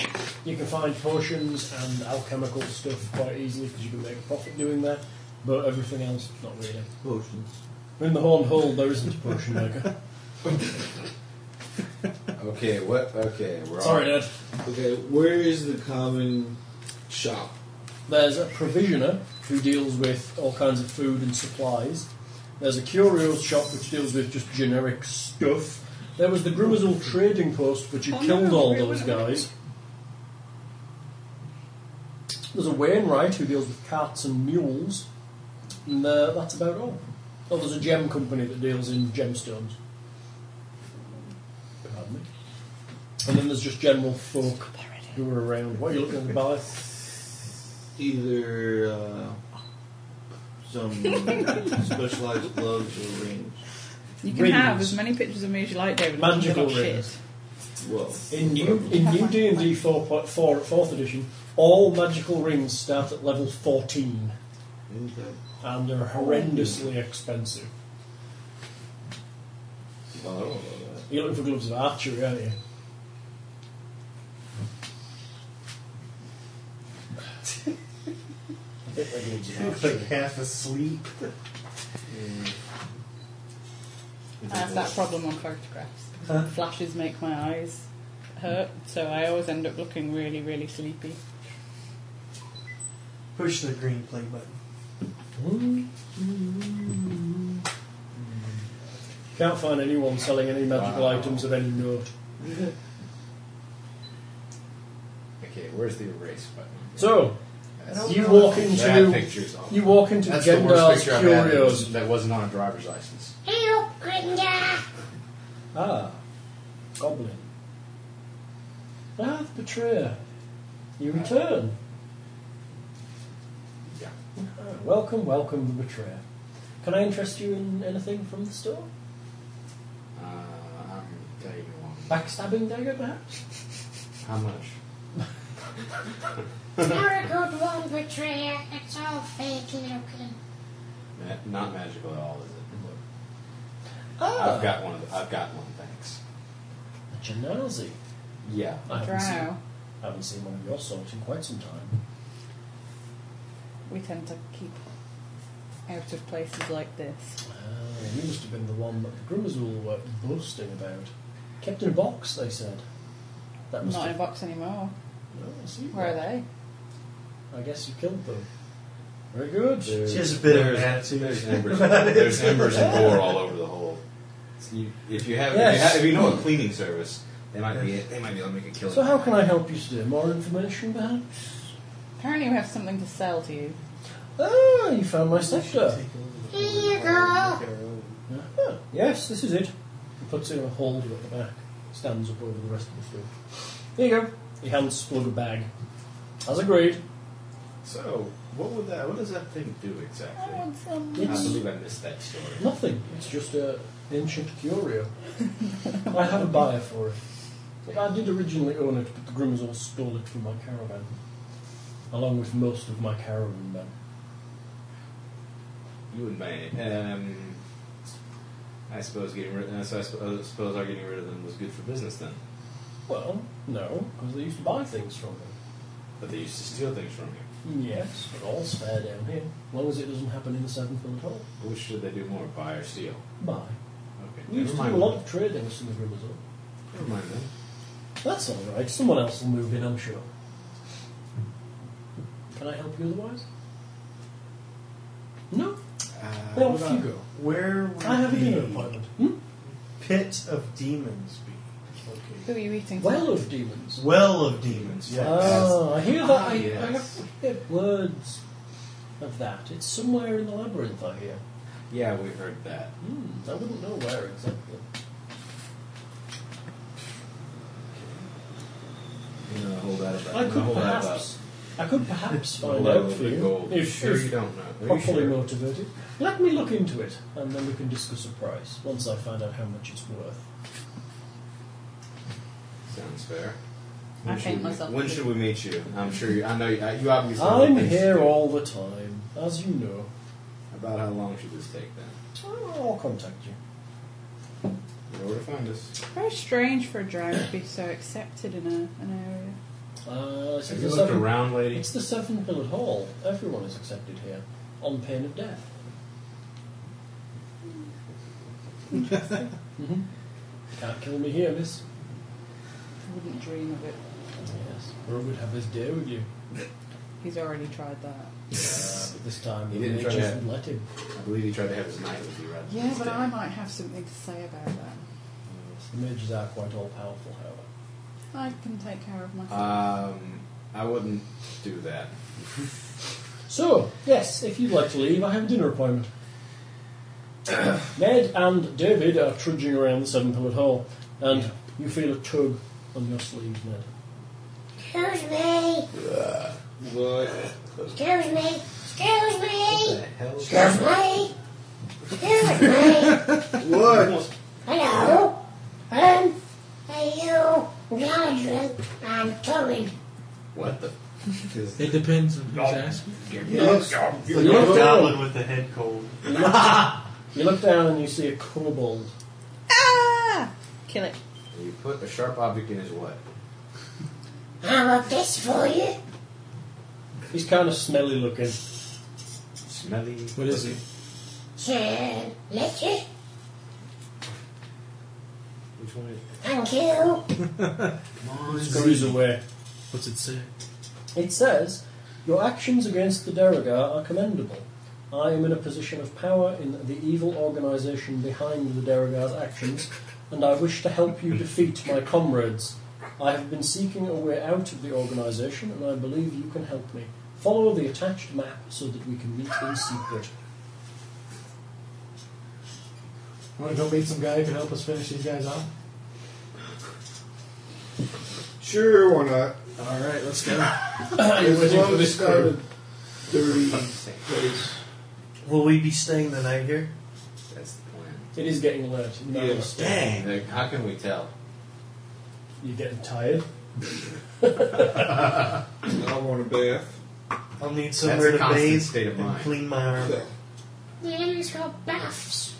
You can find potions and alchemical stuff quite easily because you can make a profit doing that. But everything else, not really.
Potions.
In the Horned Hole, there isn't a potion maker.
Okay, what? Okay, we're
Sorry, Ned.
Okay, where is the common shop?
There's a provisioner who deals with all kinds of food and supplies. There's a curios shop which deals with just generic stuff. There was the Grimazul trading post, but you
Oh,
killed
no,
all
we
those
wouldn't.
guys. There's a Wainwright who deals with carts and mules, and uh, that's about all. Oh, there's a gem company that deals in gemstones. Pardon me. And then there's just general folk who are around. What are you looking at the bar?
Either uh, some specialized gloves or rings.
You can
Rings.
have as many pictures of me as you like, David.
Magical
I've got
rings.
shit.
Well,
In new in new D and D four point four fourth edition, all magical rings start at level fourteen
okay.
and are horrendously expensive.
Well, I don't know that.
You're looking for gloves of archery, aren't you?
like half asleep.
I have that problem on photographs. Flashes make my eyes hurt, so I always end up looking really, really sleepy.
Push the green play button.
Can't find anyone selling any magical items of any note.
Okay, where's the erase button?
So you
know.
walk into
That picture's awful.
you walk into
That's the
Gendar's
worst picture I've had that
Curios.
was- that wasn't on a driver's license.
Help, Grinda.
Ah, goblin. Ah, the betrayer. You return.
Yeah.
Ah, welcome, welcome, the betrayer. Can I interest you in anything from the store?
Uh, I'm taking one.
Backstabbing dagger, perhaps?
How much?
You're a good one, Betrayer. It's all fake looking.
Ma- not magical at all, is it? Look,
Ah,
I've got one. Of the, I've got one. Thanks.
a Genasi.
Yeah.
I haven't, seen,
Drow.
I haven't seen one of your sort in quite some time.
We tend to keep out of places like this.
Ah, you must have been the one that the Grimmazul were uh, boasting about. Kept in a box, they said. That must
Not in a
have,
box anymore.
No, I see.
Where are they?
I guess you killed them. Very good.
She has a bit of an
there's,
attitude.
there's embers. there's embers and gore all over the whole. You- If you have, if, you
Yes.
have if you know a cleaning service, they might be. They might be able to make a killing.
So how can I help you today? More information, perhaps?
Apparently, we have something to sell to you.
Ah, you found my sector.
Here you go.
Ah, yes, this is it. He puts in a holder at the back, stands up over the rest of the food. Here you go. He hands Splug a bag. As agreed.
So what would that? What does that thing do exactly? I
Oh, It's
believe I missed that story.
nothing. It's just a ancient curio. I have a buyer for it. But I did originally own it, but the Grimsall stole it from my caravan, along with most of my caravan men.
You wouldn't buy it. Um, I suppose getting rid. Uh, so I suppose, I suppose our getting rid of them was good for business then.
Well, no, because they used to buy things from me.
But they used to steal things from you.
Yes, but all's fair down here, as long as it doesn't happen in the Seventh Hill at all.
Which should they do more, buy or steal?
Bye.
Okay.
We used
never
to do
mind
a lot
then.
of trading in the Riverzone.
Never mind then.
That's all right. Someone else will move in, I'm sure. Can I help you otherwise? No.
Uh,
Well,
what
if
about-
you go.
Where would
I have a dinner
the
appointment. Hmm?
pit of demons be?
Who are you eating? to?
Well of demons.
Well of demons, yes.
Oh, I hear that. I, I
Ah, Yes.
have to hear words of that. It's somewhere in the labyrinth. I hear.
Yeah, we heard that.
Hmm, I wouldn't know where exactly.
You know, hold that about.
I
you know,
could
hold that
perhaps. I could perhaps
about-
find
hold
out
that about
for
the
you
gold.
if,
sure
if
you don't know. Are you
properly
sure?
motivated. Let me look into it, and then we can discuss a price once I find out how much it's worth.
Sounds fair.
I
When should
hate
we-
myself.
When should we meet you? I'm sure you. I know you. You obviously. have
I'm
things to
here
do.
all the time, as you know.
About how long should this take then?
I'll contact you.
You know where to find us.
Very strange for a drow to be so accepted in a, an area.
Uh, it's,
Have
the
you looked
seven,
around, lady?
it's the Seven Pillared Hall. Everyone is accepted here on pain of death. hmm Can't kill me here, miss.
I wouldn't dream of it.
Yes, Rogue would have his day with you.
He's already tried that.
Uh, but this time,
He
the
didn't
mage
try to-
doesn't let him.
I believe he tried to have his night with you, right?
Yeah, but I might have something to say about that.
Yes, the mages are quite all powerful, however.
I can take care of myself.
Um, I wouldn't do that.
So, yes, if you'd like to leave, I have a dinner appointment. Ned and David are trudging around the Seven Pillared Hall, and you feel a tug on your sleeve, Ned.
Excuse me.
What?
Excuse me. Excuse
What the
me.
hell?
Excuse me. Excuse me.
What?
Hello. Um. Hey you. No, not drunk. I'm coming.
What the?
It depends on who's asking.
It's like
You
a
look-
goblin with a head cold.
You look down and you see a kobold.
Ah! Kill it.
You put a sharp object in his what?
I want this for you.
He's kind of smelly looking.
Smelly.
What is it?
So, let you
Which one is it?
and you.
Scurries away.
What's it say?
It says, Your actions against the Derogar are commendable. I am in a position of power in the evil organization behind the Derogar's actions, and I wish to help you defeat my comrades. I have been seeking a way out of the organization, and I believe you can help me. Follow the attached map so that we can meet in secret.
Want to go meet some guy who can help us finish these guys off?
Sure, why not?
All right, let's go.
As long as it's not a dirty place.
Will we be staying the night here?
That's the plan.
It is getting late. You,
Yeah.
And they're- how can we tell?
are getting tired.
I want a bath.
I'll need
That's a
somewhere to
constant
bathe
state of
and
mind.
clean my arm.
So,
The animals got baths.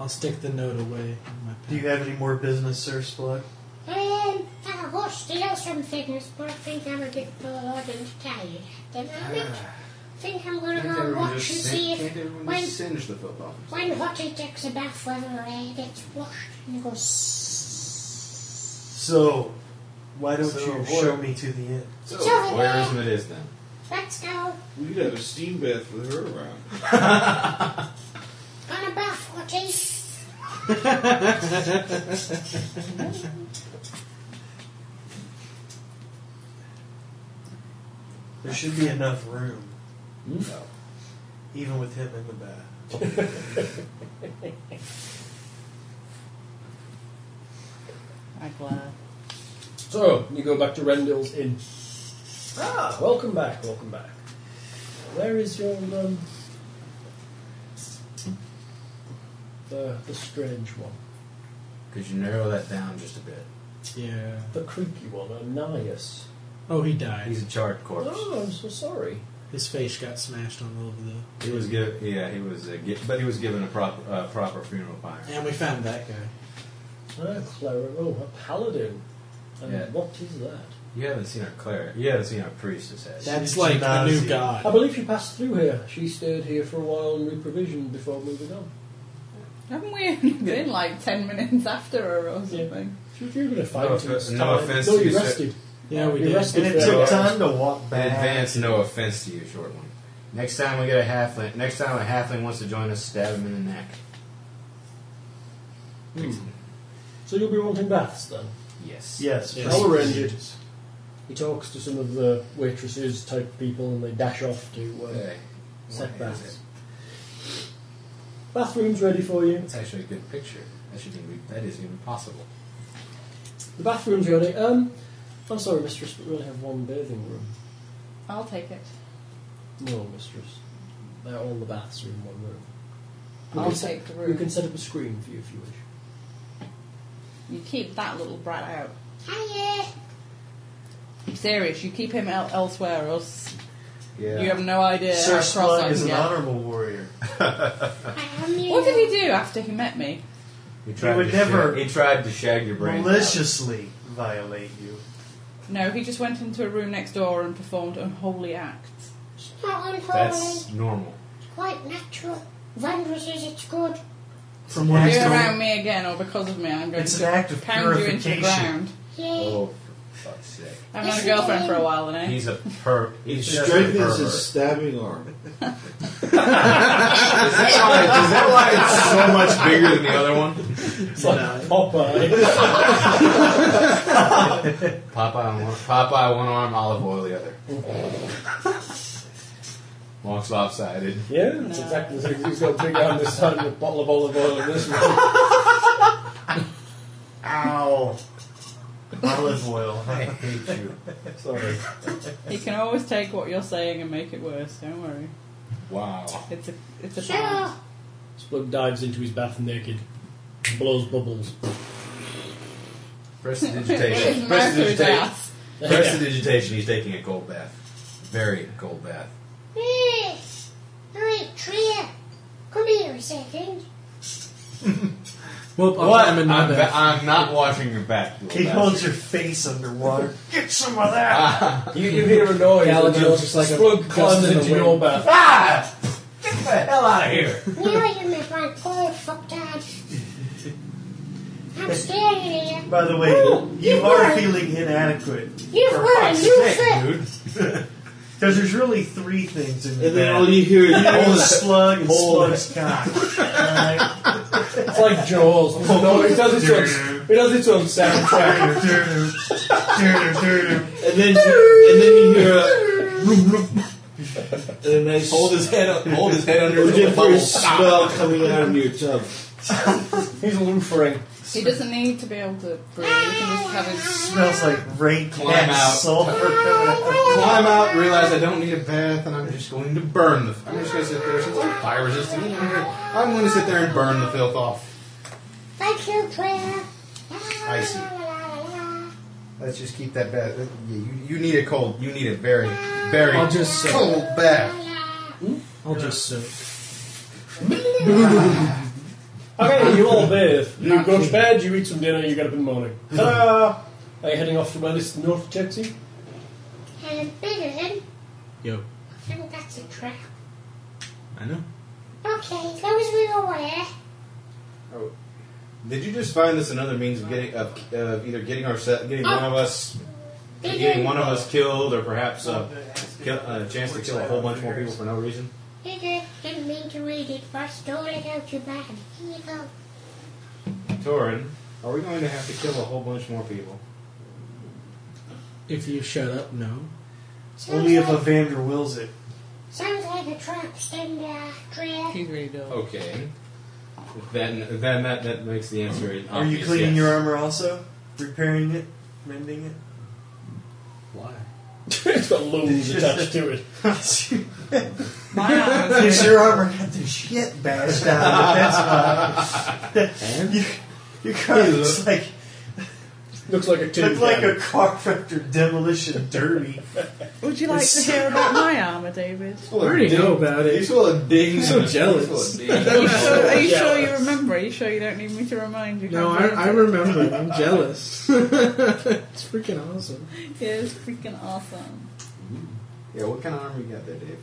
I'll stick the note away. in my
Do you have any more business, Sir Splut?
Um, I watched to know some things, but I think I'm a bit bored and tired. Then I
Ah.
think I'm gonna go and watch and see
can't
if
everyone
when
just singe the football?
when Hottie takes a bath, whether it gets washed and goes.
So, why don't
So,
you
what-
show me to the inn?
So,
Tell me
where
that.
isn't it is then?
Let's go
We could have a steam bath with her around.
on a bath, Hottie.
There should be enough room, even with him in the bath.
I glad.
So, you go back to Rendill's Inn. Ah, welcome back, welcome back. Where is your, um... The, the strange one.
Could you narrow that down just a bit?
Yeah.
The creaky one, Ananias.
Oh, he
He's
died.
a charred corpse.
Oh, I'm so sorry.
His face got smashed on all over the.
He was given, yeah, he was, uh, gi- but he was given a proper, uh, proper funeral pyre.
And we found that guy.
A cleric, oh, a paladin. And
Yeah.
what is that?
You haven't seen our cleric. You haven't seen our priestess, has you?
That's
She's
like the
Nazi.
new god.
I believe she passed through here. She stayed here for a while and reprovisioned before moving on.
Haven't we only been like 10 minutes after her or something?
She was given a fight.
No
and
offense- no
time.
offense
No,
to you,
you
sir.
rested.
Yeah, we
you
did.
rested
And it
for-
took time to walk
In
back.
advance, no offense to you, short one. Next time we get a halfling, next time a halfling wants to join us, stab him in the neck.
So you'll be wanting baths then?
Yes.
Yes.
Yeah.
I'll arrange it. He talks to some of the waitresses type people and they dash off to uh,
Okay.
set
What is
baths.
it?
Bathroom's ready for you.
That's actually a good picture. That should be, that isn't even possible.
The bathroom's ready. Um, I'm sorry, mistress, but we only have one bathing room.
I'll take it.
No, mistress. They're all the baths are in one room. We
I'll
can set-
take the
We
room.
can set up a screen for you if you wish.
You keep that little brat out.
Hiya.
I'm serious, you keep him el- elsewhere, or else
Yeah.
you have no idea
Sir
how cross I
Splut
can
is an
get.
honorable warrior.
I am you.
What did he do after he met me?
He tried
would
to
never-
Shag, he tried to shag your brain.
Maliciously violate you.
No, he just went into a room next door and performed unholy acts.
It's not unholy.
That's normal.
Quite natural. Vandalism says it's good.
It's an
If
act
you're
of-
around me again, or because of me, I'm going
It's
to
an act of
pound you into the
purification.
ground.
Yay.
Oh, for fuck's sake.
I've had a girlfriend for a while now.
He's a perv. He's just a
Strengthens
pervert.
his stabbing arm.
Is that why- is that why it's so much bigger than the other one?
It's like Popeye.
Popeye on one, Popeye one arm, olive oil the other. Walks lopsided.
yeah, that's exactly the same. He's got a big arm this time with a bottle of olive oil in this one.
Ow. Olive oil.
I hate you.
Sorry.
He can always take what you're saying and make it worse. Don't worry.
Wow.
It's a it's a
Sure.
talent.
Splug dives into his bath naked, blows bubbles.
Mercury's
Prestidigitation. Prestidigitation.
ass.
Prestidigitation. He's taking a cold bath. Very cold bath.
Yes. All right, Tria. Come here a second.
Well, I'm,
What?
I'm in my
Oh, I'm,
bed.
ba- I'm not washing your back. little
He
bastard.
holds your face underwater. Get some of that.
Ah,
You, you hear a noise.
Gallagher
and you
looks like a
Splug climbs
gust in the
into your
wind.
bath.
ah! Get the hell out of here!
Now you're my front poor fucktard. I'm standing here.
By the way,
Ooh,
you
you've
are
got-
feeling inadequate.
You've
For
got a
fuck's
new
sake,
foot.
dude.
Because there's really three things in the
And then
bag.
all you hear is
Hold the
you
slug and
Hold
slug's cock. Alright?
It's like Jaws. It's a noise. It does its own. It does its own soundtrack.
Doo-doo, doo-doo, doo-doo.
and then you, and then you hear a vroom, vroom. and a nice
Hold his head up. Hold his head under his little
different
bubble.
smell coming out of your tub.
He's loofering.
He doesn't need to be able to breathe. He can just have his.
Smells like rank
Climb
and
out.
sulfur coming out.
Climb out. Realize I don't need a bath, and I'm just going to burn the. I'm just going to sit there since I'm fire resistant. you know, I'm going to sit there and burn the filth off.
Thank you, Tria.
I see. Let's just keep that bath. Yeah, you, you need a cold. You need a very, very
I'll just sit.
cold bath.
I'll just soak.
Okay, you all bathe. You go to bed, you eat some dinner, you get up in the morning. Ta-da! Are you heading off to where this north taxi?
And Benjamin,
Yo.
I think that's a trap.
I know.
Okay, as long as we're aware.
Did you just find this another means of getting of, of either getting our getting one of us getting
Benjamin,
one of us killed or perhaps a, kill, a chance to kill a whole bunch more people for no reason?
Benjamin didn't mean to read it, but I stole it out your bag. Here you go.
Torin, are we going to have to kill a whole bunch more people?
If you shut up, no.
Sounds
Only if
like,
Evander wills it.
sounds like a trap, stand uh, Tria.
He's really dope.
Okay. Then then that, that makes the answer an
Are you
obvious
cleaning
yes.
your armor also? Repairing it? Mending it?
Why?
it's got lungs attached to it.
My arms.
Because your armor got the shit bashed out of it. That's why. you, you kind of look like,
Looks like a tin
look like
can.
a carpenter demolition derby.
Would you like to hear about my armor, David?
I already know about
He's
it.
full of dings.
so jealous.
He's full
Oh,
of dings.
So, are you
Yeah.
sure you remember? Are you sure you don't need me to remind you?
No, I, I remember. I'm jealous. it's freaking awesome.
Yeah, it's freaking awesome.
yeah, what kind of armor you got there, Dave?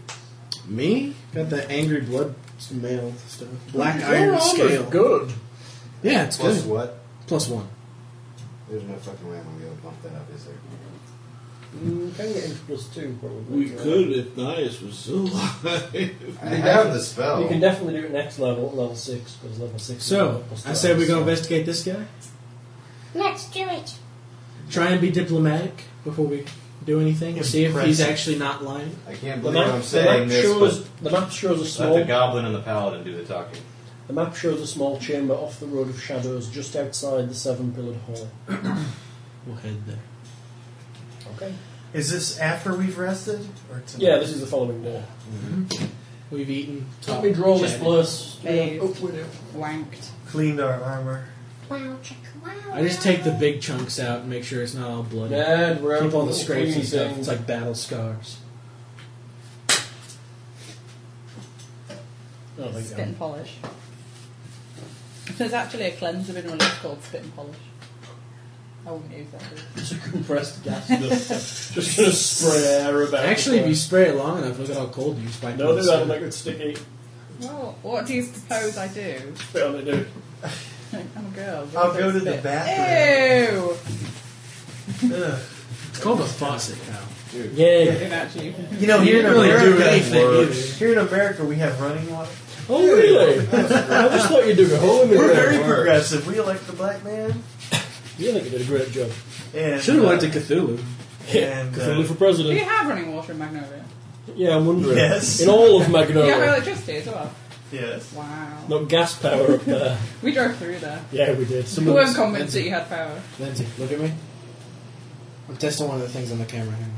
Me? Got that angry blood mail stuff. Black
Your
iron
armor's
scale.
good.
Yeah, it's
Plus
good.
what?
Plus one.
There's no fucking way I'm gonna be able to bump that up, is there?
You can get into plus two, probably.
We could if Nias was still alive.
I have the spell.
You can definitely do it next level, level six, because level six. is
So,
plus two
I say we go
levels.
investigate this guy.
Let's do it.
Try and be diplomatic before we do anything. See if he's
Impressive.
actually not lying.
I can't
The map,
believe I'm
the map
saying this,
shows
but
the map shows a
let the
small
goblin and the paladin do the talking.
the map shows a small chamber off the road of shadows just outside the seven pillared hall.
We'll head there.
Okay.
Is this after we've rested? Or tonight?
Yeah, this is the following day.
Mm-hmm. We've eaten.
Let me draw this place.
Bathed,
Oh, we do.
wanked.
Cleaned our armor.
Wow, check, wow.
I just take the big chunks out and make sure it's not all bloody.
Ned, we're
Keep
out
all the
with
scrapes and
cleaning
stuff.
things.
It's like battle scars.
Oh, there you
Spit
go.
and polish. There's actually a cleanser been released called Spit and Polish. I wouldn't use that. Either.
It's a compressed gas. just just gonna spray air about. the
Actually, if you
place.
spray it long enough, look at how cold you spike
no,
it.
do that make it sticky.
Well, what do you suppose I do?
Spit on it, dude.
I'm a girl.
I'll go to the
Spit.
bathroom.
Ew!
Ugh.
It's called a faucet, pal.
Dude.
Yeah.
Actually, you can
You know,
You
here in
didn't really do anything
America,
either.
here in America, we have running water.
Oh, really? I just thought you did a whole
We're very
work.
progressive. We elect the black man.
You think you did a great job.
And, uh,
Should have elected Cthulhu.
And,
Cthulhu
uh,
Do
for
you
president.
have running water in Magnolia?
Yeah, I'm wondering.
Yes.
In all of
Do you have
Magnolia.
electricity as well?
yes.
Wow.
Not gas power up there.
We drove through there.
Yeah, we did.
We weren't convinced that you had power.
Lindsay, look at me. I'm testing one of the things on the camera. Hang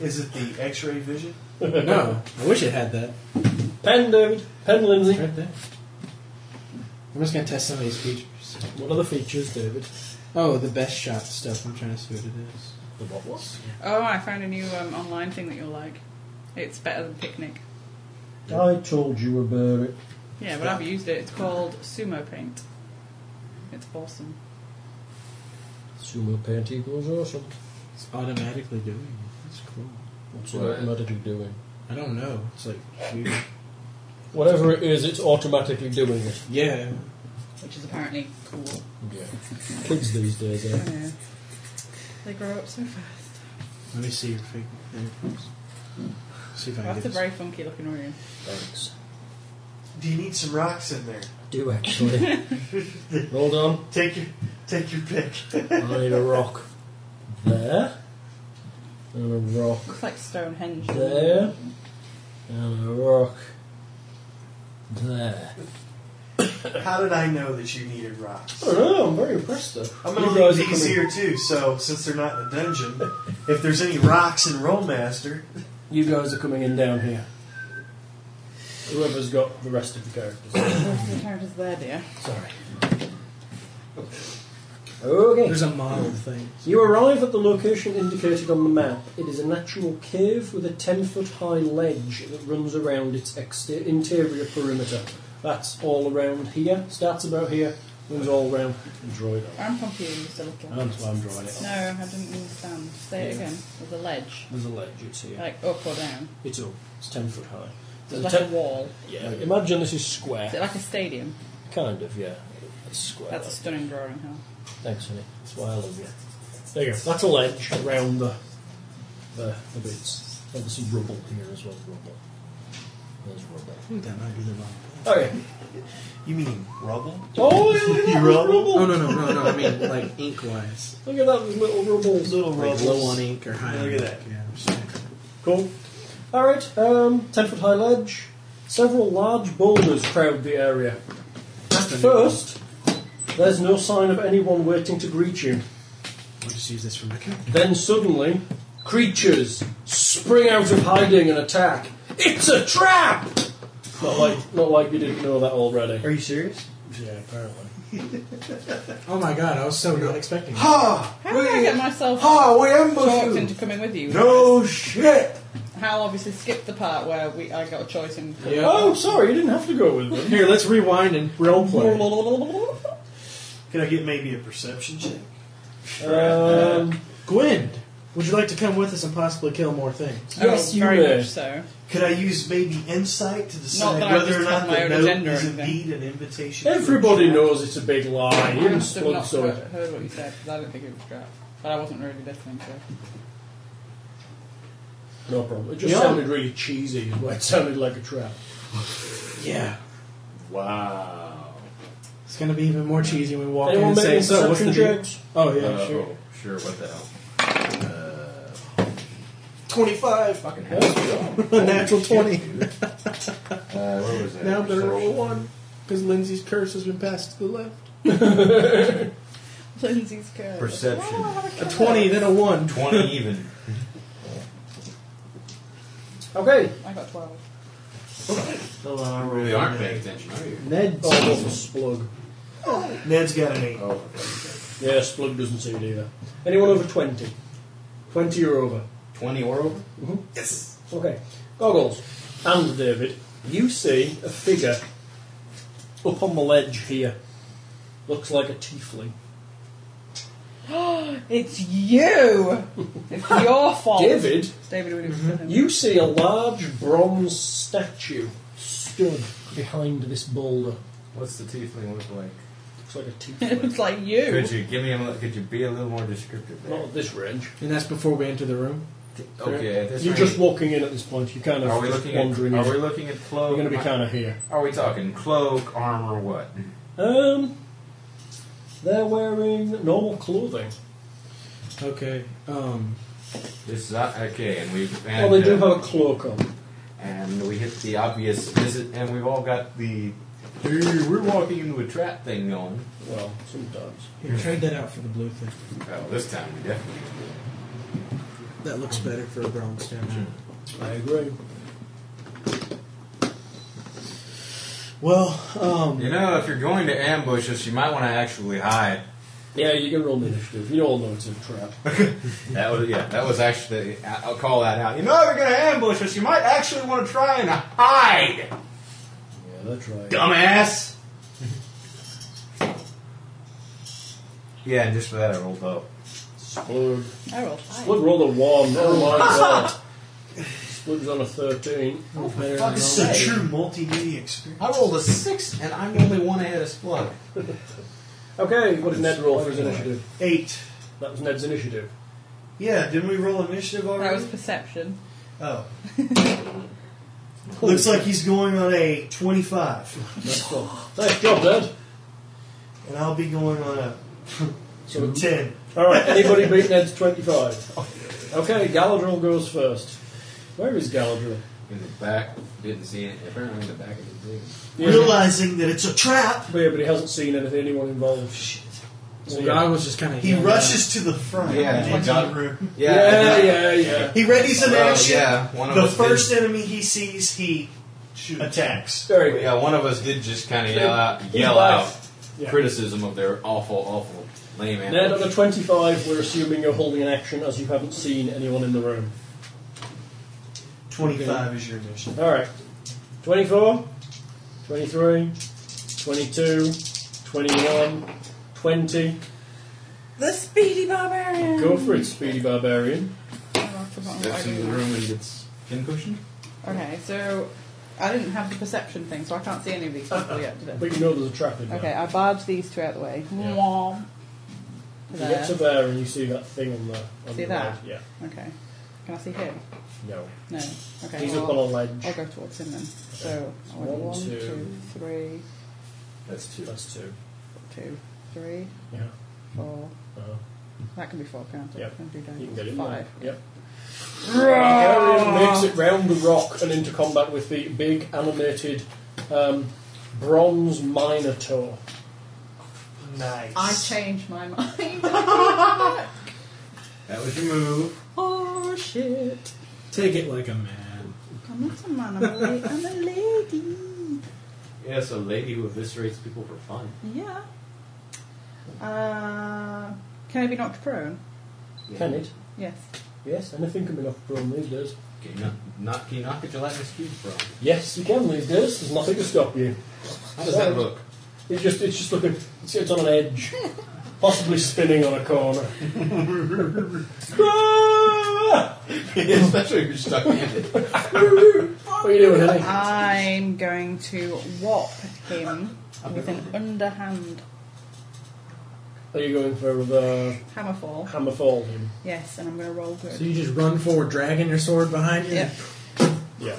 Is it the X-ray vision?
on. No, I wish it had that.
Pen, David. Pen, Lindsay.
Right there. I'm just gonna test some of these features.
What are the features, David?
Oh, the best shot stuff. I'm trying to see what it is.
The what was?
Oh, I found a new um, online thing that you'll like. It's better than Picnic.
I told you about it.
Yeah, but I've used it. It's called Sumo Paint. It's awesome.
Sumo paint equals awesome.
It's automatically doing it. That's cool.
What's that automatically doing?
I don't know. It's like weird.
Whatever it is, it's automatically doing it.
yeah.
which is apparently cool.
Yeah. Kids these days, eh?
Yeah. They grow up so fast.
Let me see your fig. There it is. See if I can
That's a
get
very funky looking room.
Thanks.
Do you need some rocks in there?
Do actually. Hold on.
Take your take your pick.
I need a rock. There. And a rock
Looks like Stonehenge.
there. And a rock there.
How did I know that you needed rocks?
I don't know, I'm very impressed though.
I'm gonna
You
leave
guys are
these
coming-
here too. So since they're not in the dungeon, if there's any rocks in Rollmaster,
You guys are coming in down here. Whoever's got the rest of the characters.
The characters there, dear.
Sorry.
it.
Okay.
There's a model thing.
You arrive at the location indicated on the map. It is a natural cave with a 10 foot high ledge that runs around its exter- interior perimeter. That's all around here, starts about here, runs all around. Droid on.
I'm confused a little.
And that's why I'm drawing it.
No, I didn't understand. Say it
Yeah.
again. There's a ledge.
There's a ledge, it's here.
Like up or down.
It's up. It's 10 foot high.
It's
There's
like
a
a
ten-
wall.
yeah, imagine this is square.
Is it like a stadium?
Kind of, yeah. It's square.
That's a stunning drawing, huh?
Thanks, honey. That's why I love you. There you go. That's a ledge around the, the, the bits. Obviously, rubble here as well. Rubble. There's rubble.
I think that might be the model.
Okay.
you mean rubble?
Oh, yeah, look at that
Oh
rubble.
no no no no! I mean like ink wise,
Look at that little rubble. Little
like low on ink or
Look
high. on
at
ink.
that.
Yeah. I'm sorry.
Cool. Alright, um, 10 foot high ledge. Several large boulders crowd the area. At first, there's no sign of anyone waiting to greet you.
We'll just use this for my character.
Then suddenly, creatures spring out of hiding and attack. It's a trap! Not like, not like you didn't know that already.
Are you serious?
Yeah, apparently.
Oh my god! I was so not expecting. That.
Ha!
How did I get myself
Ha! We
talked
ambushed
into
you.
coming with you?
No shit.
Hal obviously skipped the part where we I got a choice in.
Oh, sorry, you didn't have to go with them.
Here, let's rewind and roleplay.
Can I get maybe a perception check?
Um,
Gwen, would you like to come with us and possibly kill more things?
Yes,
oh,
you
very
may.
much so.
Could I use maybe insight to decide
that I
whether
just
or not
have my
the
own
note
agenda or
is
anything.
indeed an invitation? to a
everybody
trap?
knows it's a big lie.
I
Even
must have not
Spud saw
heard,
it.
heard what you said because I didn't think it was crap. But I wasn't really listening to it.
No problem. It just
Yeah.
sounded really cheesy. is why It sounded like a trap.
Yeah.
Wow.
It's gonna be even more cheesy when we walk in
Anyone
and
make
say,
any
"So, what's the
perception
deal?"
checks?
Oh yeah,
Uh,
sure.
oh, sure, what the hell?
Twenty-five.
Fucking hell. Uh,
A natural twenty.
where was that?
Now I'm gonna roll a
Perception.
one because Lindsay's curse has been passed to the left.
Lindsay's curse.
Perception.
A twenty, then a one.
20 even.
Okay.
I got 12.
You really aren't paying attention, are you?
Ned.
Oh, that was Splug.
Ned's got an eight.
Oh, for fuck's sake.
Yeah, Splug doesn't see it either. Anyone over 20? 20 or over.
20 or over?
Okay. Goggles and David, you see a figure up on the ledge here. Looks like a tiefling.
It's you! It's your
Oh.
fault.
David,
David would have done it.
you see a large bronze statue stood behind this boulder.
What's the tiefling look like?
Looks like a
It
tiefling.
was like you.
Could you give me a? li- Could you be a little more descriptive
Not
there?
at this range.
And that's before we enter the room.
Okay, at this
You're
range-
just walking in at this point. You're kind of
Are we
just
looking at?
wandering
Are
in.
we looking at cloak?
You're going to be kind of here.
Are we talking cloak, armor, what?
Um, they're wearing normal clothing.
Okay. Um.
This is okay, and we've.
Oh,
And,
they do
uh,
have a cloak on.
and we hit the obvious visit, and we've all got the. "Hey, we're walking into a trap thing going.
Well, sometimes.
Here, trade that out for the blue thing.
Well, this time we definitely.
That looks better for a bronze statue.
I agree.
Well, um,
Um,
You know, if you're going to ambush us, you might want to actually hide.
Yeah, you can roll initiative. You all know it's a trap.
That was yeah. That was actually I- I'll call that out. You know they're going to ambush us. You might actually want to try and hide,
Yeah, that's right.
dumbass. yeah, and just for that I rolled up.
Split.
I rolled
Split rolled a one. Never mind that. Split was on a thirteen.
Better
Fuck,
than
this
all
is
that.
a true multimedia experience.
I rolled a six, and I'm only one ahead of Splug.
Okay, what did Ned roll for his initiative?
Eight.
That was Ned's initiative.
Yeah, didn't we roll initiative
That
already?
was perception.
Oh. Looks like he's going on a 25.
That's cool. Nice job, Ned.
And I'll be going on a
So
10.
All right, anybody beat Ned's 25? Okay, Galadriel goes first. Where is Galadriel?
In the back, didn't see it. Apparently in the back, I didn't see it.
Realizing that it's a trap,
Yeah, but he hasn't seen anything, anyone involved. Shit.
Well, God was just kind of.
he rushes to the front
Yeah,
and
he
into
got-
the room.
Yeah,
I did.
yeah, yeah.
He readies an
Well,
action.
yeah, one of
the
us did.
first enemy he sees, he attacks.
Very good.
Yeah, one of us did just kind of yell out,
He's
yell
back.
out
Yeah.
criticism of their awful, awful lame
Ned,
animal.
on the 25, we're assuming you're holding an action as you haven't seen anyone in the room.
25 is your initiative.
Alright. 24, 23, 22, 21, 20.
The speedy barbarian.
Go for it, Speedy Barbarian.
Oh, I've forgotten what Oh, I
Steps into the
did.
room and gets pin cushioned.
Okay, so I didn't have the perception thing, so I can't see any of these people yet today.
But you know there's a trap in there.
Okay, I barged these two out of the way.
Yeah.
Mwah.
You
There.
get to there and you see that thing on the. On
See
the
that?
ledge. Yeah.
Okay. Can I see him?
No.
No. Okay.
He's
well,
up on a ledge.
I'll go towards him then. So I went
One,
one,
two.
two, three,
That's two.
That's two.
two, three,
Yeah.
four.
Uh-huh.
That can be four, can't it?
Yep.
Can do that.
You can get in
Five.
there. Yep. Garion makes it round the rock and into combat with the big animated um, bronze minotaur.
Nice.
I changed my mind.
That was your move.
oh shit!
Take it like a man.
I'm not a man. I'm a, la- I'm a lady.
Yes, a lady who eviscerates people for fun.
Yeah. Uh, can I be knocked prone?
Can it?
Yes.
Yes, anything can be knocked prone these days.
Can you not, not, can you knock a gelatinous cube from?
Yes, you can these days. There's nothing to stop you.
How does that look?
It's just it's just looking. It's, it's on an edge, possibly spinning on a corner. Ah!
Especially if you're stuck in it.
what are you doing, honey?
I'm going to whop him with an underhand
Are you going for the
hammerfall.
hammer fall? Him?
Yes, and I'm going to roll
So
good.
you just run forward, dragging your sword behind you.
Yep.
Yeah.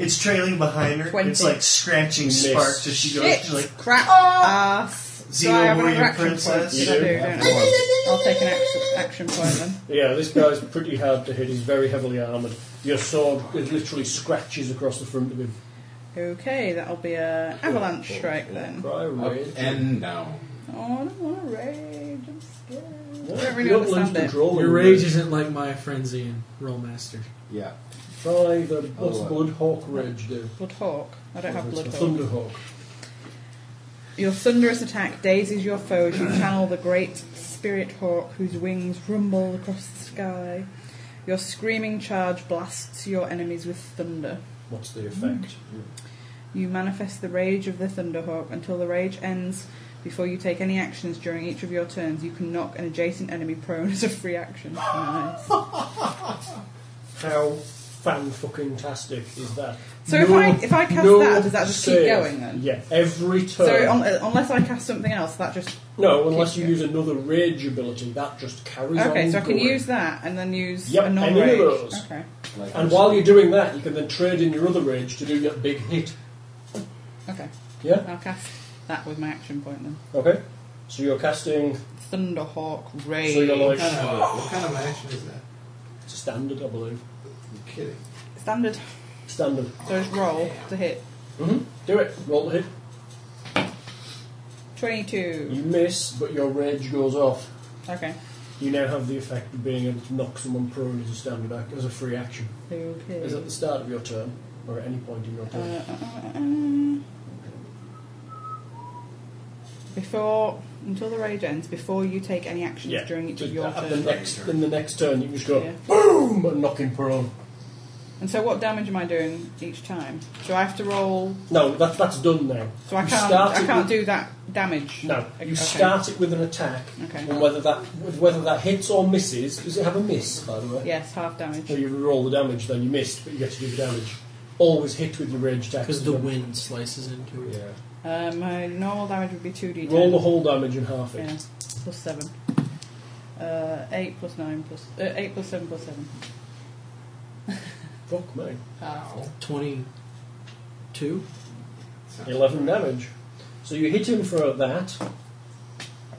It's trailing behind her.
Twenty.
It's like scratching
Miss.
sparks as she goes. She's like,
Shit! Crap! Ass!
Zero
Do I have
Warrior
another action
Princess?
point?
You
Did I
do.
do, don't I? I'll take an action, action point then.
Yeah, this guy's pretty hard to hit. He's very heavily armoured. Your sword it literally scratches across the front of him.
Okay, that'll be a avalanche strike then.
Cry
Up
rage.
and down.
Oh, I don't want to rage. I'm scared. I
What?
don't really
You lose
understand it.
control
Your
over
rage
it.
isn't like my frenzy in Rollmaster.
Yeah.
Try the what's
Oh, uh,
Blood Hawk Rage do?
Blood hawk. I don't have blood hawk.
Thunderhawk.
Your thunderous attack dazes your foes. You channel the great spirit hawk whose wings rumble across the sky. Your screaming charge blasts your enemies with thunder.
What's the effect?
You manifest the rage of the Thunderhawk until the rage ends. Before you take any actions during each of your turns, you can knock an adjacent enemy prone as a free action. Nice.
How fan fucking tastic is that?
So if I if I cast that, does that just keep
save.
going then?
Yeah, every turn.
So un- uh, unless I cast something else, that just
no, unless you
keeps
use another rage ability, that just carries on.
okay. So I can
going.
use that and then use
Yep,
a non
any of
rage.
those.
Okay.
Like
And while you're doing that, you can then trade in your other rage to do your big hit.
Okay.
Yeah.
I'll cast that with my action point then.
Okay. So you're casting.
Thunderhawk rage.
So you're like
Kind of a- what kind of action is that?
it's a standard, I believe.
I'm kidding.
Standard.
Standard.
So just roll to hit.
Mm-hmm. Do it. Roll the hit.
Twenty-two.
You miss, but your rage goes off.
Okay.
You now have the effect of being able to knock someone prone as a standard act, as a free action.
Okay.
Is at the start of your turn, or at any point in your
Uh,
turn.
uh, uh, uh, Before until the rage ends, before you take any actions
Yeah.
during each
Just
of Uh, your
at the
turns.
next, then the next turn, you can just go
Yeah.
boom and knock him prone.
And so, what damage am I doing each time? So I have to roll.
No, that, that's done now.
So I
You
can't.
start
I
it
can't
with-
do that damage.
No, you
Okay.
start it with an attack,
Okay.
and whether that whether that hits or misses, does it have a miss by the way?
Yes, half damage.
So you roll the damage, then you missed, but you get to do the damage. Always hit with your range attack
Because the wind slices into it.
Yeah.
Uh, my normal damage would be two d10.
Roll the whole damage and half it.
Yeah, plus seven. Uh, eight plus nine plus uh, eight plus seven plus seven.
Fuck me.
Half.
22?
Eleven damage. So you hit him for that,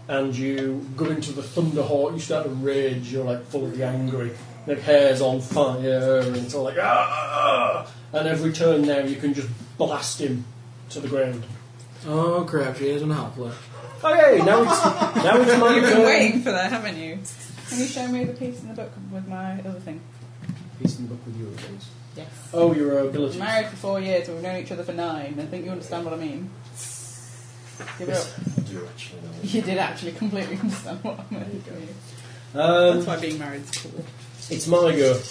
and you go into the thunderhawk. You start to rage. You're like fully angry. The hair's on fire, and it's all like ah! And every turn now, you can just blast him to the ground.
Oh crap, she has an health left.
Okay, now it's now it's my
You've been
turn.
waiting for that, haven't you? Can you show me the piece in the book with my other thing?
Piece in the book with your abilities.
Yes.
Oh, your
We're
abilities.
married for four years and we've known each other for nine. I think you understand what I mean. Give it up.
I do actually know.
You did actually completely understand what I meant. That's
Um,
why being married's cool.
it's my go.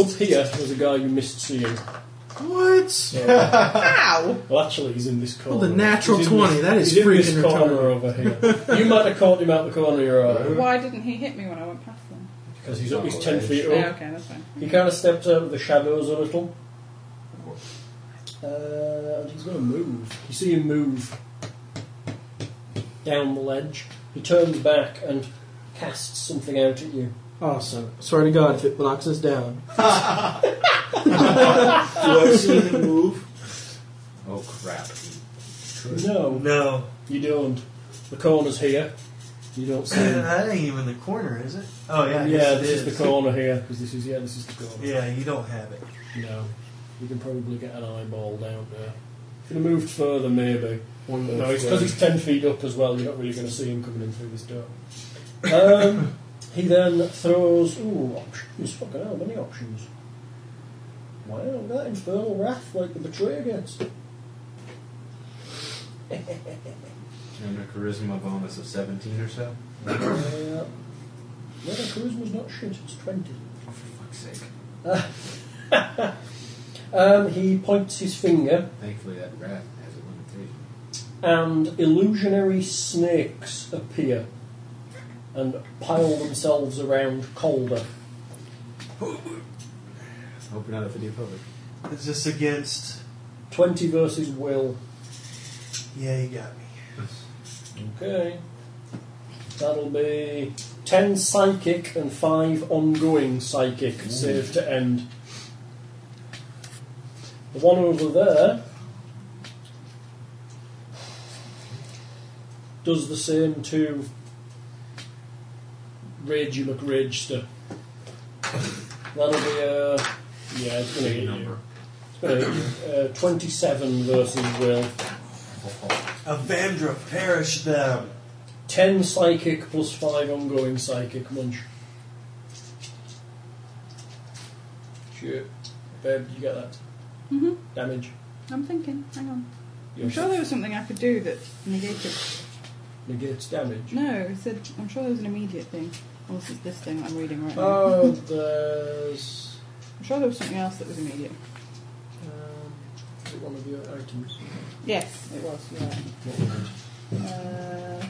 Up here, there's a guy you missed seeing.
What?
Ow!
Well, actually, he's in this corner.
the natural
He's in this-
20, that is
he's in this
freaking
corner
retarded.
over here. You might have caught him out the corner of your eye
Why didn't he hit me when I went past them?
because he's up. He's ten feet
Yeah,
up.
okay, that's fine.
He kind of stepped out of the shadows a little. Uh, and he's going to move. You see him move down the ledge. He turns back and casts something out at you.
Oh,
Awesome. Swear to God, if it blocks us down.
Do I see him move?
Oh crap.
No,
No.
you don't. The corner's here. You don't see. him.
that ain't even the corner, is it? Oh, yeah. I guess
yeah,
it
this is. the corner here because this is yeah, this is the corner.
Yeah, you don't have it.
No, you can probably get an eyeball down there. If you'd have moved further, maybe. But no, it's because he's ten feet up as well. You're not really going to see him coming in through this door. Um, he then throws. Ooh, options! Fucking hell, many options. Wow, look at that infernal wrath like the betrayer gets. Uh,
And a charisma bonus of 17 or so?
Uh, yeah, the charisma's not shit. It's twenty.
Oh, for fuck's sake.
Um, he points his finger
Thankfully, that rat has a limitation.
and illusionary snakes appear and pile themselves around Calder.
Hope we're not offending the public.
Is this against.
20 versus Will.
Yeah, you got me.
Okay. That'll be 10 psychic and 5 ongoing psychic save to end. The one over there does the same to Ragey McRagester. That'll be a. Yeah, it's going to hit you. It's going to hit you. Uh, 27 versus Will.
Avandra, perish them.
10 psychic plus 5 ongoing psychic munch. Shit. Babe, you get that? Mm-hmm.
Mhm.
Damage.
I'm thinking. Hang on.
Your
I'm sure there was something I could do that negated.
negates damage.
No, I said I'm sure there was an immediate thing. Unless it's this thing I'm reading right now.
Oh, there's.
I'm sure there was something else that was immediate.
Um, is it one of your items?
Yes, it was. You're right.
What was it?
Uh,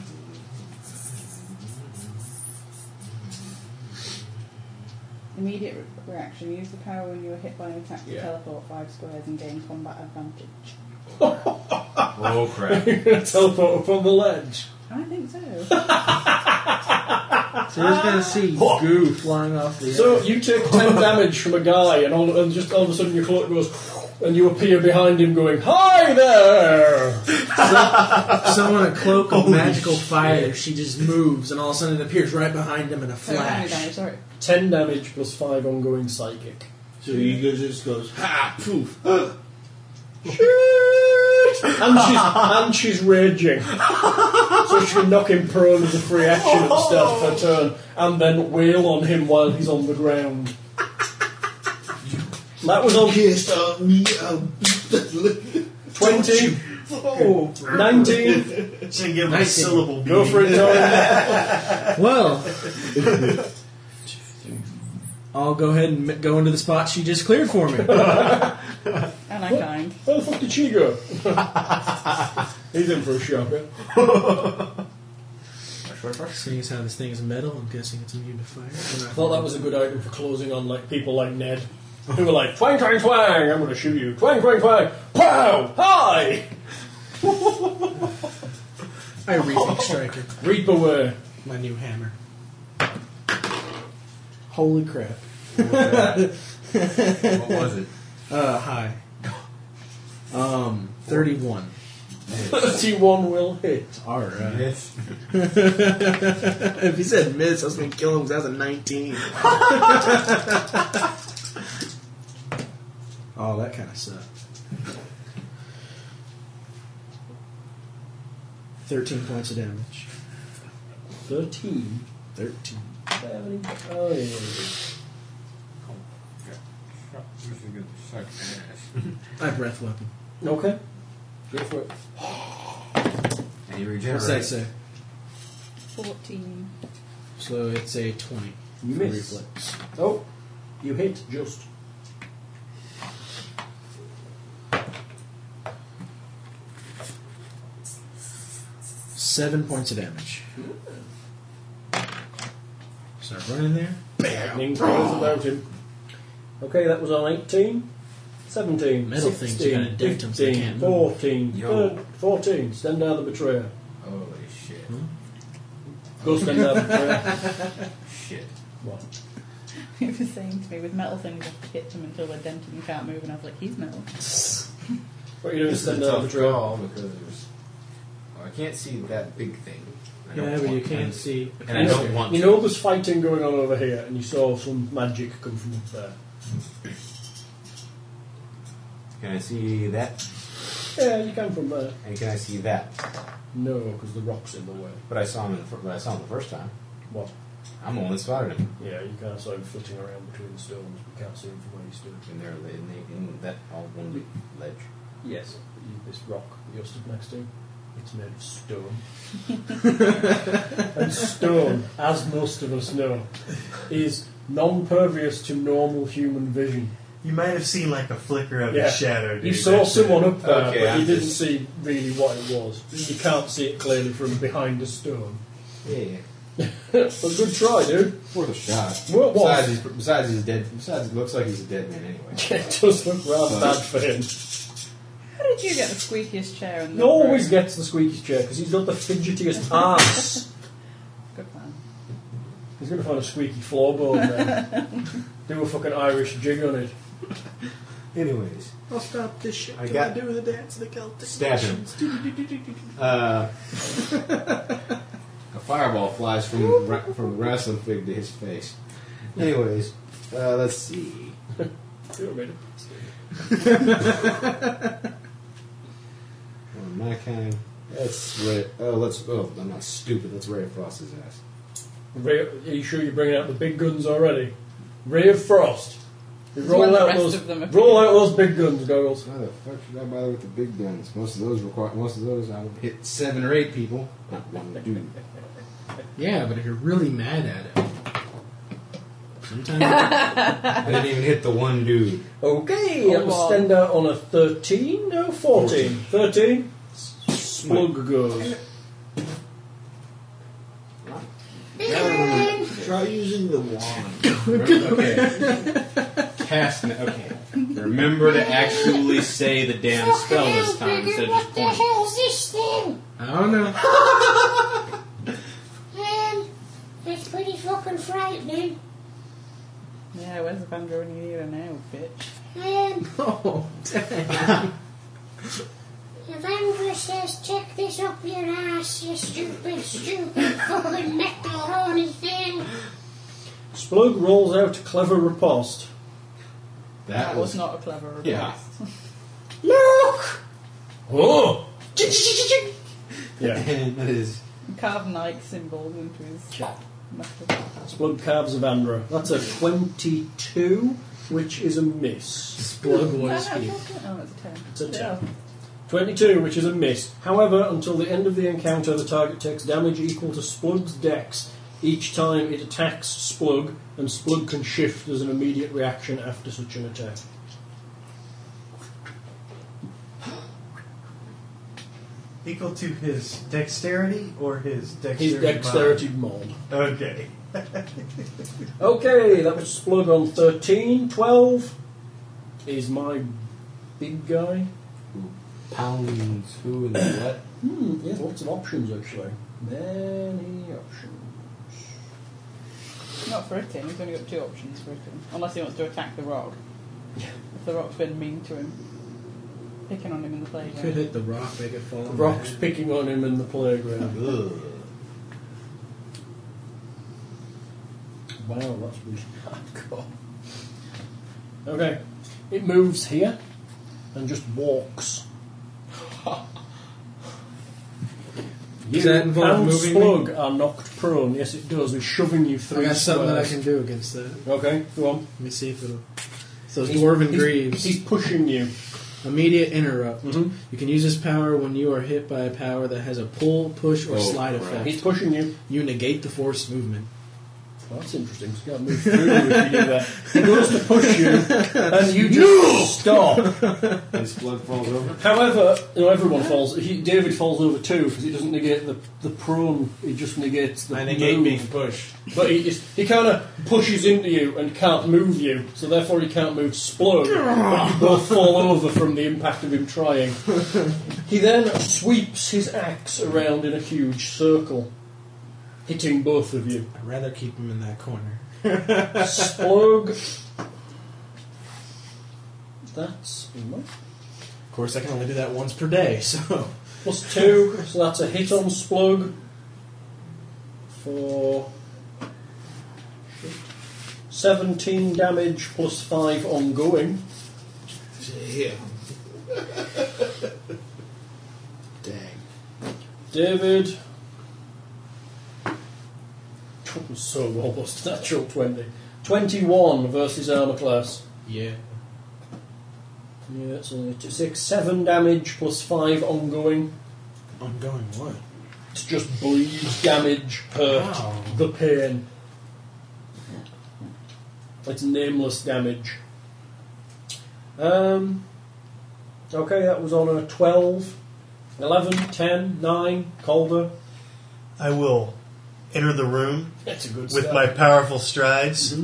immediate re- reaction. Use the power when you are hit by an attack to
Yeah.
teleport five squares and gain combat advantage.
Oh crap.
You're going to teleport up on the ledge.
I think so.
So he's gonna see goo flying off the
So you take 10 damage from a guy, and, all, and just all of a sudden your cloak goes, and you appear behind him going, Hi there!
So in a cloak of magical fire, she just moves, and all of a sudden it appears right behind him in a
so how many damage?
flash.
Sorry.
10 damage plus 5 ongoing psychic.
So he goes, just goes, ha, poof.
And she's, and she's raging. So she can knock him prone as a free action at the start of her turn, and then wail on him while he's on the ground. That was on
Pissed on me, I'll beat the li-
20 Oh, 19.
Shouldn't give him a
19.
syllable.
Go for it,
Tony.
Well, I'll go ahead and m- go into the spot she just cleared for me.
And I kind.
Where the fuck did she go? He's in for a shock,
Seeing as how this thing is metal, I'm guessing it's immune to fire.
I thought that was a good item for closing on like people like Ned, who were like twang twang twang. I'm going to shoot you. Twang twang twang. Pow! Hi.
I reaping striker.
Reap away.
My new hammer. Holy crap!
What was it?
Uh, high. Um, thirty-one.
Thirty-one will hit.
All right.
Yes.
if he said miss, I was gonna kill him. 'cause That was a nineteen. oh, that kind of sucked. Thirteen points of damage.
Thirteen.
Thirteen.
Seventy. Oh yeah.
Oh,
I have breath weapon.
Okay. Go for it.
And he
What's that
regenerates.
say?
14.
So it's a twenty. for
Miss.
Reflex.
Oh, you hit just.
Seven points of damage. Start running there.
Lightning throws about him. Okay, that was on 18. 17.
Metal things,
16,
you gotta dent them so they
15,
can't move.
14.
Yo.
thir- 14. Stand down the betrayer.
Holy shit.
Go stand down the betrayer.
Shit.
What?
He was saying to me, with metal things, you have to hit them until they're dented and can't move, and I was like, he's metal.
What are you doing?
This is
Stand
a
down the
tough
betrayer.
draw because there's. Well, I can't see that big thing. I don't
Yeah, but
want
you
to.
can't see.
And I don't want
You
to.
know there's fighting going on over here, and you saw some magic come from up there.
Can I see that?
Yeah, you came from there.
And can I see that?
No, because the rock's in the way.
But I saw him. In the, fir- I saw him the first time.
What?
I'm the one that spotted him.
Yeah, you can't see him flitting around between the stones. You can't see him from where you stood.
And they're in, the, in that all one big ledge.
Yes. This rock you're stood next to, it's made of stone. and stone, as most of us know, is non pervious to normal human vision.
You might have seen like a flicker of
Yeah.
his shadow. Dude.
You saw
That's it.
someone up there,
Okay,
but you
I'm
didn't
just-
see really what it was. You can't see it clearly from behind a stone.
Yeah.
but good try, dude.
Worth a shot.
Well, it was.
besides, he's, besides, he's dead. Besides, it looks like he's a dead man anyway.
It does look rather bad for him.
How did you get the squeakiest chair in
He
the
always
room?
gets the squeaky chair because he's got the fidgetiest ass.
Good plan.
He's going to find a squeaky floorboard there. Do a fucking Irish jig on it.
Anyways,
I'll stop this shit.
I got-
do the dance of the Celtic.
stab him. Uh, a fireball flies from ra- from the wrestling fig to his face. Anyways, uh, let's see.
Do it, mate.
One of my kind. That's Ray. Oh, let's. Oh, I'm not stupid. Let's Ray Frost's ass.
Ray, are you sure you're bringing out the big guns already? Ray of Frost. You roll
when the
out
rest
those,
of them appear.
roll out those big guns, goggles.
Why the fuck should I bother with the big guns? Most of those require. Most of those I would hit seven or eight people. Not one dude.
Yeah, but if you're really mad at it, sometimes
I didn't even hit the one dude.
Okay, that was
on.
stand out on a 13? No, 14. 13? Splug goes.
Try using the wand.
Okay. Cast. na- Okay. Remember to actually say the damn
Fucking
spell this
hell,
time instead
Bigger,
of just
what the
pointing.
hell's this thing?
I don't know.
Um, it's pretty fucking frightening.
Yeah, where's the banjo when you need her now, bitch?
Um,
Oh, dang.
Evandra says, check this up your ass, you stupid, stupid fucking metal horny thing.
Splug rolls out a clever riposte.
That,
That was not a clever request.
Yeah.
Look!
Oh! Yeah.
that is.
Carve Nike symbols into his metal.
Splug carves of Andra. That's a 22, which is a miss.
Is
Splug was
that how
here.
chocolate? Oh, it's a 10.
It's a
Yeah.
10. 22, which is a miss. However, until the end of the encounter, the target takes damage equal to Splug's dex each time it attacks Splug, and Splug can shift as an immediate reaction after such an attack.
Equal to his dexterity or his dexterity?
His dexterity mod.
mod? Okay.
Okay, that was Splug on 13. 12 is my big guy.
Pounds, who, and what?
Hmm, yes, lots of options actually. Many options.
Not for a tin. He's only got two options for a tin. Unless he wants to attack the rock. If the rock's been mean to him. Picking on him in the
You could
playground.
hit the rock, make it fall.
The rock's picking on him in the playground.
Ugh.
wow, that's really hardcore. Okay, it moves here and just walks.
Does that involve
and
moving
Splug are knocked prone. Yes, it does. We're shoving you
I
through.
got something that I
squares.
can do against that.
Okay, go on.
Let me see if it'll. So it's
He's-
Dwarven
he's-
Greaves.
He's pushing you.
Immediate interrupt.
Mhm.
You can use this power when you are hit by a power that has a pull, push, or
Oh,
slide
crap.
effect.
He's pushing you.
You negate the force movement.
Well, that's interesting. He's got to move through you if you do that. He goes to push you, and you just stop.
His blood falls over.
However, no, everyone falls. He, David falls over too because he doesn't negate the the prone. He just negates the
I negate
move.
being pushed.
But he just, he kind of pushes into you and can't move you, so therefore he can't move Splug. but you both fall over from the impact of him trying. He then sweeps his axe around in a huge circle, hitting both of you.
I'd rather keep him in that corner.
Splug. That's enough.
Of course, I can only do that once per day, so.
Plus two, so that's a hit on Splug. For. shit, 17 damage plus 5 ongoing.
Yeah.
Dang.
David. Tw- So almost natural 20. 21 versus armor class.
Yeah.
Yeah, that's only two, six, seven damage plus five ongoing.
I'm going what?
It's just bleed, damage, hurt,
Wow.
the pain. It's nameless damage. Um, okay, that was on a 12, 11, 10, 9, Calder.
I will enter the room
That's a good
with
start.
my powerful strides,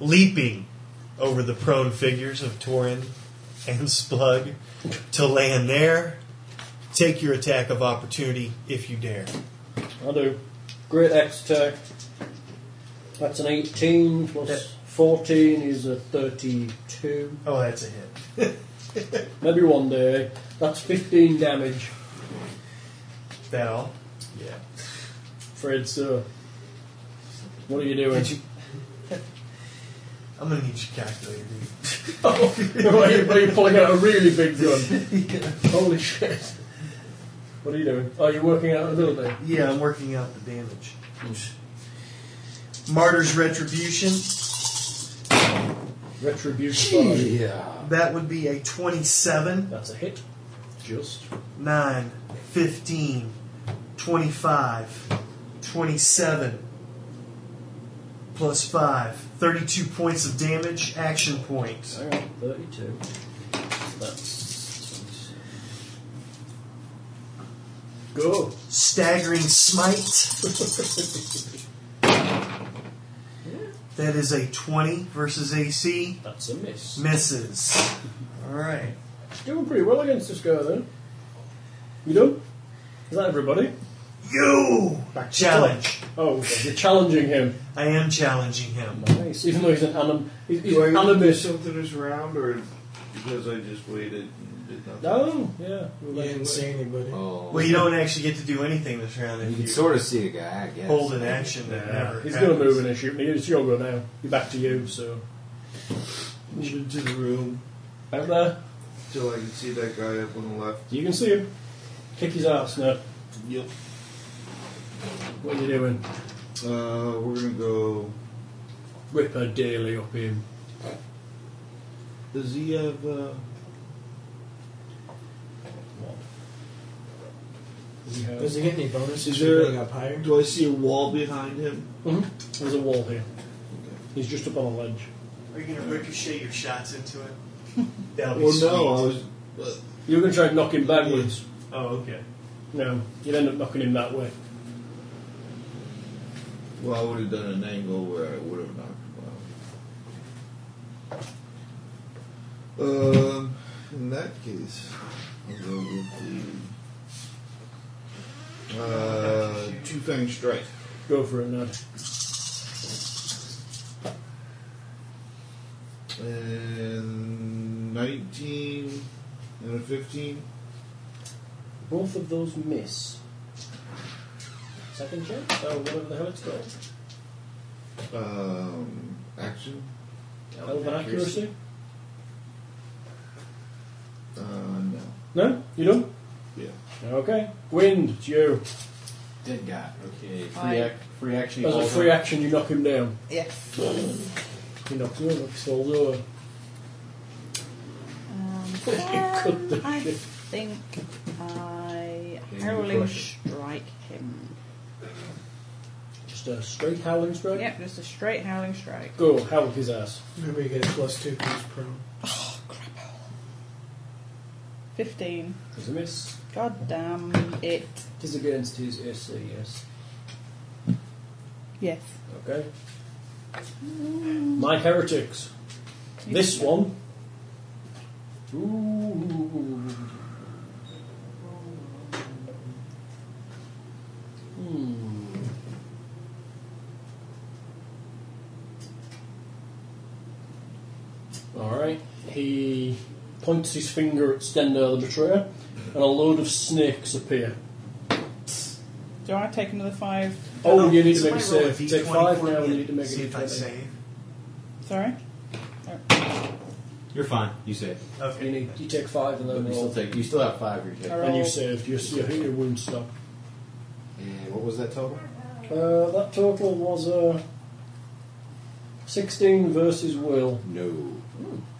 leaping over the prone figures of Torin and Splug to land there. Take your attack of opportunity if you dare.
I do. Great axe attack. That's an 18 plus 14 is a 32.
Oh, that's a hit.
Maybe one day. That's 15 damage.
That all?
Fred, so. What are you doing?
Did you- I'm gonna need your calculator, dude.
Why are, you, why are you pulling out a really big gun? Holy shit. What are you doing? Are you working out a little bit?
Yeah, I'm working out the damage. Martyr's Retribution.
Retribution. body.
Yeah.
That would be a 27,
That's a hit. Just.
9, 15, 25, 27, plus 5. 32 points of damage, action points.
Alright, 32. That's. Go.
Staggering Smite. That is a 20 versus AC.
That's a miss.
Misses. Alright.
Doing pretty well against this guy then. You done? Is that everybody?
You!
Back to
Challenge.
Oh, okay. you're challenging him.
I am challenging him.
Nice. Even though he's an anim- he's, he's
Do I gotta do
animus.
something this round, or because I just waited and did nothing?
No, yeah. we'll
You
let him
didn't see anybody.
Oh.
Well, you don't actually get to do anything this round
You
if
can
you
sort of see the guy, I guess.
hold an action that never
He's
happens.
going to move in and shoot me. It's your go now. You're back to you, so.
Moved into the room
Out there.
till I can see that guy up on the left.
You can see him. Kick his ass now.
Yep.
What are you doing?
Uh, we're gonna go.
Rip a daily up him.
Does he have? Uh,
What? we have.
Does he get any bonuses
Is
for
there-
being up higher?
Do I see a wall behind him?
Mhm. There's a wall here. He's just up on a ledge.
Are you going to ricochet your shots into it? That'll be
Well,
sweet.
no, I was. but-
You're going to try and knock him backwards.
Oh, okay.
No, you'd end up knocking him that way.
Well, I would have done an angle where I would have knocked him out. Um, in that case, I'll go with the uh, two fang strike.
Go for it, Ned.
And 19 and a 15.
Both of those miss. Second chance? Oh, whatever the hell it's called.
Um, action.
Elven accuracy?
Uh, no.
No? You done?
Yeah.
Okay. Gwind, it's you.
Dead guy. Okay.
Aye.
Free, ac- free action.
As a
evolve.
free action, you knock him down.
Yes.
He knocks you over, he falls over.
Um,
Cut the
I
shit.
think I
Yeah, you
howling
crush
strike him.
Just a straight howling strike?
Yep, just a straight howling strike.
Go, howl his ass.
Remember, you get plus two because prone.
Fifteen.
There's a miss.
God damn it.
It is against his AC, yes.
Yes.
Okay. My heretics. This one. Ooh. Hmm. Alright. He points his finger at Stendhal the Betrayer, and a load of snakes appear.
Do I take another five?
Oh, you need to
Might
make a
roll
save.
D20
Take five
for
now,
me
and you
and
need to make a
See if I
D20.
save.
Sorry?
You're fine. You save.
You,
Okay.
need, you take five and
But
then
you still
roll.
take. You still have five. You're
All
taking.
right.
And you saved. Your, your, your wound stopped.
And what was that total?
Uh, that total was uh, 16 versus Will.
No.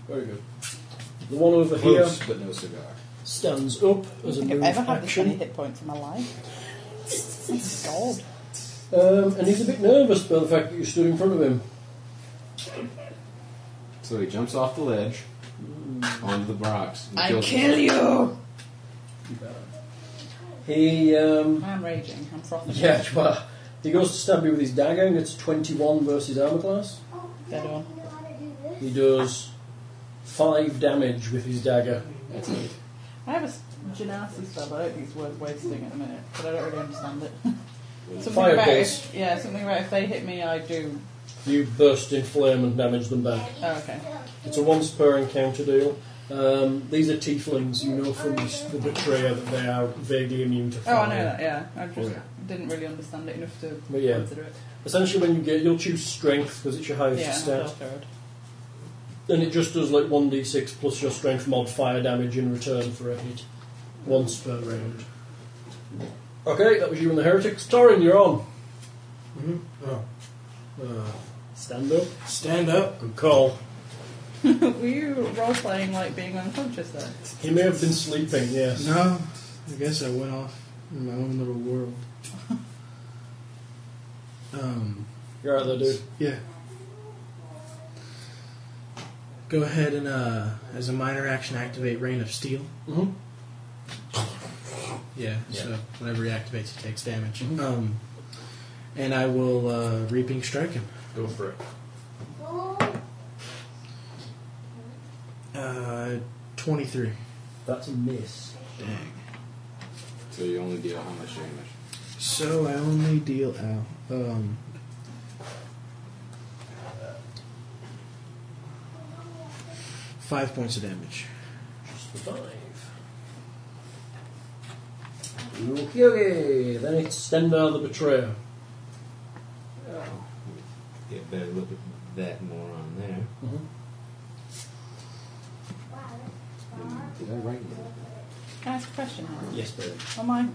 Very good. The one over
Close,
here
but no cigar.
stands up as a
Have
move
I ever had this many
action.
hit points in my life? God.
Um, and he's a bit nervous by the fact that you stood in front of him.
So he jumps off the ledge onto the rocks. and
I
kills
kill
himself.
you!
He, um,
I'm raging. I'm frothing.
yeah, well, he goes to stab you with his dagger and gets 21 versus armor class.
Dead on.
He does 5 damage with his dagger.
That's it.
I have a genasi stuff. I don't think it's worth wasting at the minute, but I don't really understand it. something about
Fireballs.
if, yeah, something about if they hit me, I do.
You burst in flame and damage them back.
Oh, okay.
It's a once per encounter deal. Um, these are tieflings, you know from the betrayer that they are vaguely immune to
Oh,
fire.
I know that. Yeah, I just
Yeah.
didn't really understand it enough to
Oh, But yeah.
consider it.
Essentially, when you get, you'll choose strength because it's your highest
Yeah,
stat,
I'm sure.
and it just does like one d6 plus your strength mod fire damage in return for a hit, once per round. Okay, that was you and the heretics. Torin, you're on.
Mm-hmm. Oh. Uh,
Stand up.
stand up.
Good call.
Were you role playing like being unconscious then?
He may have been sleeping. Yes.
No, I guess I went off in my own little world. um,
You're out there, dude.
yeah. Go ahead and, uh, as a minor action, activate Rain of Steel.
Mm-hmm.
Mhm.
Yeah, so whenever he activates, he takes damage. Um, and I will uh, Reaping Strike him.
Go for it.
Uh, 23.
That's a miss.
Dang.
So you only deal how much damage?
So I only deal out. Um, five points of damage.
Just the five. Okay, okay. Then it's Stendhal the Betrayer.
Get better look at that moron there. Did I write that?
Can I ask a question? Hannah?
Yes, baby.
On my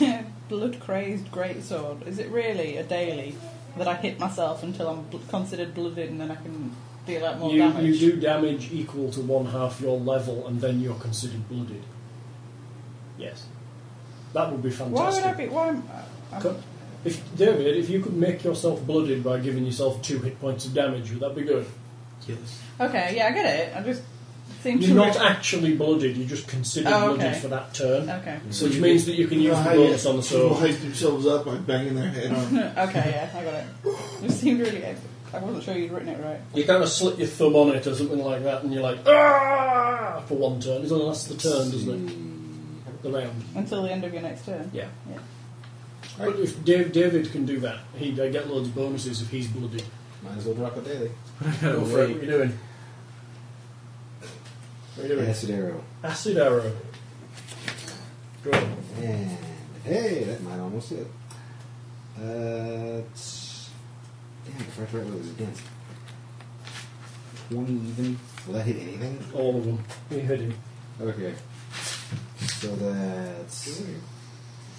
blood crazed greatsword, is it really a daily that I hit myself until I'm bl- considered blooded and then I can deal out more
You,
damage?
you do damage equal to one half your level, and then you're considered blooded. Yes. That would be fantastic.
Why would I be? Why am, I'm,
Co- If David, if you could make yourself blooded by giving yourself two hit points of damage, would that be good?
Yes.
okay, yeah, I get it. I just seem to.
You're not actually blooded; you're just considered
Oh,
blooded
okay.
for that turn,
Okay.
which means that you can use the
Ah,
bonus on the
People
sword.
hype themselves up by banging their head on.
okay, yeah, I got it. You seemed really. I wasn't sure you'd written it right.
You kind of slit your thumb on it or something like that, and you're like, ah, for one turn. It only lasts the turn, doesn't it? The round.
Until the end of your next turn.
Yeah.
Yeah.
But if Dave, David can do that, he'd uh, get loads of bonuses if he's blooded.
Might as well drop a daily.
Go for it. What are you doing? What are you doing?
Acid arrow.
Acid arrow. Go on.
And hey, that might almost hit. Uh, it's- damn, if I forgot what it was against. 20 even. Will that hit anything?
All of them. You hit him.
Okay. So that's.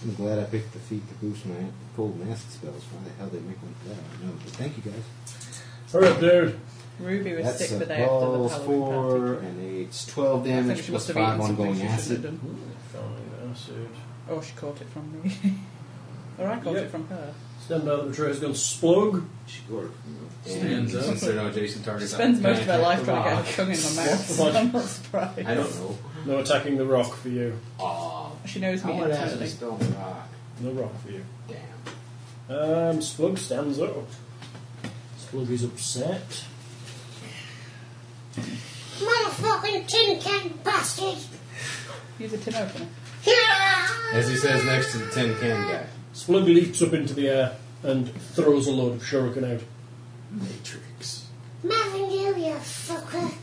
I'm glad I picked the feat to boost my cold and acid spells. Why the hell they make one for that? I don't know. But thank you guys.
Hurry up, dude.
Ruby was
That's
sick
a
the day after the
balls
Halloween party.
four and eight. Twelve
I think
damage
she must
plus
have
five
eaten something
ongoing
she shouldn't have
acid.
done.
Fine, acid.
Oh, she caught it from me. or I caught
Yep.
it from her.
Stand out of the trays, gone splug.
And
Stands up.
since there are no adjacent targets, I
Spends most of her
can't
life
attack the
trying to get her tongue in my mouth. so
What?
I'm not surprised.
rock. I don't know.
No attacking the rock for you.
Ah,
She knows
I
me
want to ask
intimately.
this don't rock.
No rock for you.
Damn.
Um, Splug stands up. Splug is upset.
Motherfucking tin can bastard!
Use a tin opener.
As he says next to the tin can guy.
Splug leaps up into the air and throws a load of shuriken out.
Matrix.
Marvin, you, you fucker!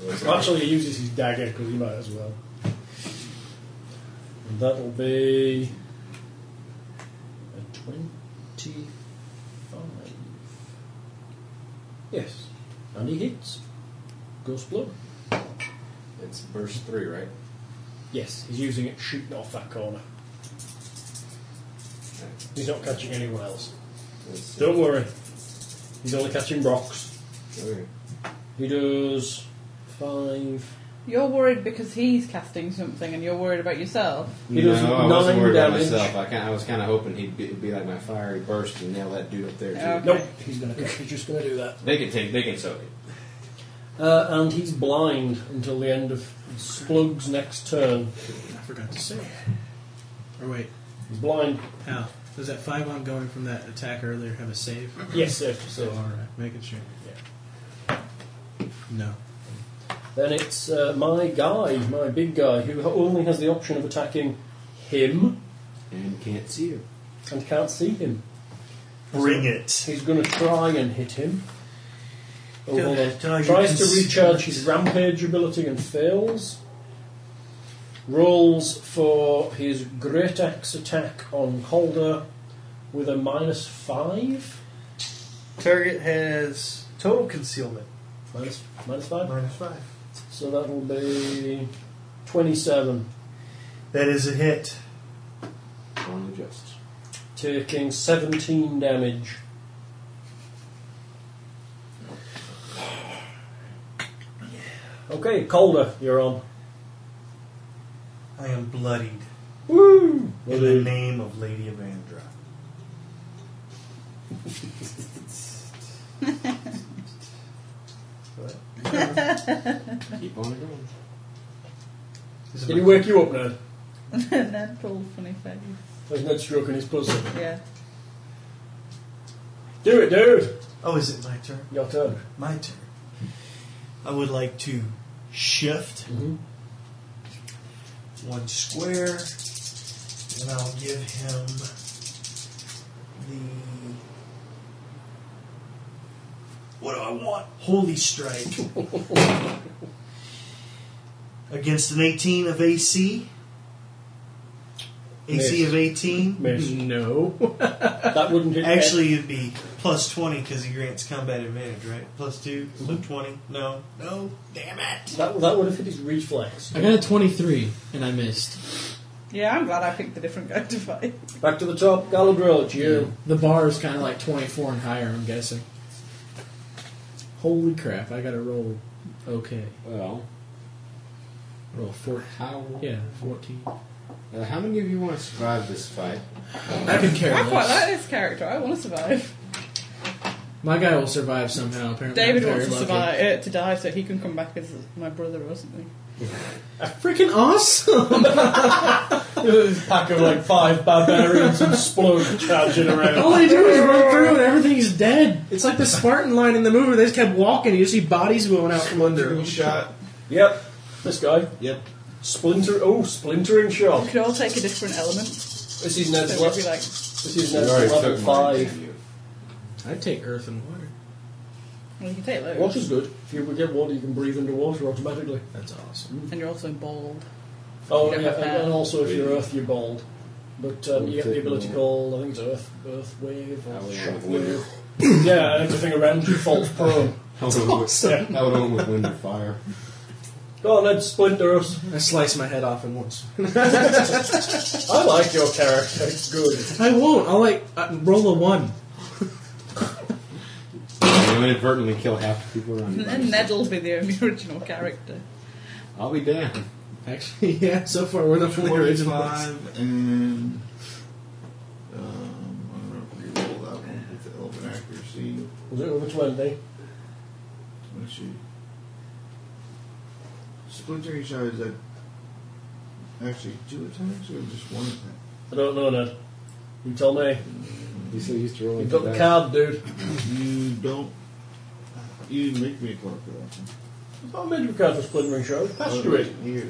Well, Actually, he uses his dagger because he might as well. And that'll be a twenty-five. Yes, and he hits. Ghost blow.
It's burst three, right?
Yes, he's using it shooting off that corner. He's not catching anyone else.
That's-
Don't worry. He's only catching rocks.
Okay.
He does five.
You're worried because he's casting something and you're worried about yourself.
He does
no, I wasn't
nine
worried about
damage.
myself. I, kind I was kind of hoping he'd be, be like my fiery burst and nail that dude up there too.
Yeah.
Nope, he's gonna. catch- He's just gonna do that.
They can take. They can soak it.
Uh, and he's blind until the end of Splug's next turn.
I forgot to say. Or wait,
He's blind.
how? Does that five ongoing from that attack earlier have a save?
Yes, safe to
So,
say.
alright, making sure. No.
Then it's uh, my guy, my big guy, who only has the option of attacking him
And can't see her.
and can't see him.
Bring it.
He's going to try and hit him. Oh, hold on.
Don't die,
Tries
you
to
conceit.
recharge his rampage ability and fails. Rolls for his great axe attack on Calder with a minus five.
Target has total concealment.
Minus, minus five?
Minus five.
So that'll be 27.
That is a hit.
Only just.
Taking 17 damage. Okay, Calder, you're on.
I am bloodied.
Woo!
In the name of Lady Evandra.
Keep on going.
Is
Did he wake you up, Ned?
and then full funny face.
There's Ned stroking his pussy.
Yeah.
Do it, dude!
oh, is it my turn?
Your turn.
My turn. I would like to shift
Mm-hmm.
one square, and I'll give him the. What do I want? Holy Strike. Against an 18 of AC. AC of 18.
Miss.
No.
that wouldn't hit
Actually, it'd be plus 20 because he grants combat advantage, right? Plus 2, so 20. No. No. Damn it.
That, that would have hit his reflex.
I got a 23 and I missed.
Yeah, I'm glad I picked a different guy to fight.
Back to the top, Galadriel, it's you.
The bar is kind of like 24 and higher, I'm guessing. Holy crap, I gotta roll okay.
Well,
Roll 4.
how?
Yeah, 14.
Uh, how many of you want to survive this fight?
I don't care.
I quite like this character. I want to survive.
My guy will survive somehow. Apparently,
David
I'm very
wants to
lucky.
survive uh, to die so he can come back as my brother or something.
Freaking awesome!
pack of like five barbarians explode charging around.
All they do is run through and everything's dead. It's like the Spartan line in the movie. They just kept walking. You see bodies going out from under. them.
shot.
Yep, this guy.
Yep.
Splinter. Oh, splintering
We
shock.
could all take a different element.
This is Ned's.
So we'd be
Le-
like,
this is
You
Ned's
already
level
took mine,
five.
didn't you?
I'd take earth and water.
well, you can take those.
Water's good. If you get water, you can breathe underwater automatically.
That's awesome.
And you're also bald.
Oh,
You don't
yeah,
have
and,
hair.
and also if you're Earth, you're bald. But um, you get the
Take
ability
more.
called, I think it's Earth, Earth Wave or
That would
Shock
have winter.
Wave. yeah, and everything around you falls prone.
Held on with- held on with wind and fire.
Go on, Ned, splinter us.
I slice my head off in once.
I like your character. It's good.
I won't. I'll like uh, roll a one.
You inadvertently kill half the people around you.
And then Ned'll be the only original character.
I'll be damned.
Actually, yeah. So far, we're the only original. ones.
25 and. Um, I'm going to reroll that one with the elven accuracy.
Was it over 20?
Let's see. Splintering shot is that actually two attacks or just one attack?
I don't know, Ned. You tell me.
You so used to rolling
You've got the
dice.
card, dude.
You don't. You didn't make me a card for that one. Oh,
I made Oh, you a card for splintering show. Passed you it.
Here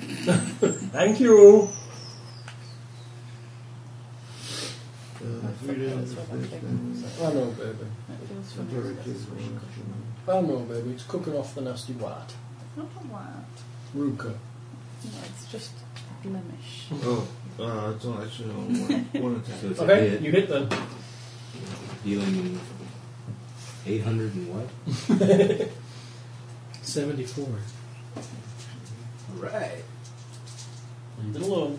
it is.
Thank you.
Uh, three damage. six damage,
I know, baby.
That feels
temporary
familiar.
kill, one,
I know, baby. It's cooking off the nasty white.
Not a lot.
Ruka.
No, It's just blemish.
Oh, uh, it's only actually only one, one
So
attack.
it's
Okay,
a hit,
you hit then.
dealing 800 and what?
Seventy-four.
Right.
Leave it alone.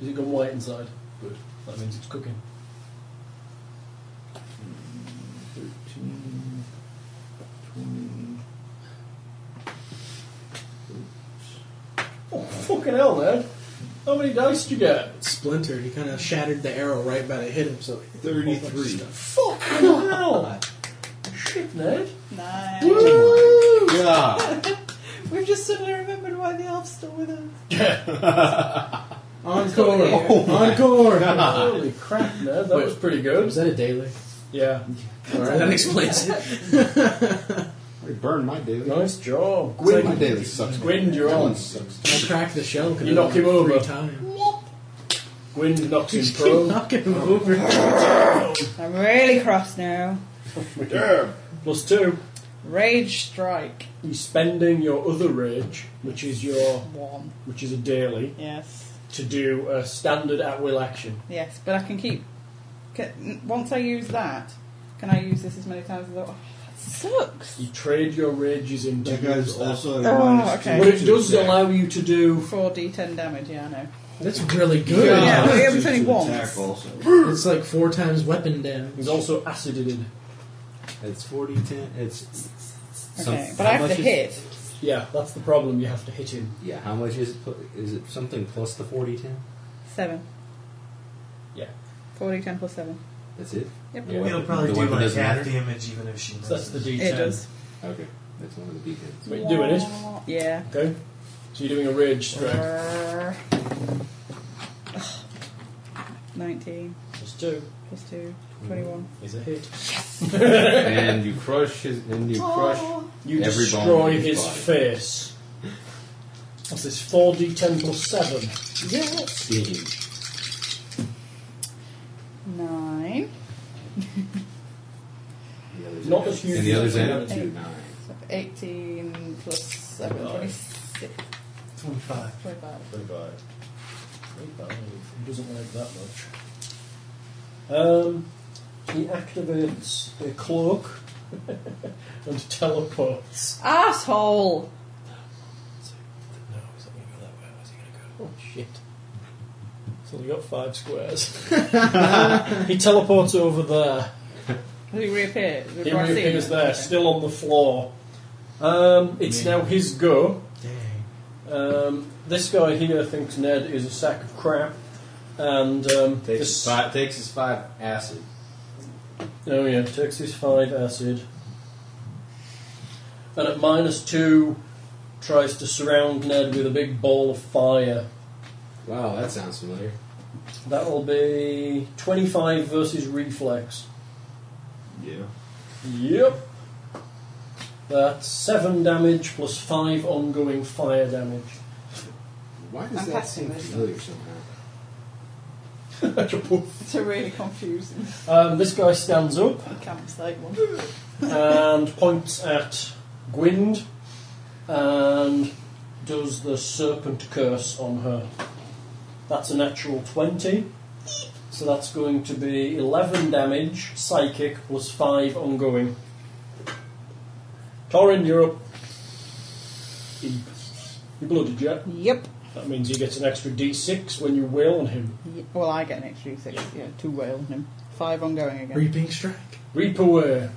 Is it gone white inside? Good. That means it's cooking.
13, 20.
Oh, fucking hell, man. How many dice did you get?
Splintered. He kind of shattered the arrow right about to hit him. So he hit a whole bunch of
33.
stuff.
Fucking hell. Shit, Ned.
Nice.
Yeah.
We've just suddenly remembered why the elf's still with us.
Encore.
Oh.
Encore.
Holy crap, Ned. That
Wait.
was pretty good.
Was that a daily?
Yeah.
All right, that explains it.
I burned my daily.
Nice job.
It's like
Gwyn.
my daily sucks.
Gwyn, you're
That
on.
one sucks.
I cracked the shell. 'cause
You knock him
three
over.
times.
Gwyn knocks him
Just keep
prone.
knocking him over.
I'm really cross now.
Plus two.
Rage strike.
You're spending your other rage, which is your,
One.
which is a daily,
Yes.
to do a standard at-will action.
Yes, but I can keep. Can, n- once I use that, can I use this as many times as I want? That sucks.
You trade your rages into
That guy's
your-
also at a
Oh,
minus
okay.
two
But it
to
does
attack.
allow you to do.
4d10 damage, yeah, I know.
That's really good.
Yeah,
Yeah,
minus
it was
two
only
to
once.
attack also.
It's like four times weapon damage.
He's also acidated.
It's 40, 10. It's.
Okay,
some-
but
how
I have to
much is-
hit.
Yeah, that's the problem. You have to hit him.
Yeah, how much is it? pl- Is it something plus the 40, 10?
7.
Yeah.
4d10 plus 7.
That's it?
Yep.
The
It'll
weapon-
probably
the
do
weapon
like half
doesn't matter?
damage even if she misses.
So that's the D10.
It does.
Okay, that's one of the beacons.
But you're doing it.
Yeah.
Okay. So you're doing a rage strike.
Ugh. 19
Plus two
plus 2, 21.
is a hit.
and you crush his. And you crush.
You
Every bone
destroy
in his
his
body.
face. What's this? Four D10 plus seven.
Yes.
Steam.
9.
The other's
Not
an-
as huge
And the
as
other's
the
an
other.
attitude 9.
So 18 plus 7, 26,
25.
25.
Twenty-five. Twenty-five. He doesn't like that much. Um, he activates the cloak and teleports.
Asshole!
No, he's not going to go that way. Where's he going to go? Oh, shit. He's only got five squares. he teleports over there.
Has he reappeared?
He
Have I seen
reappears
him?
there,
Okay.
still on the floor. Um, it's now his go.
Dang.
Um, this guy here thinks Ned is a sack of crap, and um,
Takes,
this-
his five, takes his five acid.
Oh yeah, takes his five acid. And at minus two, tries to surround Ned with a big ball of fire.
Wow, that sounds familiar.
That'll be 25 versus reflex.
Yeah.
Yep. That's 7 damage plus 5 ongoing fire damage.
Why
I'm
does that
passing
seem
this.
familiar somehow?
It's a really confusing
Um, this guy stands up
campsite one.
and points at Gwynd and does the serpent curse on her. That's a natural 20. So that's going to be 11 damage, psychic, plus 5 ongoing. Torin, you're up. He, you blooded yet?
Yep.
That means he gets an extra d6 when you wail on him.
Ye- Well, I get an extra six. Yeah, two whale on him. Five ongoing again.
Reaping strike.
Reap away.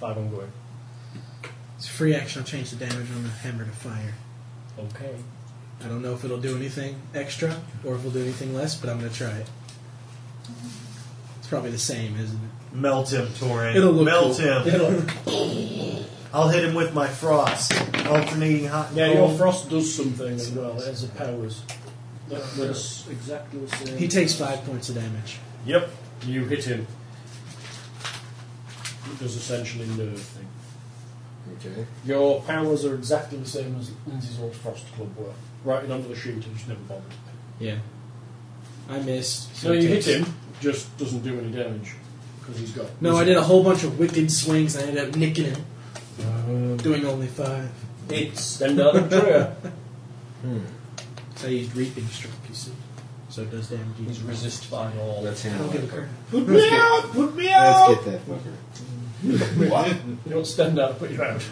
5 ongoing.
It's a free action. I'll change the damage on the hammer to fire.
Okay.
I don't know if it'll do anything extra or if it'll do anything less, but I'm going to try it. It's probably the same, isn't it?
Melt him, Torin.
It'll look
Melt
cool.
him.
It'll-
I'll hit him with my frost, alternating hot and
Yeah, your
cold.
frost does something as well as the powers. That, that's exactly the same.
he takes five points of damage.
Yep, you hit him. It does essentially nerve thing.
Okay.
Your powers are exactly the same as Lindsay's old frost club were. Right it under the sheet and just never bothered.
Yeah. I missed.
So
he
you hit
takes-
him, just doesn't do any damage because he's got.
No, I did a whole bunch of wicked swings and I ended up nicking him, doing only five.
It's then the other prayer.
So I used Reaping Strike, you see. So it does damage.
He's resisted by all.
Let's
I
handle
don't give a
it.
crap.
Put me out! Put me
Let's get that fucker.
What? You don't stand up, put you out.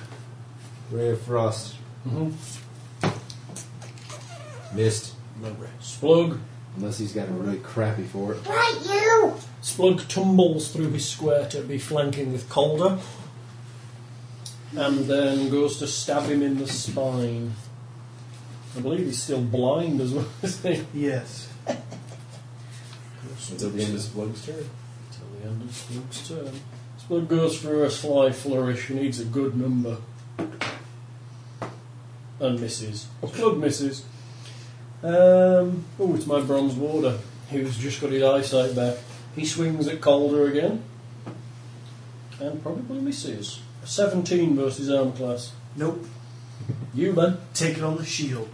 Ray of Frost.
Mm-hmm.
Missed.
Splug.
Unless he's got a really crappy for it.
Right, you!
Splug tumbles through his square to be flanking with Calder, and then goes to stab him in the spine. I believe he's still blind as well, isn't he?
Yes.
Until the end of Splug's turn.
Till the end of Splug's turn. Splug goes through a sly flourish. He needs a good number. And misses. Splug misses. Um, oh, it's my bronze warder, who's just got his eyesight back. He swings at Calder again. And probably misses. 17 versus arm class.
Nope.
You, man.
Take it on the shield.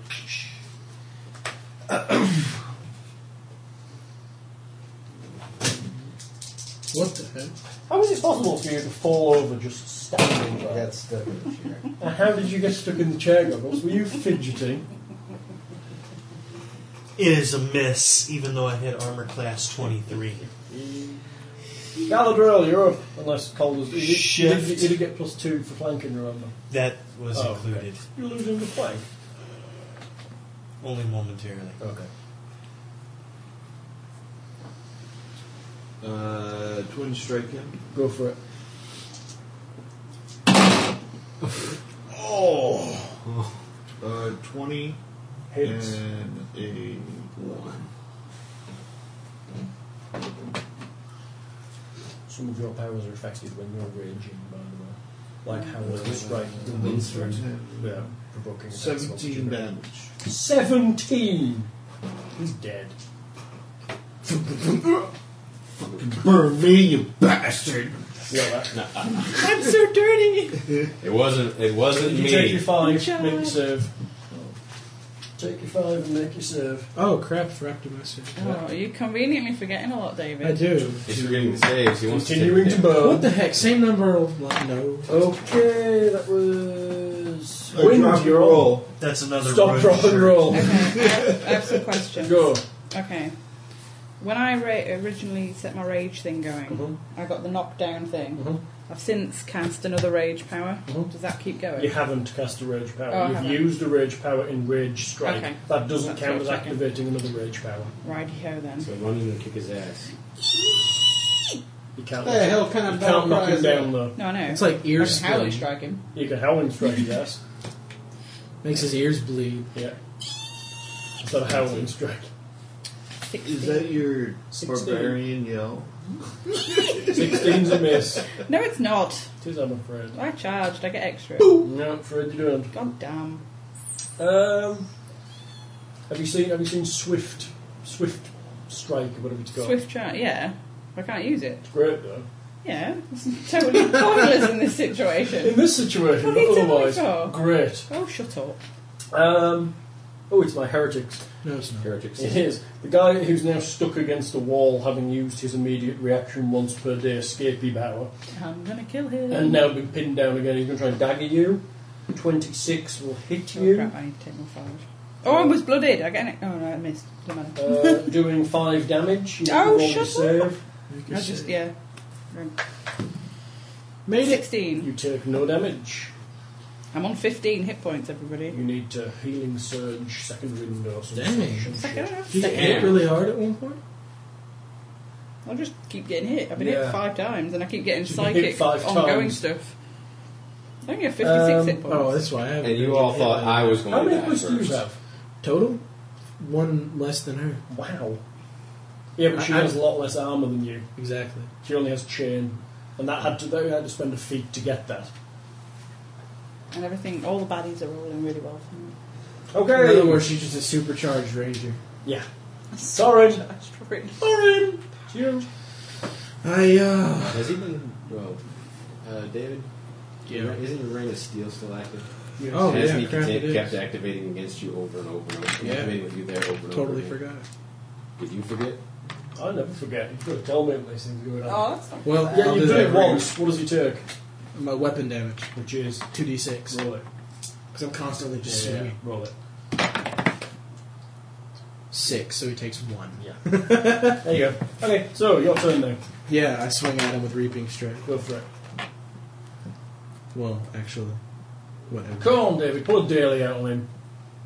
What the heck?
How is it possible for you to fall over just standing
I
there?
got stuck in the chair.
And how did you get stuck in the chair, Goggles? Were you fidgeting?
It is a miss, even though I hit armor class 23.
Galadriel, you're up. Unless Calder's. You,
Shift.
You, did, you did get plus two for flanking, remember?
That was
Oh, okay.
included,
You're losing the flank.
only momentarily.
Okay.
Uh, twin strike him.
Go for it.
Uh, 20
Hits.
and a 1.
Some of your powers are affected when you're raging, by the way. Like how was this right? The
Right.
Yeah. Provoking attacks of
17
opportunity.
damage.
17! He's dead.
Burn me, you bastard!
Yeah, that.
I'm so dirty.
It wasn't. It wasn't
You take
me.
your five, make your serve. Take your five and make your serve.
Oh, crap. It's wrapped in my suit.
Oh, you're conveniently forgetting a lot, David.
I do.
He's forgetting the saves. He wants
Continuing
to.
to burn.
What the heck? Same number of. Like, no.
Okay, that was.
I drop your roll.
That's another
Stop,
road
drop, and
shirt.
roll.
Okay, I have, I have some questions.
Go.
Okay. When I ra- originally set my rage thing going,
Mhm.
I got the knockdown thing.
Mhm.
I've since cast another rage power.
Mhm.
Does that keep going?
You haven't cast a rage power.
Oh, I
You've
haven't.
used a rage power in rage strike.
Okay.
That doesn't
That's
count
what
as
I'm checking.
activating another rage power.
Righty-ho then.
So run in and kick his ass.
You can't.
What the hell kind of
you
battle
can't knock
cry
him
is that?
down though.
No, I know.
It's like ear
I can howling
splitting.
strike him.
You can howling strike his ass.
Makes his ears bleed.
Yeah. So howling strike.
Is that your barbarian yell?
16's a miss.
No, it's not.
Tis, I'm afraid.
I charged. I get extra.
No, I'm afraid you don't.
God damn.
Um, have you seen? Have you seen Swift? Swift strike or whatever it's called.
Swift charge. Yeah. I can't use it.
It's great though.
Yeah. It's totally pointless in this
In
situation.
this situation,
Have
but
you done
otherwise,
before?
great.
Oh, shut up.
Um, oh, it's my heretics.
No, it's not.
Heretics.
It is. The guy who's now stuck against a wall, having used his immediate reaction once per day escapee power,
I'm gonna kill him.
and now been pinned down again, he's going to try and dagger you. 26 will hit
Oh,
you,
crap, I need to take more forward. Oh, I was blooded. I get it. Oh, no, I missed. Doesn't matter.
uh, doing 5 damage. You
Oh,
roll your
shut
save.
I just, yeah. Right.
Made it.
16.
You take no damage.
I'm on 15 hit points, everybody.
You need to healing surge, second window, or some
Dang.
some
It's like, I
shit.
don't know.
Did you
second-
get hit really hard at one point?
I'll just keep getting hit. I've been
Yeah.
hit five times and I keep getting
You've been
psychic
hit five
ongoing
times.
stuff. I only have 56 hit
Um, oh,
points.
that's why. I haven't
And you
been
all
hit
thought
yet.
I was
How
going to
many
die
plus do you
first.
have?
total one less than her.
Wow. Yeah, but she
I- I-
has a lot less armour than you.
Exactly.
She only has chain, and that had to they had to spend a feat to get that.
And everything, all the baddies are rolling really well for me.
Okay. In other words, she's just a supercharged ranger.
Yeah. Sorry,
That's really
Lauren. It's you.
I uh.
Has he been? Well, uh, David. Isn't your ring of steel still active?
Oh
Has
yeah,
he
crap, it
kept,
is.
kept activating against you over and over and over.
Yeah.
Activating with you there over and over.
Totally
again.
forgot.
Did you forget?
I never forget. You've got to tell me when these things go down.
Oh, that's not
Well,
yeah,
I'll do
you've done
that
it
right
once. What does he take?
now. My weapon damage,
Which is
two d six,
roll it.
because I'm constantly just
Yeah, yeah,
swinging.
roll it.
Six, so he takes one.
Yeah. there you go. Okay, so your turn then.
Yeah, I swing at him with reaping strike.
Go for it.
Well, actually, whatever.
Come on, David. Pull a daily out on him.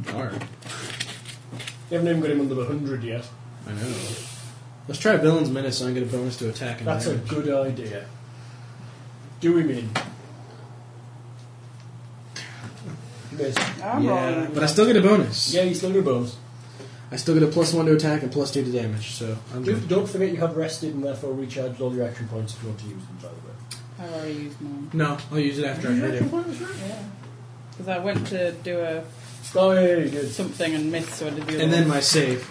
Alright,
You haven't even got him under the hundred yet.
I know. Let's try Villain's Menace, so I get a bonus to attack and
That's a
damage.
good idea. Do him in. Miss.
I'm
yeah,
rolling.
but I still get a bonus.
Yeah, he's still got a bonus.
I still get a plus one to attack and plus two to damage, so I'm
Do,
good.
don't forget you have rested and therefore recharged all your action points if you want to use them, by the way.
I've already used mine.
No, I'll use it after I hit him.
Yeah. Because I went to do a
Oh, yeah, you did.
something and missed, so I did the other
And then
one.
my save.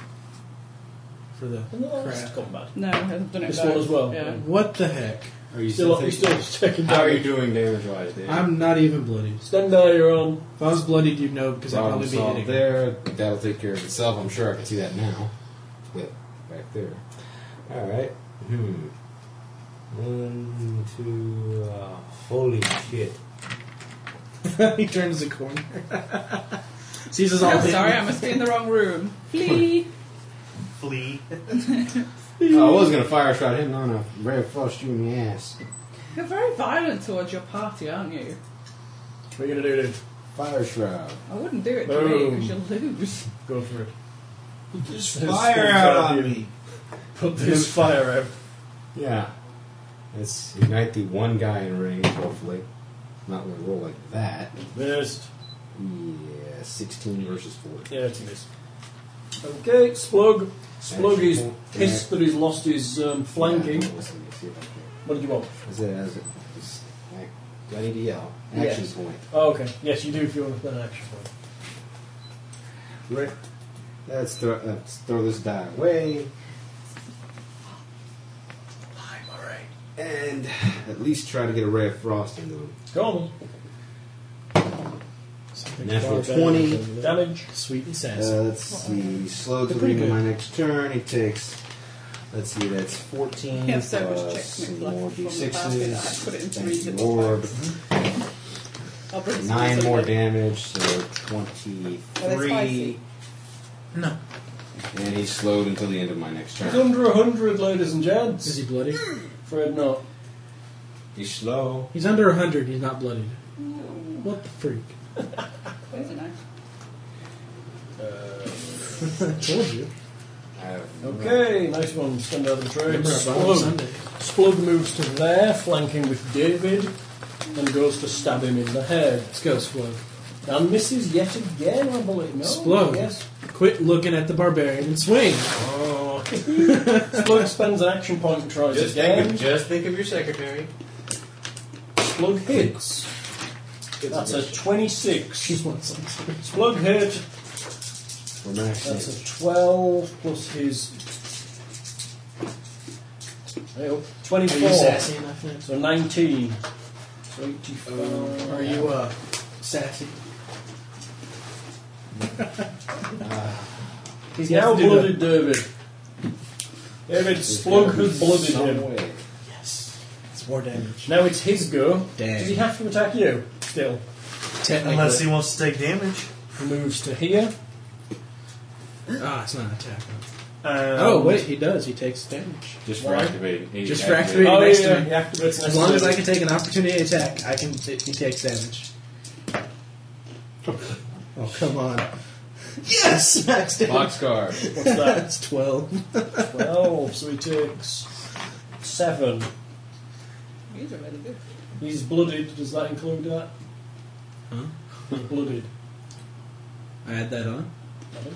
For the
And the last
crap.
combat.
No, I've done it
This
both.
one as well.
Yeah.
What the heck?
Are you
Still,
still?
you're
taking-
still taking
How are you
damage.
doing damage wise, David?
I'm not even bloodied.
Stand by your own.
If I was bloodied, you'd know because I'd
Problem
probably be
solved
hitting.
there. That'll take care of itself. I'm sure I can see that now. Yeah, back there. All right. Hmm. One, two. Uh, holy shit!
he turns the corner. Sees us all.
I'm
hit.
sorry, I must be in the wrong room. Flee!
Flee.
Oh, I was gonna fire shot him. No, no. Ray flushed you in the ass.
You're very violent towards your party, aren't you?
What are you going to do, dude?
Fire shroud.
I wouldn't do it to me
Boom.
because you'll lose.
Go for it.
Just
There's
fire
things
out
out
on
here.
me.
Put this fire out.
Yeah. Let's ignite the one guy in range. Hopefully, not gonna roll like that.
Missed.
Yeah, sixteen versus four.
Yeah, it's a miss. Okay, Splug. Splug is pissed that he's lost his um, flanking.
Yeah, let's see if I can-
What did you want?
Is it as it is? like, Do I need to yell? Action point.
Oh, okay. Yes, you do if you want to spend an action point.
Right. Let's throw, let's throw this die away
I'm alright.
and at least try to get a ray of frost into him.
Go on.
Natural
Far better
20.
than Damage.
Sweet and
Uh,
sassy.
let's see. Slow to
They're pretty
leave
good.
my next turn. He takes. Let's see. That's 14
Yeah, so much
plus
checkmate
more
left from the past that I put it in
d6s.
threes at
Thank
the
you, Lord.
I'll bring some
Nine
to
more
you.
damage, so
Are they
23.
spicy?
No.
And he's slowed until the end of my next
He's
turn.
under 100, ladies and gents.
Is he bloody?
Fred, not.
He's slow.
He's under 100, he's not bloodied. What the freak?
Those are nice.
I told you.
I have no
Okay, nice one. Stand out of the trade.
Remember, I bought him
Splug.
Sunday.
Splug moves to there, flanking with David, and goes to stab him in the head.
Let's go, Splug.
And misses yet again, I believe. No,
Explode.
Yes.
Quit looking at the barbarian and swing.
Oh. Slug spends an action point and tries
Just think,
again.
of, just think of your secretary.
Slug hits. That's a 26.
Just one slice.
Slug hit.
We're maxing.
That's a 12 plus his. There you go. 24.
enough now?
So 19. So 85.
Are you uh, sassy?
He's
You have
now
to do
blooded David. David Splug has blooded
Some
him.
way.
Yes. It's more damage.
Now it's his go.
Dang.
Does he have to attack you? Still.
Unless he wants to take damage.
Moves to here.
Ah, it's not an attack.
Um,
Oh, wait, he does. He takes damage.
Just
Why?
for activating. he
Just
activated-
for activating.
oh,
next to
yeah,
me.
he activates
As
next
long
to
as I
him.
can take an opportunity attack, I can. He takes damage. Oh come on! Yes, max
Oh.
damage.
Boxcar.
What's that?
That's twelve.
12, so he takes 7.
These are really good.
He's blooded. Does that include that?
Huh?
He's blooded.
I add that on.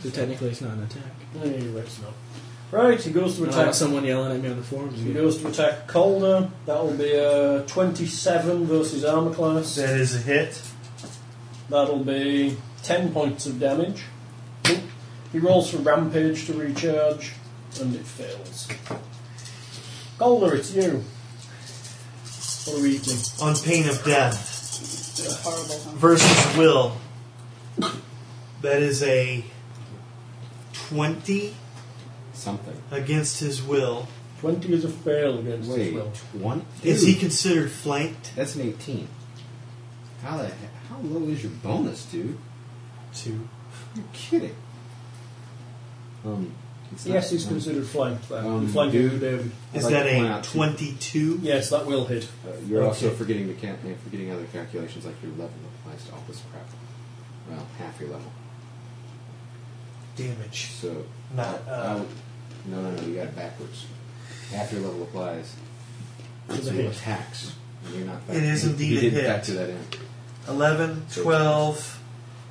So technically, it's not an attack.
Anyway, it's not. Right, he goes to
Without
attack.
someone yelling at me on the forums.
He goes to attack Calder. That'll be uh, a 27 versus armor class.
That is a hit.
That'll be 10 points of damage. He rolls for Rampage to recharge, and it fails. Calder, it's you. What are we eating?
On pain of death.
It's horrible. Huh?
Versus will. That is a 20
Something.
against his will.
20 is a fail against this
Wait,
will.
one?
Is he considered flanked?
That's an 18. How the he- How low is your bonus, dude?
Two.
You're kidding. Um, it's not-
Yes, he's
um,
considered flanked there.
Um,
You flanked him,
dude.
David.
Is
I'd
that
like to point
a
out two-
22?
Yes, that will hit.
Uh, you're also
Okay.
forgetting the cal- uh, forgetting other calculations like your level applies to all this crap. Well, half your level.
Damage.
So
Not,
I- I
uh,
would- no, no, no. You got it backwards. Half your level applies
It's a
to
hit.
attacks. And you're not.
It is
you-
indeed
you
a
didn't
hit.
factor that in.
11, 12,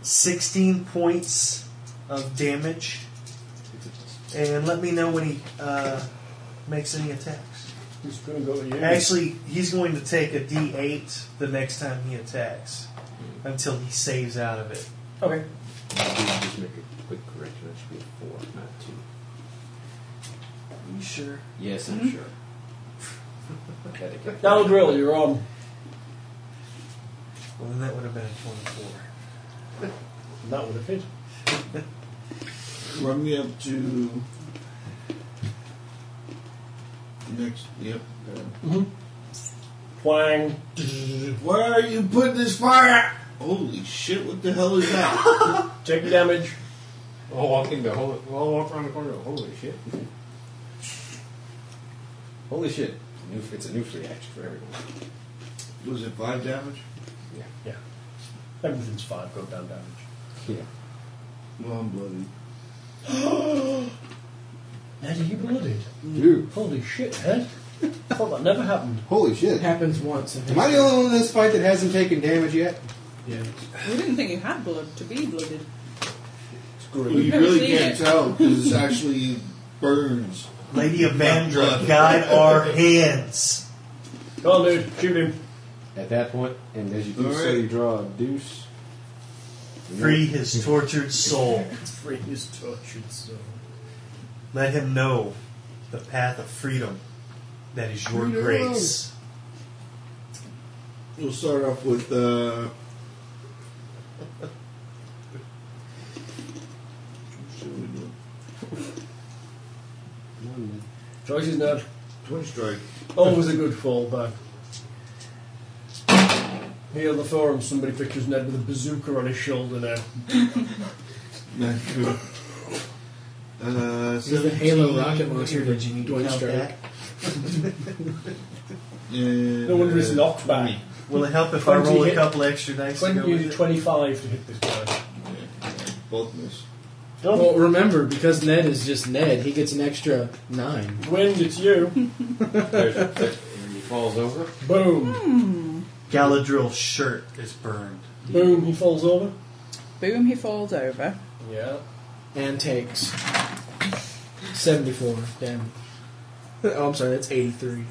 16 points of damage. And let me know when he uh, makes any attacks.
He's going to go to you.
Actually, he's going to take a d8 the next time he attacks until he saves out of it.
Okay.
You Just make a quick correction. That should be a four, not two.
Are you sure?
Yes, I'm sure. Gotta get-
Galadriel, you're on.
Well, then that would have been a 24.
And that would have hit.
Run me up to next. Yep.
Whang.
Where are you putting this fire? Holy shit! What the hell is that?
Take your damage.
All walking Oh, the whole. All walk around the corner. Holy shit.
Holy shit! New, it's a new free action for everyone.
Was it five damage?
Yeah. Everything's five go down damage.
Yeah.
Well, I'm bloody.
Ed, are you blooded?
Dude,
Holy shit, Ed. I thought that never happened.
holy shit!
It happens once. in
Am I the
history.
only one in this fight that hasn't taken damage yet?
Yeah.
We didn't think you had blood to be blooded.
Well, you
Never
really
seen
can't
it.
tell because it actually burns.
Lady of Vandra, guide our hands.
Go on, dude. Shoot him.
At that point, and as you do
All
so,
right.
you draw a deuce.
Free his tortured soul.
It's free his tortured soul.
Let him know the path of freedom that is your
Freedom.
grace.
We'll start off with uh. shall we do?
Choice is dead.
Twin strike.
Always a good fallback. Here on the forum, somebody pictures Ned with a bazooka on his shoulder now.
Not good. Uh,
This is the Halo rocket
Here,
monster
did you need to
Dwight
count
Strike.
that?
No
No wonder
uh,
he's knocked back.
Will it help if I roll
20
a
hit.
couple extra dice to go
20, you
with
need
it?
25 to hit this guy.
Both miss.
Done.
Well, remember, because Ned is just Ned, he gets an extra nine.
Wind, it's you.
There's, and he falls over.
Boom.
Galadriel's shirt is burned.
Boom, he falls over.
Boom, he falls over.
Yeah.
and takes 74 damage. Oh, I'm sorry, that's 83.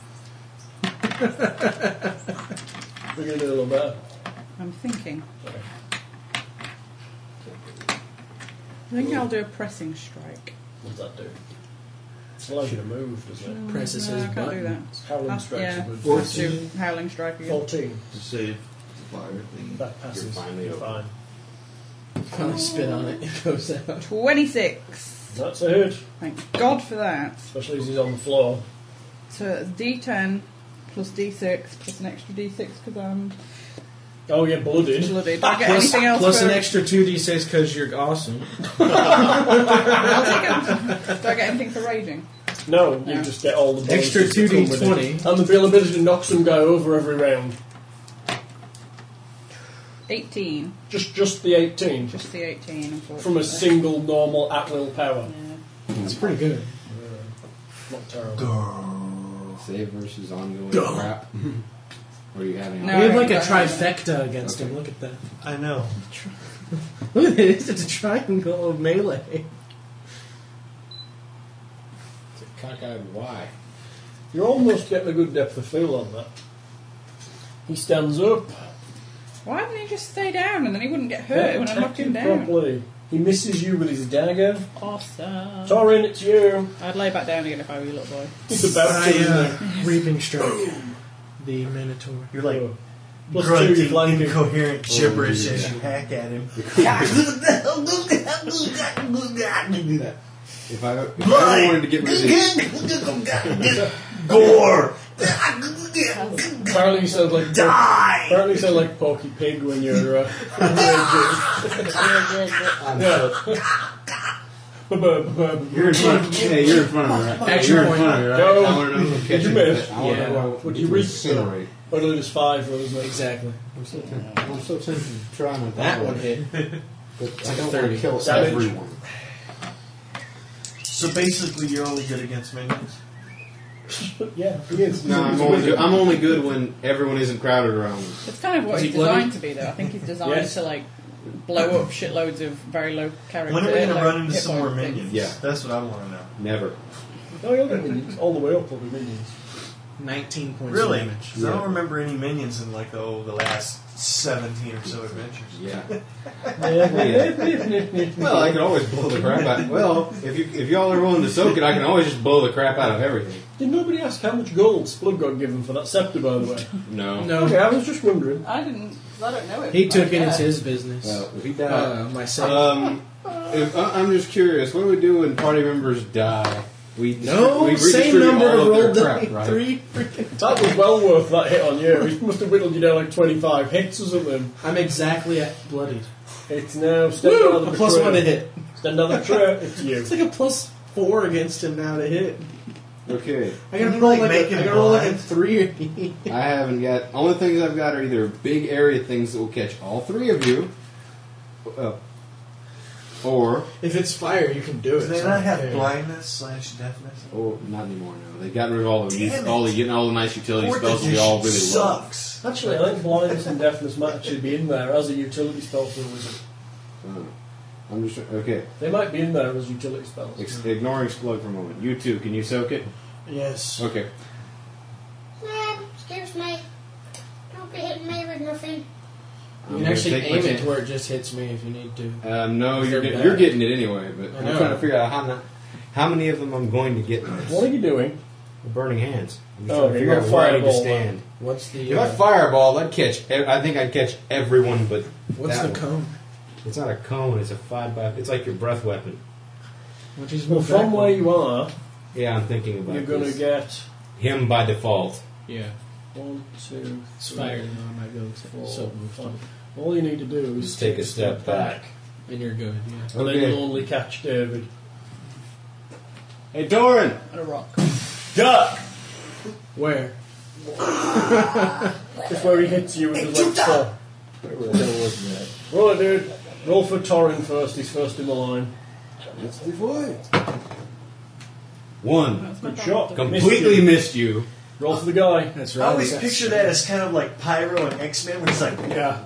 We're going to do a little better.
I'm thinking. I think I'll do a pressing strike.
What does that do? It's allowed you to move, doesn't it?
Presses
Mm, no,
his
I can't do
button.
that.
Oh,
Howling
That's-
strikes
yeah.
are good.
let's do howling strike again.
14.
Save fire thing.
That passes.
You're finally over.
fine.
Kind of spit on it, it goes out.
26.
That's a hit.
Thank God for that.
Especially as he's on the floor.
So it's D10 plus D6 plus an extra D6 because I'm
Oh, yeah, blooded.
blooded. Do I get
Plus,
anything else
plus
for,
an extra 2d6 because you're awesome.
Do I get anything for raging?
No, you
Yeah.
just get all the bonuses
Extra
that come with
2d20.
it. And the ability to knock some guy over every round.
18.
Just just the 18.
Just the 18, unfortunately.
From a single normal at will power.
Yeah.
That's pretty good.
Not terrible.
Save versus ongoing crap. or you having
No.
We have like a
I don't
trifecta against him. Look at that.
I know.
Look at this. It's a triangle of melee.
cockeyed why?
You're almost getting a good depth of feel on that. He stands up.
Why didn't he just stay down and then he wouldn't get hurt when I
attack
knocked him
you
down?
Properly. He misses you with his dagger.
Awesome.
Torin, it's you.
I'd lay back down again if I were you, little boy.
He's about to.
I,
isn't he?
uh, reaping strike. The Minotaur.
You're like
Oh. Plus two,
grunting
you're flanking.
incoherent gibberish as you hack at him. Do that.
If I, if I wanted to get rid of these,
Gore!
Apparently you sound like
Die!
apparently you sound like Porky Pig when you're uh, raging.
I'm
Ba-ba-ba-ba.
You're in front of me. Hey, you're in front of me, right?
Action
you're in
point.
front of me, right?
Go.
I want to know who
Did you
catching
miss?
it. I want to know
Yeah.
who I
Would
need
you
to
reach
incinerate.
Or did it was five wasn't it?
Exactly.
I'm so tempted. I'm so tempted to try and
That one
avoid
hit.
it. But I don't want to
30.
kill
Damage.
everyone.
So basically, you're only good against minions.
Yeah, he is.
No, I'm only, good, I'm only good when everyone isn't crowded around. me.
It's kind of what
Is
he's
he bloody?
designed to be, though. I think he's designed
Yes.
to, like, blow up shitloads of very low character.
When are we going to
like,
run into
hit
some more
point things.
minions?
Yeah.
That's what I want to know.
Never.
No, you'll get minions. All the way up will be minions.
19 points
Really?
of damage.
'Cause I don't remember any minions in like the, oh, the last 17 or so adventures.
Yeah. Well, I can always blow the crap out. Well, if you if y'all are willing to soak it, I can always just blow the crap out of everything.
Did nobody ask how much gold Splug got given for that scepter, by the way?
No.
No.
Okay, I was just wondering.
I didn't. I don't know it.
He took it
Yeah.
as his business.
Well, if he died,
uh, myself.
um, if, I, I'm just curious. What do we do when party members die? We
no,
we
same
redistribute
number
all
of
of their
rolled
crap,
die.
right?
Three freaking.
That was well worth that hit on you. He must have whittled you down like 25 hits or something.
I'm exactly at bloodied.
It's now stand
Woo!
down
A
the
plus
tray.
one to hit.
Stand down the tray. It's you.
It's like a plus four against him now to hit.
Okay,
I gotta
You,
roll
like,
like,
make
a, I
him
gotta roll like a
blind?
three.
I haven't got. Only things I've got are either big area things that will catch all three of you, uh, or
if it's fire, you can do it.
Do they
so
not
I'm
have
fair.
blindness slash deafness?
or oh, not anymore. No, they got rid of all the
Damn it.
all the getting all the nice utility
Fourth
spells. We
edition
all really love.
sucks.
Actually, I think blindness and deafness might actually be in there as a utility spell for a wizard.
Uh, I'm just okay.
They might be in there as utility spells.
Ex- ignoring Splug for a moment. You two, can you soak it?
Yes.
Okay.
Um, excuse me. Don't be hitting me with nothing.
You can
I'm gonna
actually
take
aim
my
it
chance.
to where it just hits me if you need to.
Um, no,
Is
you're,
there
get,
bad?
you're getting it anyway, but
I
I'm
know.
trying to figure out how, not, how many of them I'm going to get in this.
What are you doing?
The burning hands. I'm
Oh,
trying to
you're
figure out
gonna
where I need to
fireball
stand.
What's the
If I
uh,
fireball, I'd catch. ev- I think I'd catch everyone, but
what's
that
the
one.
cone?
It's not a cone. It's a five by. It's like your breath weapon.
Which is
Well, from where you are,
Yeah, I'm thinking about.
you're going to
this.
get
him by default.
Yeah,
one, two,
it's
three,
fire. No, I might go except
four,
so
five. All you need to do is
Just take a step back.
and you're good. Yeah.
and
Okay.
then you'll only catch David.
Hey, Doran,
And a rock.
Duck!
Where?
That's where he hits you with his left claw. Roll it, dude. Roll for Torin first. He's first in the line.
one
That's my
Good shot.
bad.
completely missed you.
Roll for the guy.
That's
I
right.
always picture that as kind of like Pyro and X Men, where it's like,
Yeah.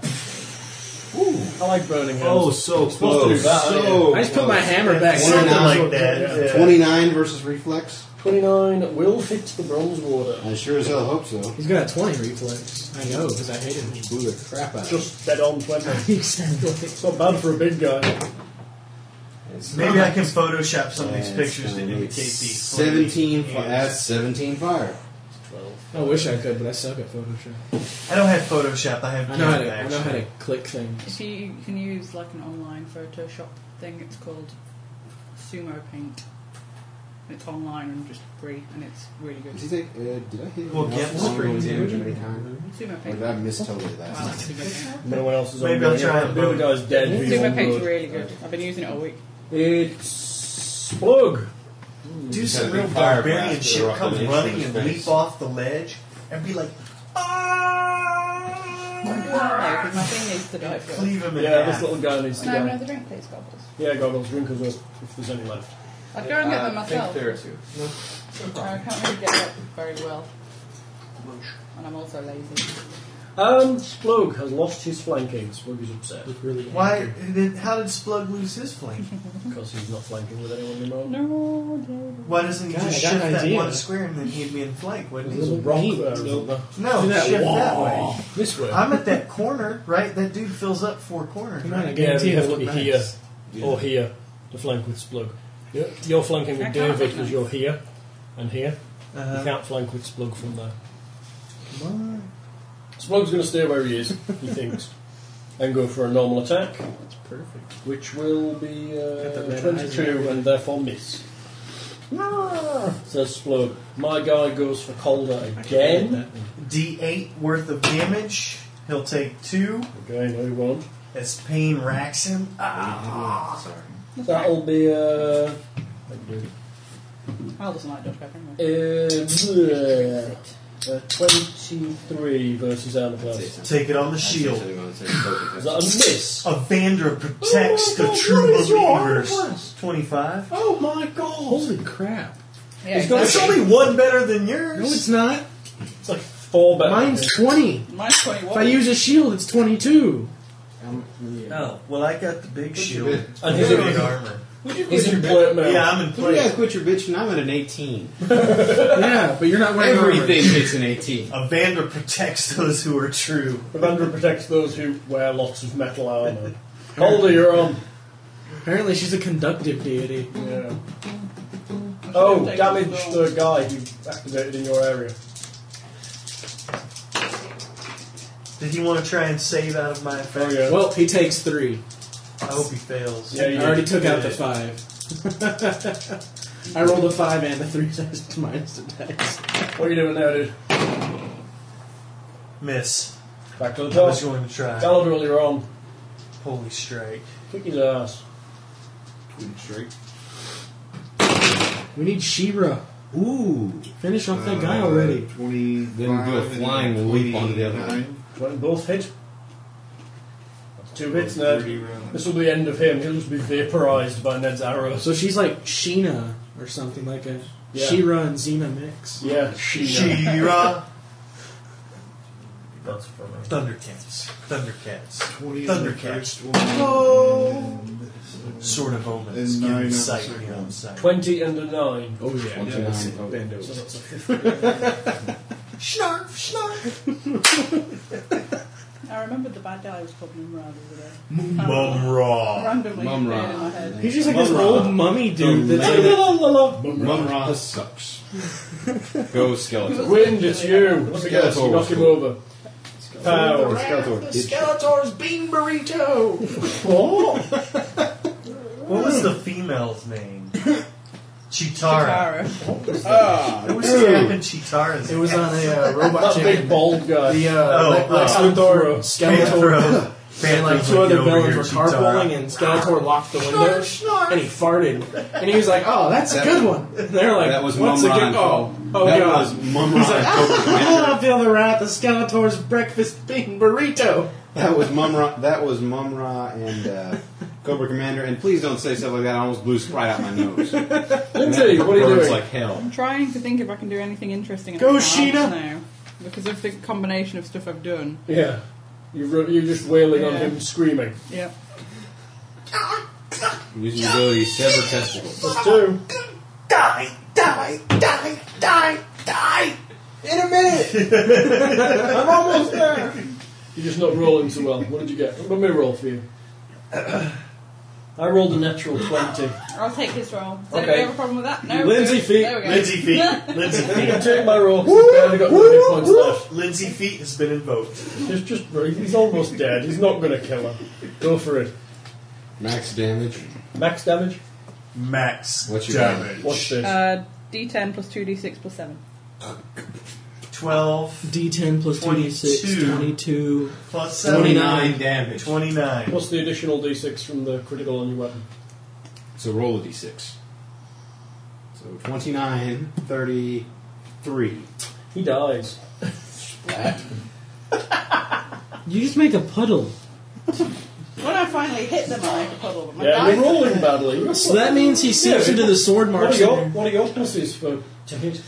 I like burning hands.
Oh, so
It's supposed to do
close.
that,
So
yeah.
I just put my hammer back
Something
in.
like that, yeah.
29 versus reflex?
29 will hit the bronze warder.
I sure as hell hope so.
He's got a 20 reflex. I know, because I hate him.
Blew the crap out of him.
Just dead on 20.
exactly.
It's not bad for a big guy.
It's
Maybe
not-
I can Photoshop some of these
That's
pictures to
gonna be
indicate these.
17
flames.
fi- that's 17 fire.
I wish I could, but I suck at Photoshop.
I don't have Photoshop. I have
I know how to, I
Canva,
know how
actually.
to click things.
If you, you can use like an online Photoshop thing, it's called Sumo Paint. It's online and just free, and it's really good.
Did, you take, uh, did I hit
Well,
him
get
enough for
screen
ongoing damage
dude.
every time?
Sumo
Or
Paint.
did I miss totally
Wow,
last
that's a good game.
No one else is
Maybe
on
I'll try it.
The other guy's dead. He's on
Sumo Paint's
board.
really good. I've been using it all week.
It's plug.
Do
Just
some
have a
real
big fire
barbarian
blast
shit.
erupt
Come
in his
running and
face.
leap off the ledge and be like,
No,
ah!
because my thing needs to die first.
Cleave him in
Yeah, this
half.
little guy needs to
Can I have
go.
another drink, please, Gobbles?
Yeah, goggles, drink as well, if there's any left.
I'd go and get them
Uh, I think
myself.
there are two.
I can't really get up very well. And I'm also lazy.
Um, Splug has lost his flanking. Splug is upset
Why? Then how did Splug lose his flank?
because he's not flanking with anyone anymore.
No, David.
Why doesn't he
God,
just
I got
shift
an
that
idea.
one square and then he'd be in flank, wouldn't
There's
he?
a rock
Neat.
there, isn't there?
No,
Do that
shift
wall.
that way.
This way.
I'm at that corner, right? That dude fills up four corners.
Come on, I
Right?
guarantee
Yeah,
it'll
look
be
at
here.
Or here, to flank with Splug. You're, you're flanking
I
with
can't
David
flank.
because you're here and here. You
Uh,
can't flank with Splug from there.
what?
Splug's going to stay where he is, he thinks, and go for a normal attack,
It's perfect.
which will be
Got the
uh,
red eyes
22 and therefore miss. Ah! Says Splug. My guy goes for Calder again.
D8 worth of damage. He'll take two
Again, who won?
as pain racks him. Ah.
Sorry.
That'll be uh,
Al doesn't like Dutch pepper anyway.
uh, uh, 23 versus Anablas.
Take it on the
That's
shield.
usually when it's in focus.
Is that a miss?
Avandra protects
Oh my
the
God,
true
what is your armor
believers. 25.
Oh my god!
Holy crap.
Yeah,
He's got-
exactly.
That's only one better than yours.
No, it's not.
It's like four better.
Mine's 20.
Mine's 21.
If I use a shield, it's 22.
Um, yeah.
Oh, well, I got the big shield.
bit.
And he's
He's
in,
armor.
he's in plate mail.
Yeah, I'm in
You gotta
play.
quit your bitch, and I'm at an 18.
yeah, but you're not wearing
Everything takes an 18.
Evander protects those who are true.
Evander protects those who wear lots of metal armour. Calder, you're on.
armor. Apparently, she's a conductive deity.
Yeah.
I should
Oh,
have taken
damage
the wrong-
the guy who activated in your area.
Did he want to try and save out of my
Oh,
effect?
yeah.
Well, he takes three.
I hope he fails.
Yeah,
I
you
already took out the
did.
five. I rolled a five and a three dice to minus the dice.
What are you doing now, dude?
Miss.
Back to the
I was
top.
going to try.
Galadriel, you're on.
Holy strike.
Kick his ass.
We need Shira.
Ooh.
Finish off that guy already.
20.
Then do a flying leap onto the other one.
Twenty both hit. That's two hits, Ned. This will be the end of him. He'll just be vaporised by Ned's arrows.
So she's like Sheena or something like a
Yeah.
Shira and Xena mix.
Yeah, she.
Shira.
That's funny.
Thundercats. Thundercats.
20
Thundercats.
One. Oh.
Sort of omens.
And
Give
nine
oh
him
on the
sight.
second
give him
one.
sight.
Twenty and a nine.
Oh yeah,
29 total.
So that's a fifty.
Snarf, snarf.
I remembered the bad guy was called Mumra the other day.
Raw.
Randomly
Mumra.
appeared in my head.
He's just like this
Mumra.
old mummy dude.
The
That's like,
Mumra sucks. Go Skeletor.
Wind, it's you. What's
Yeah, it's
You knock him over. Pow.
Skeletor. Did
Skeletor's bean burrito.
What was the female's name? Chitara.
Tara.
Who was tapping Chitara's
It was on a uh, robot
That
chicken.
big bald guy.
The uh,
Oh,
Lex- Lex
uh,
Luthor, Skeletor,
Phanthro.
and like
Phanthro's
two
like,
other
"Get over
villains
here,
were
Chitara."
carpooling, and Skeletor locked the window, and he farted, and he was like, "Oh, that's a
That-
good one." And they're like,
That was
"What's a
Mumra
good?"
and
Oh,
Cobra.
oh
that
god.
was Mumra
He's like,
and Cobra
"Ah, I
Commander.
feel the wrath of Skeletor's breakfast bean burrito."
That was Mumra. That was Mumra and uh, Cobra Commander. And please don't say stuff like that. I almost blew Sprite out my nose. And
Lindsay,
that
what are you
burns
doing?
like hell.
I'm trying to think if I can do anything interesting. and
Go,
I can't
Sheena.
Now, because of the combination of stuff I've done.
yeah. You run, you're just wailing on
Yeah.
him, screaming.
Yeah.
Using your ability, sever testicles.
Plus two.
Die, die, die, die, die! In a minute! I'm almost there!
You're just not rolling too well. What did you get? Let me roll for you. I rolled a natural 20.
I'll take his roll. Does
Okay.
anybody have a problem with that? No.
Lindsay
good.
feet.
There we go.
Lindsay feet. Lindsay
I'm going to
feet.
take my roll 'cause I've barely got any points left.
Lindsay feet has been invoked.
Just, just, he's almost dead. He's not going to kill him. Go for it.
Max damage.
Max damage.
Max
What's your
damage.
Watch this.
Uh, D10 plus 2d6 plus 7.
Twelve
D10 plus 2d6,
22.
22.
plus seven.
29
damage.
Twenty-nine.
What's the additional d6 from the critical on your weapon?
So roll a d6. So 29, 33.
He dies.
That.
You just make a puddle.
When I finally hit them, I make a puddle. But my
Yeah,
dice-
you're rolling badly. You're
So that means he sinks
Yeah.
into the sword
What are
marks in
your
there.
what are your pluses for to hit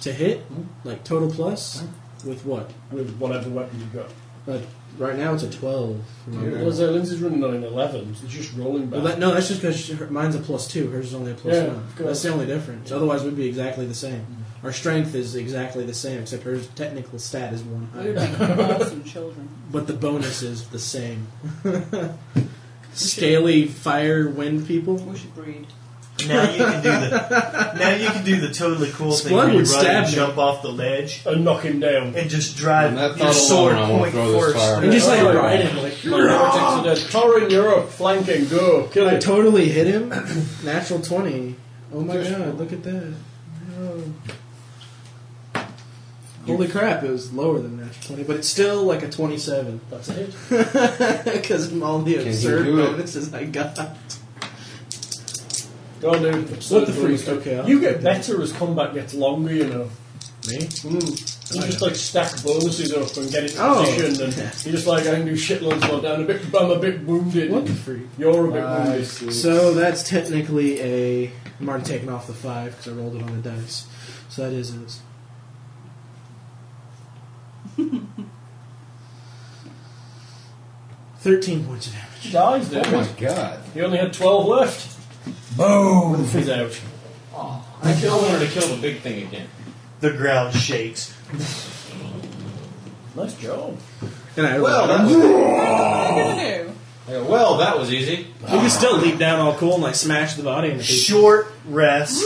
to hit, like total plus, with what?
with whatever weapon you got?
Uh, right now it's a 12.
Well, as I say, Lindsay's running on an eleven. She's just rolling
Well,
back.
that, no, that's just because mine's a plus two. Hers is only a plus
Yeah,
one.
go
That's the only difference. Otherwise, we'd be exactly the same. Our strength is exactly the same, except hers technical stat is one
We're
higher.
making awesome children.
but the bonus is the same. Scaly fire wind people.
We should breed.
Now you can do the. Now you can do the totally cool thing where
Splunk
you
would
run
stab
and
me.
jump off the ledge
and knock him down.
and just
On
drive
that
your
thought
sword
alone, I wanna
point
throw this
first.
fire.
And just like
Alright,
ride
him
him.
like my vortex of death. Torrin, you're up, flanking, go, kill
I
it.
totally hit him. Natural twenty. Oh my god! Look at that. No. Holy crap! It was lower than natural twenty, but it's still like a twenty-seven.
That's a hit.
Because all the
he
absurd
do it?
bonuses I got.
Go on, dude.
What
Absurd
the
bonus.
freak? Okay, I'll-
You get better as combat gets longer, you know.
me.
You just like stack bonuses up and get it
Oh.
positioned, and you're just like I can do shitloads more down. A bit, I'm a bit wounded.
What the freak?
You're a bit wounded.
So that's technically a. I'm already taking off the five because I rolled it on the dice. So that is is Thirteen points of damage.
He dies, dude.
Oh my god.
He only had twelve left.
Oh.
Boom! He's out.
I still wanted to kill the big thing again.
The ground shakes.
Nice job.
And I
Well,
rolled.
that was,
What are you going to do?
I go, well, that was easy.
You can still leap down all cool and like smash the body into people.
Short rest.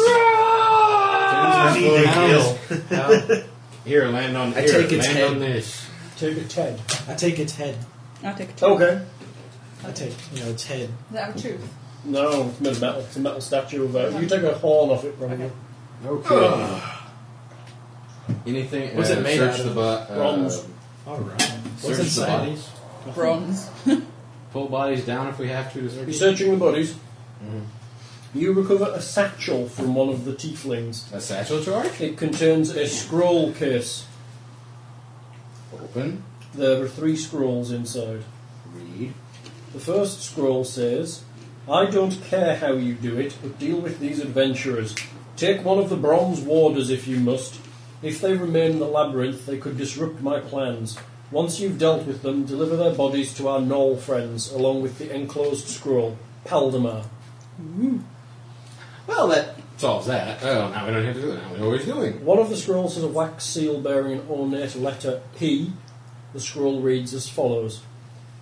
Anything ill.
Now- Here, land on.
I
here,
take its
land
head.
on this.
Take a ten.
I take its head.
I'll take a tooth.
Okay.
I take you know its head.
Does that have a tooth?
No, it's made of metal. It's a metal statue of. Uh, you can take a horn off it, probably.
Okay. Anything?
What's
uh,
it made
search
out of?
The bo-
Bronze.
Uh,
All right.
search the
inside?
bodies.
Bronze.
Pull bodies down if we have to. to search.
You're searching the bodies.
Mm-hmm.
You recover a satchel from one of the tieflings.
A satchel charge.
It contains a scroll case.
Open.
There are three scrolls inside.
Read.
The first scroll says, I don't care how you do it, but deal with these adventurers. Take one of the bronze warders if you must. If they remain in the labyrinth, they could disrupt my plans. Once you've dealt with them, deliver their bodies to our Knoll friends, along with the enclosed scroll, Paldemar.
Well, that solves that. Oh, now we don't have to do it. Now we know what he's doing.
One of the scrolls has a wax seal bearing an ornate letter P. The scroll reads as follows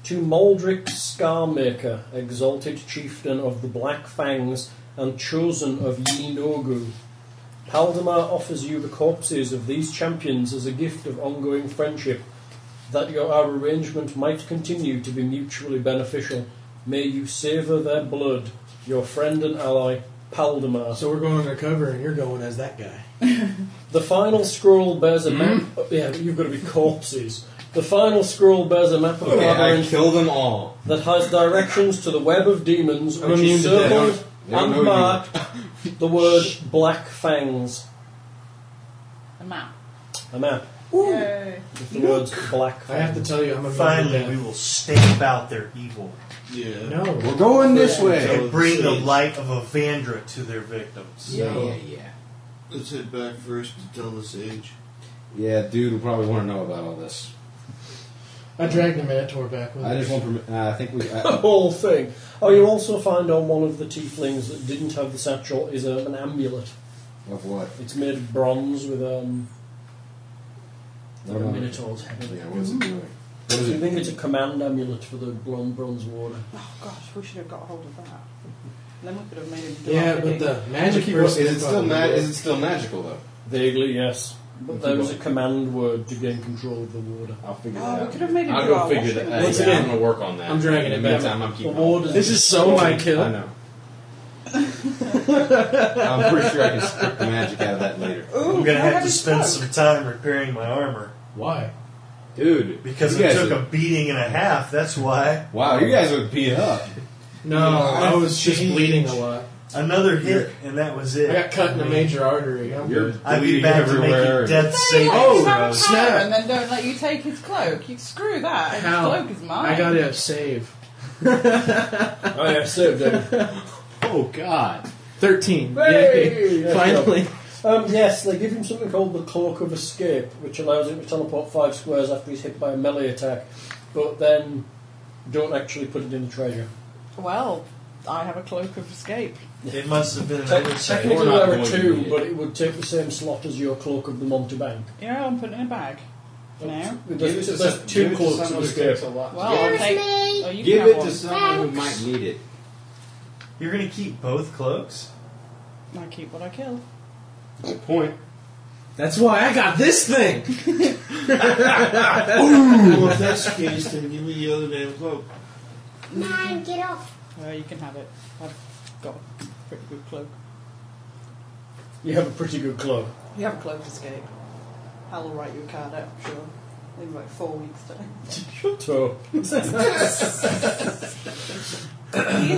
To Maldric Scarmaker, exalted chieftain of the Black Fangs and chosen of Yi Nogu. Paldemar offers you the corpses of these champions as a gift of ongoing friendship, that your our arrangement might continue to be mutually beneficial. May you savour their blood, your friend and ally, Paldemar.
So we're going undercover, and you're going as that guy.
The final scroll bears a map.
Mm.
oh, yeah, you've got to be corpses. The final scroll bears a map of
Okay, I
labyrinth
kill them all.
that has directions to the web of demons,
I'm
which is
immune to death.
circled
They don't know
and
you.
marked the word Black Fangs.
A map.
A map
Yay.
with the words Black
I have
Fangs.
to tell you, I'm a
Finally, we will stamp out their evil
Yeah.
No.
We're going this way.
and bring the light of Avandra to their victims.
Yeah, yeah, yeah.
Let's head back first to tell this age.
Yeah, dude will probably want to know about all this.
I dragged the Minotaur back with
I
me.
just want. Permi- uh, I think we.
The
I,
whole thing. Oh, you also find on one of the tieflings that didn't have the satchel is um, an amulet.
of what?
It's made of bronze with um, like a
Never mind.
minotaur's head.
Yeah. What is it doing? What
Do
is
you
it?
think it's a command amulet for the blonde bronze warder?
Oh gosh, we should have got hold of that. Then we could have made him. do
Yeah,
that,
but
really.
the magic
Is
person.
it still ma- Is it still magical though?
Vaguely, yes. But there was a command word to gain control of the warder.
I'll figure
Oh,
that
we
out.
could have made him
I'll
do
go
our
figure
washing.
that out.
Once
Yeah,
again,
I'm going to work on that.
I'm dragging
In
it
the
back.
meantime, I'm keeping
The warder.
This is so my
I
kill.
know.
I'm pretty sure I can strip the magic out of that later.
Ooh,
I'm gonna
I
have to
his
spend
cloak.
some time repairing my armor
Why?
Dude.
because
you
I
guys
took
are-
a beating and a half. That's why
Wow, you guys are beat up.
No, I was just
Change.
bleeding a lot.
another hit and that was
I
it.
got cut in the major artery. I'm
You're
good.
I'd be
bleeding
back to
everywhere.
making death
They
saving
let
Oh,
you have a
throws.
power
snap.
And then don't let you take his cloak. You screw that. His
How?
cloak is mine.
I got to save.
Oh, yeah, saved him.
Oh, God.
13.
Hey!
Yay. Finally.
um, yes, they give him something called the Cloak of Escape, which allows him to teleport five squares after he's hit by a melee attack, but then don't actually put it in the treasure.
Well, I have a cloak of escape.
It must have been an
Te-
oversight.
technically,
Or not
there
going
are
to
two,
be.
but it would take the same slot as your Cloak of the Montebank.
Yeah, I'm putting it in a bag. For now.
Give it
There's,
to
there's
some- give
two
it to
Cloaks
someone
of
who
Escape.
takes a lot.
Well, I'll
Here's
take.
me.
Oh, you
Give
can have
it
one.
to someone who might
Thanks.
need it.
You're gonna keep both cloaks?
I keep what I kill.
Good point.
That's why I got this thing.
well, if that's the case, then give me the other damn cloak.
Mine, get off.
Uh, you can have it. I've got a pretty good cloak.
You have a pretty good cloak.
You have a cloak of escape. Hal will write you a card out, I'm sure. In about four weeks' time.
Shut up.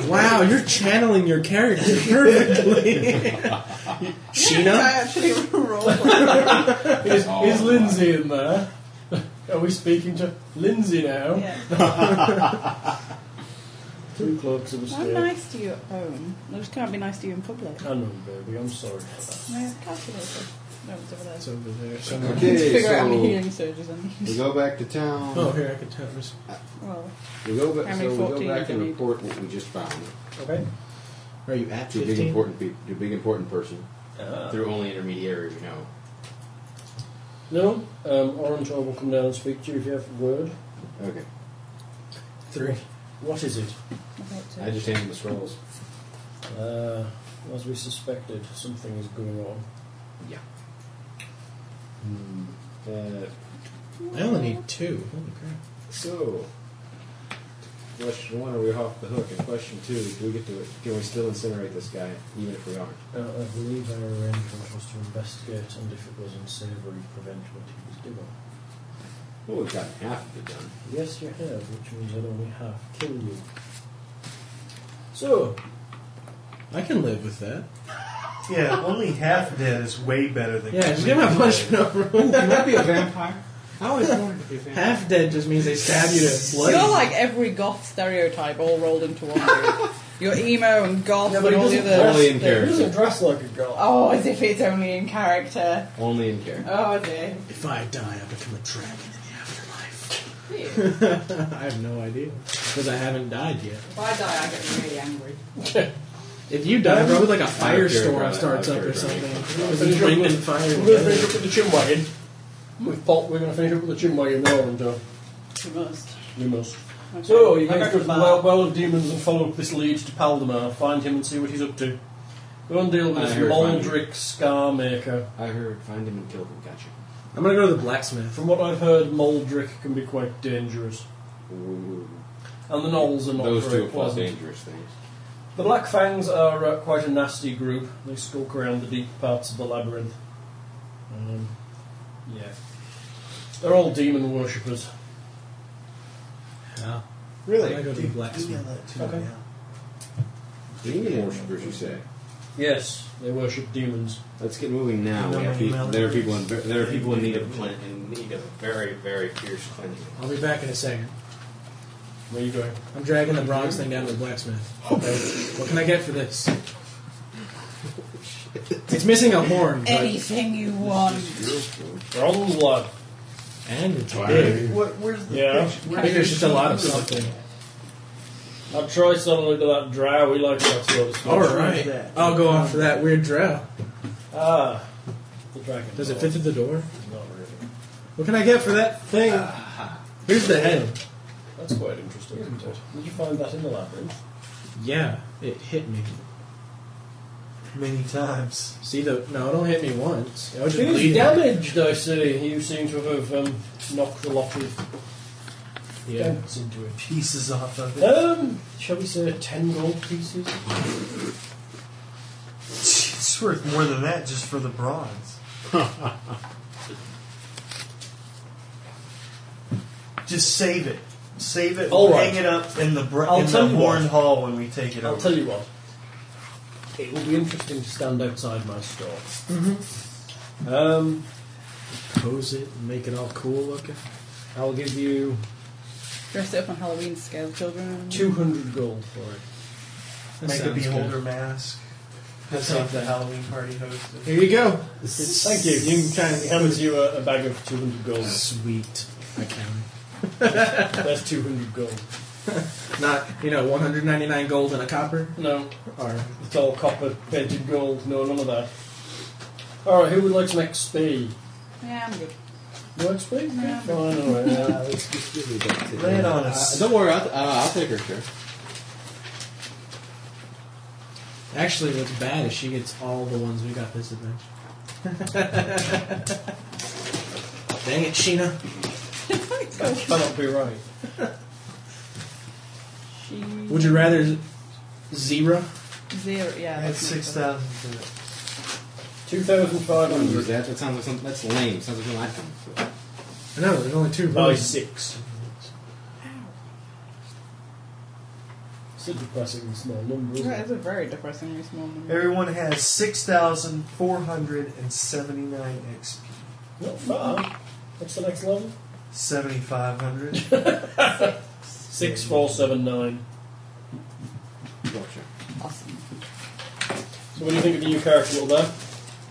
Wow, you're channeling your character perfectly.
I
Sheena?
actually roll. I
Is,
Oh,
is
my.
Lindsay in there? Are we speaking to Lindsay now?
yeah.
Two cloaks of escape.
I'm nice to you at home. I just can't be nice to you in public.
I know, baby. I'm sorry for that.
No, calculator. No, it's over there.
It's over there somewhere.
Okay,
Figure out how many
so
healing surges I need.
we go back to town.
Oh, here, I can tell this.
Well,
We go back.
How
So
many
we go
14
back
do you
and
need?
report what we just found.
Okay.
Are you at
To a big
15?
important pe- to a big important person Uh-huh.
Through only intermediary we know.
No, um, Orantor will come down and speak to you if you have a word.
Okay.
Three.
What is it?
about to.
I just handed the scrolls.
Uh, as we suspected, something is going on.
Uh,
I only need two. Holy crap.
so, question one: Are we off the hook? And question two: Do we get to it? Can we still incinerate this guy, even if we aren't?
Uh, I believe our arrangement was to investigate and if it was unsavoury, prevent what he was doing.
Well, we've gotten half of it done.
Yes, you have, which means I'd only half kill you. So,
I can live with that.
Yeah, only half dead is way better than
Yeah, just give him a punishment over.
Might be a vampire.
I always wanted to be a vampire. Half dead just means they stab you to blood.
You're like every goth stereotype all rolled into one. dude. You're emo and goth and all the
dress-
other.
Only in character.
He doesn't dress like a girl.
Oh, as if it's only in character.
Only in character.
Oh dear.
If I die, I become a dragon in the afterlife.
If
I have no idea. Because I haven't died yet.
I die, I get really angry.
If you die, probably like a
I don't care about
firestorm
it.
starts
I don't
up or
care about it.
something.
We're
Because
going
it's
to
raining
finish
fire.
up with the chin wagon. With Paul, we're going to finish up with the chin wagon there, Orantor.
You must.
You must.
Okay.
uh, So, you
I
guys
go
go
to the
to the
bar.
well, well of Demons and follow up this lead to Paldemar. Find him and see what he's up to. Go and deal with
I
this
heard find him.
Moldrick Scarmaker.
I heard find him and kill him. Gotcha.
I'm going to go to the blacksmith.
From what I've heard, Moldrick can be quite dangerous.
Ooh.
And the Knolls are not
Those
very
two are plus
pleasant.
dangerous things.
The Black Fangs are uh, quite a nasty group. They skulk around the deep parts of the labyrinth. Um, yeah. They're all demon worshippers.
Yeah.
Really?
I go to the blacksmith.
Okay.
Demon worshippers, you say?
Yes, they worship demons.
Let's get moving now.
No
We have
more
people, there are
melodies.
people in there are people in need of clean, in need of very very fierce cleansing.
I'll be back in a second.
Where are you going?
I'm dragging the bronze thing down to the blacksmith. Okay. what can I get for this? It's missing a horn. but-
Anything you want.
Wrong lad.
And it's
Wow.
big.
What, where's the
Yeah.
picture?
I
I think there's just a lot of something.
I'll try something like that dry we like that sort of stuff.
All right.
that?
I'll go on for that weird drow.
Ah. The dragon.
Does it fit
the
through the door?
Not really.
What can I get for that thing? Here's the head.
That's quite interesting, isn't it? Did you find that in the labyrinth?
Yeah, it hit me.
Many times.
See the? No, it only hit me once. I was just
It is
bleeding.
damaged, I see. You seem to have um, knocked a lot of
Yeah.
dents into it.
Pieces off of it.
Um, shall we say ten gold pieces?
It's worth more than that just for the bronze. just save it. Save it.
All
we'll
right.
Hang it up in the br-
I'll
in
tell
the
you
horn
what.
hall when we take it
I'll
over.
tell you what. It will be interesting to stand outside my store. Mm-hmm. Um,
Pose Mm-hmm. it and make it all cool looking.
I'll give you
Dress it up on Halloween scale, children.
two hundred gold for it.
That
Make a
sounds
beholder
good.
mask. That's off the Halloween party hosted.
Here you go.
Thank you. You can try and hand you a, a bag of two hundred gold.
Sweet. I can.
That's two hundred gold.
Not you know 199 gold and a copper
No,
or
it's all copper painted gold. No, none of that. All right, who would like some XP?
Yeah, I'm good.
No XP?
No.
Fine, all right.
Uh, let's just give me that to
Lay it on
Uh,
us.
don't worry, I'll, uh, I'll take her, sure.
Actually, what's bad is she gets all the ones we got this adventure. Dang it, Sheena.
That cannot be right.
She
Would you rather zero?
zero? Yeah,
Add
that's
six
my-
thousand to it.
Two thousand five
I don't use
hundred
that. That sounds like something that's lame. Sounds like something I'd come up with.
No, there's only two.
by
Oh,
really.
six. It's a depressing small number, isn't
That
it?
is a very depressingly small number.
Everyone has 6,479 XP.
Not far. What's the next level?
7,500.
Six four seven nine.
Gotcha.
Awesome.
So what do you think of the new character little there?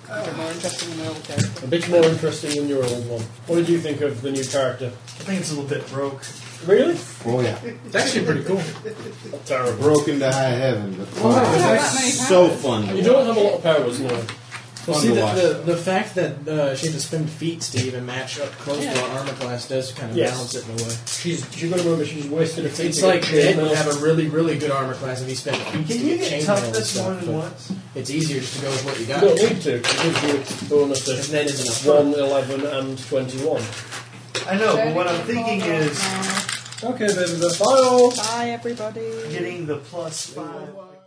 They're more interesting than the old character.
A bit more interesting than your old one. What did you think of the new character?
I think it's a little bit broke.
Really?
Oh, yeah.
It's actually pretty cool.
Not terrible.
Broke into high heaven, but
Well,
wow,
that's
it
not
was
that many
so
times.
fun. to
You don't
watch.
have a lot of powers, no.
Well,
Fun
see,
to
the,
watch.
the, the fact that uh, she had to spend feats to even match up close
Yeah.
to our armor class does kind of
Yes.
balance it in a way.
She's she's gonna remember she's wasted a
It's,
feat
it's
to
like
get
Jed
chainmail.
would have a really, really good armor class if he spent feats
Can
to
you
get
get
chainmail and
toughness more
stuff.
than
but
once?
It's easier just to go with what you
You
got.
don't need to, it gives you a bonus
And
of
then it's an
1, 11 and 21.
I know, but what I'm thinking is
Now.
Okay, baby, the final!
Bye, everybody.
getting the plus five.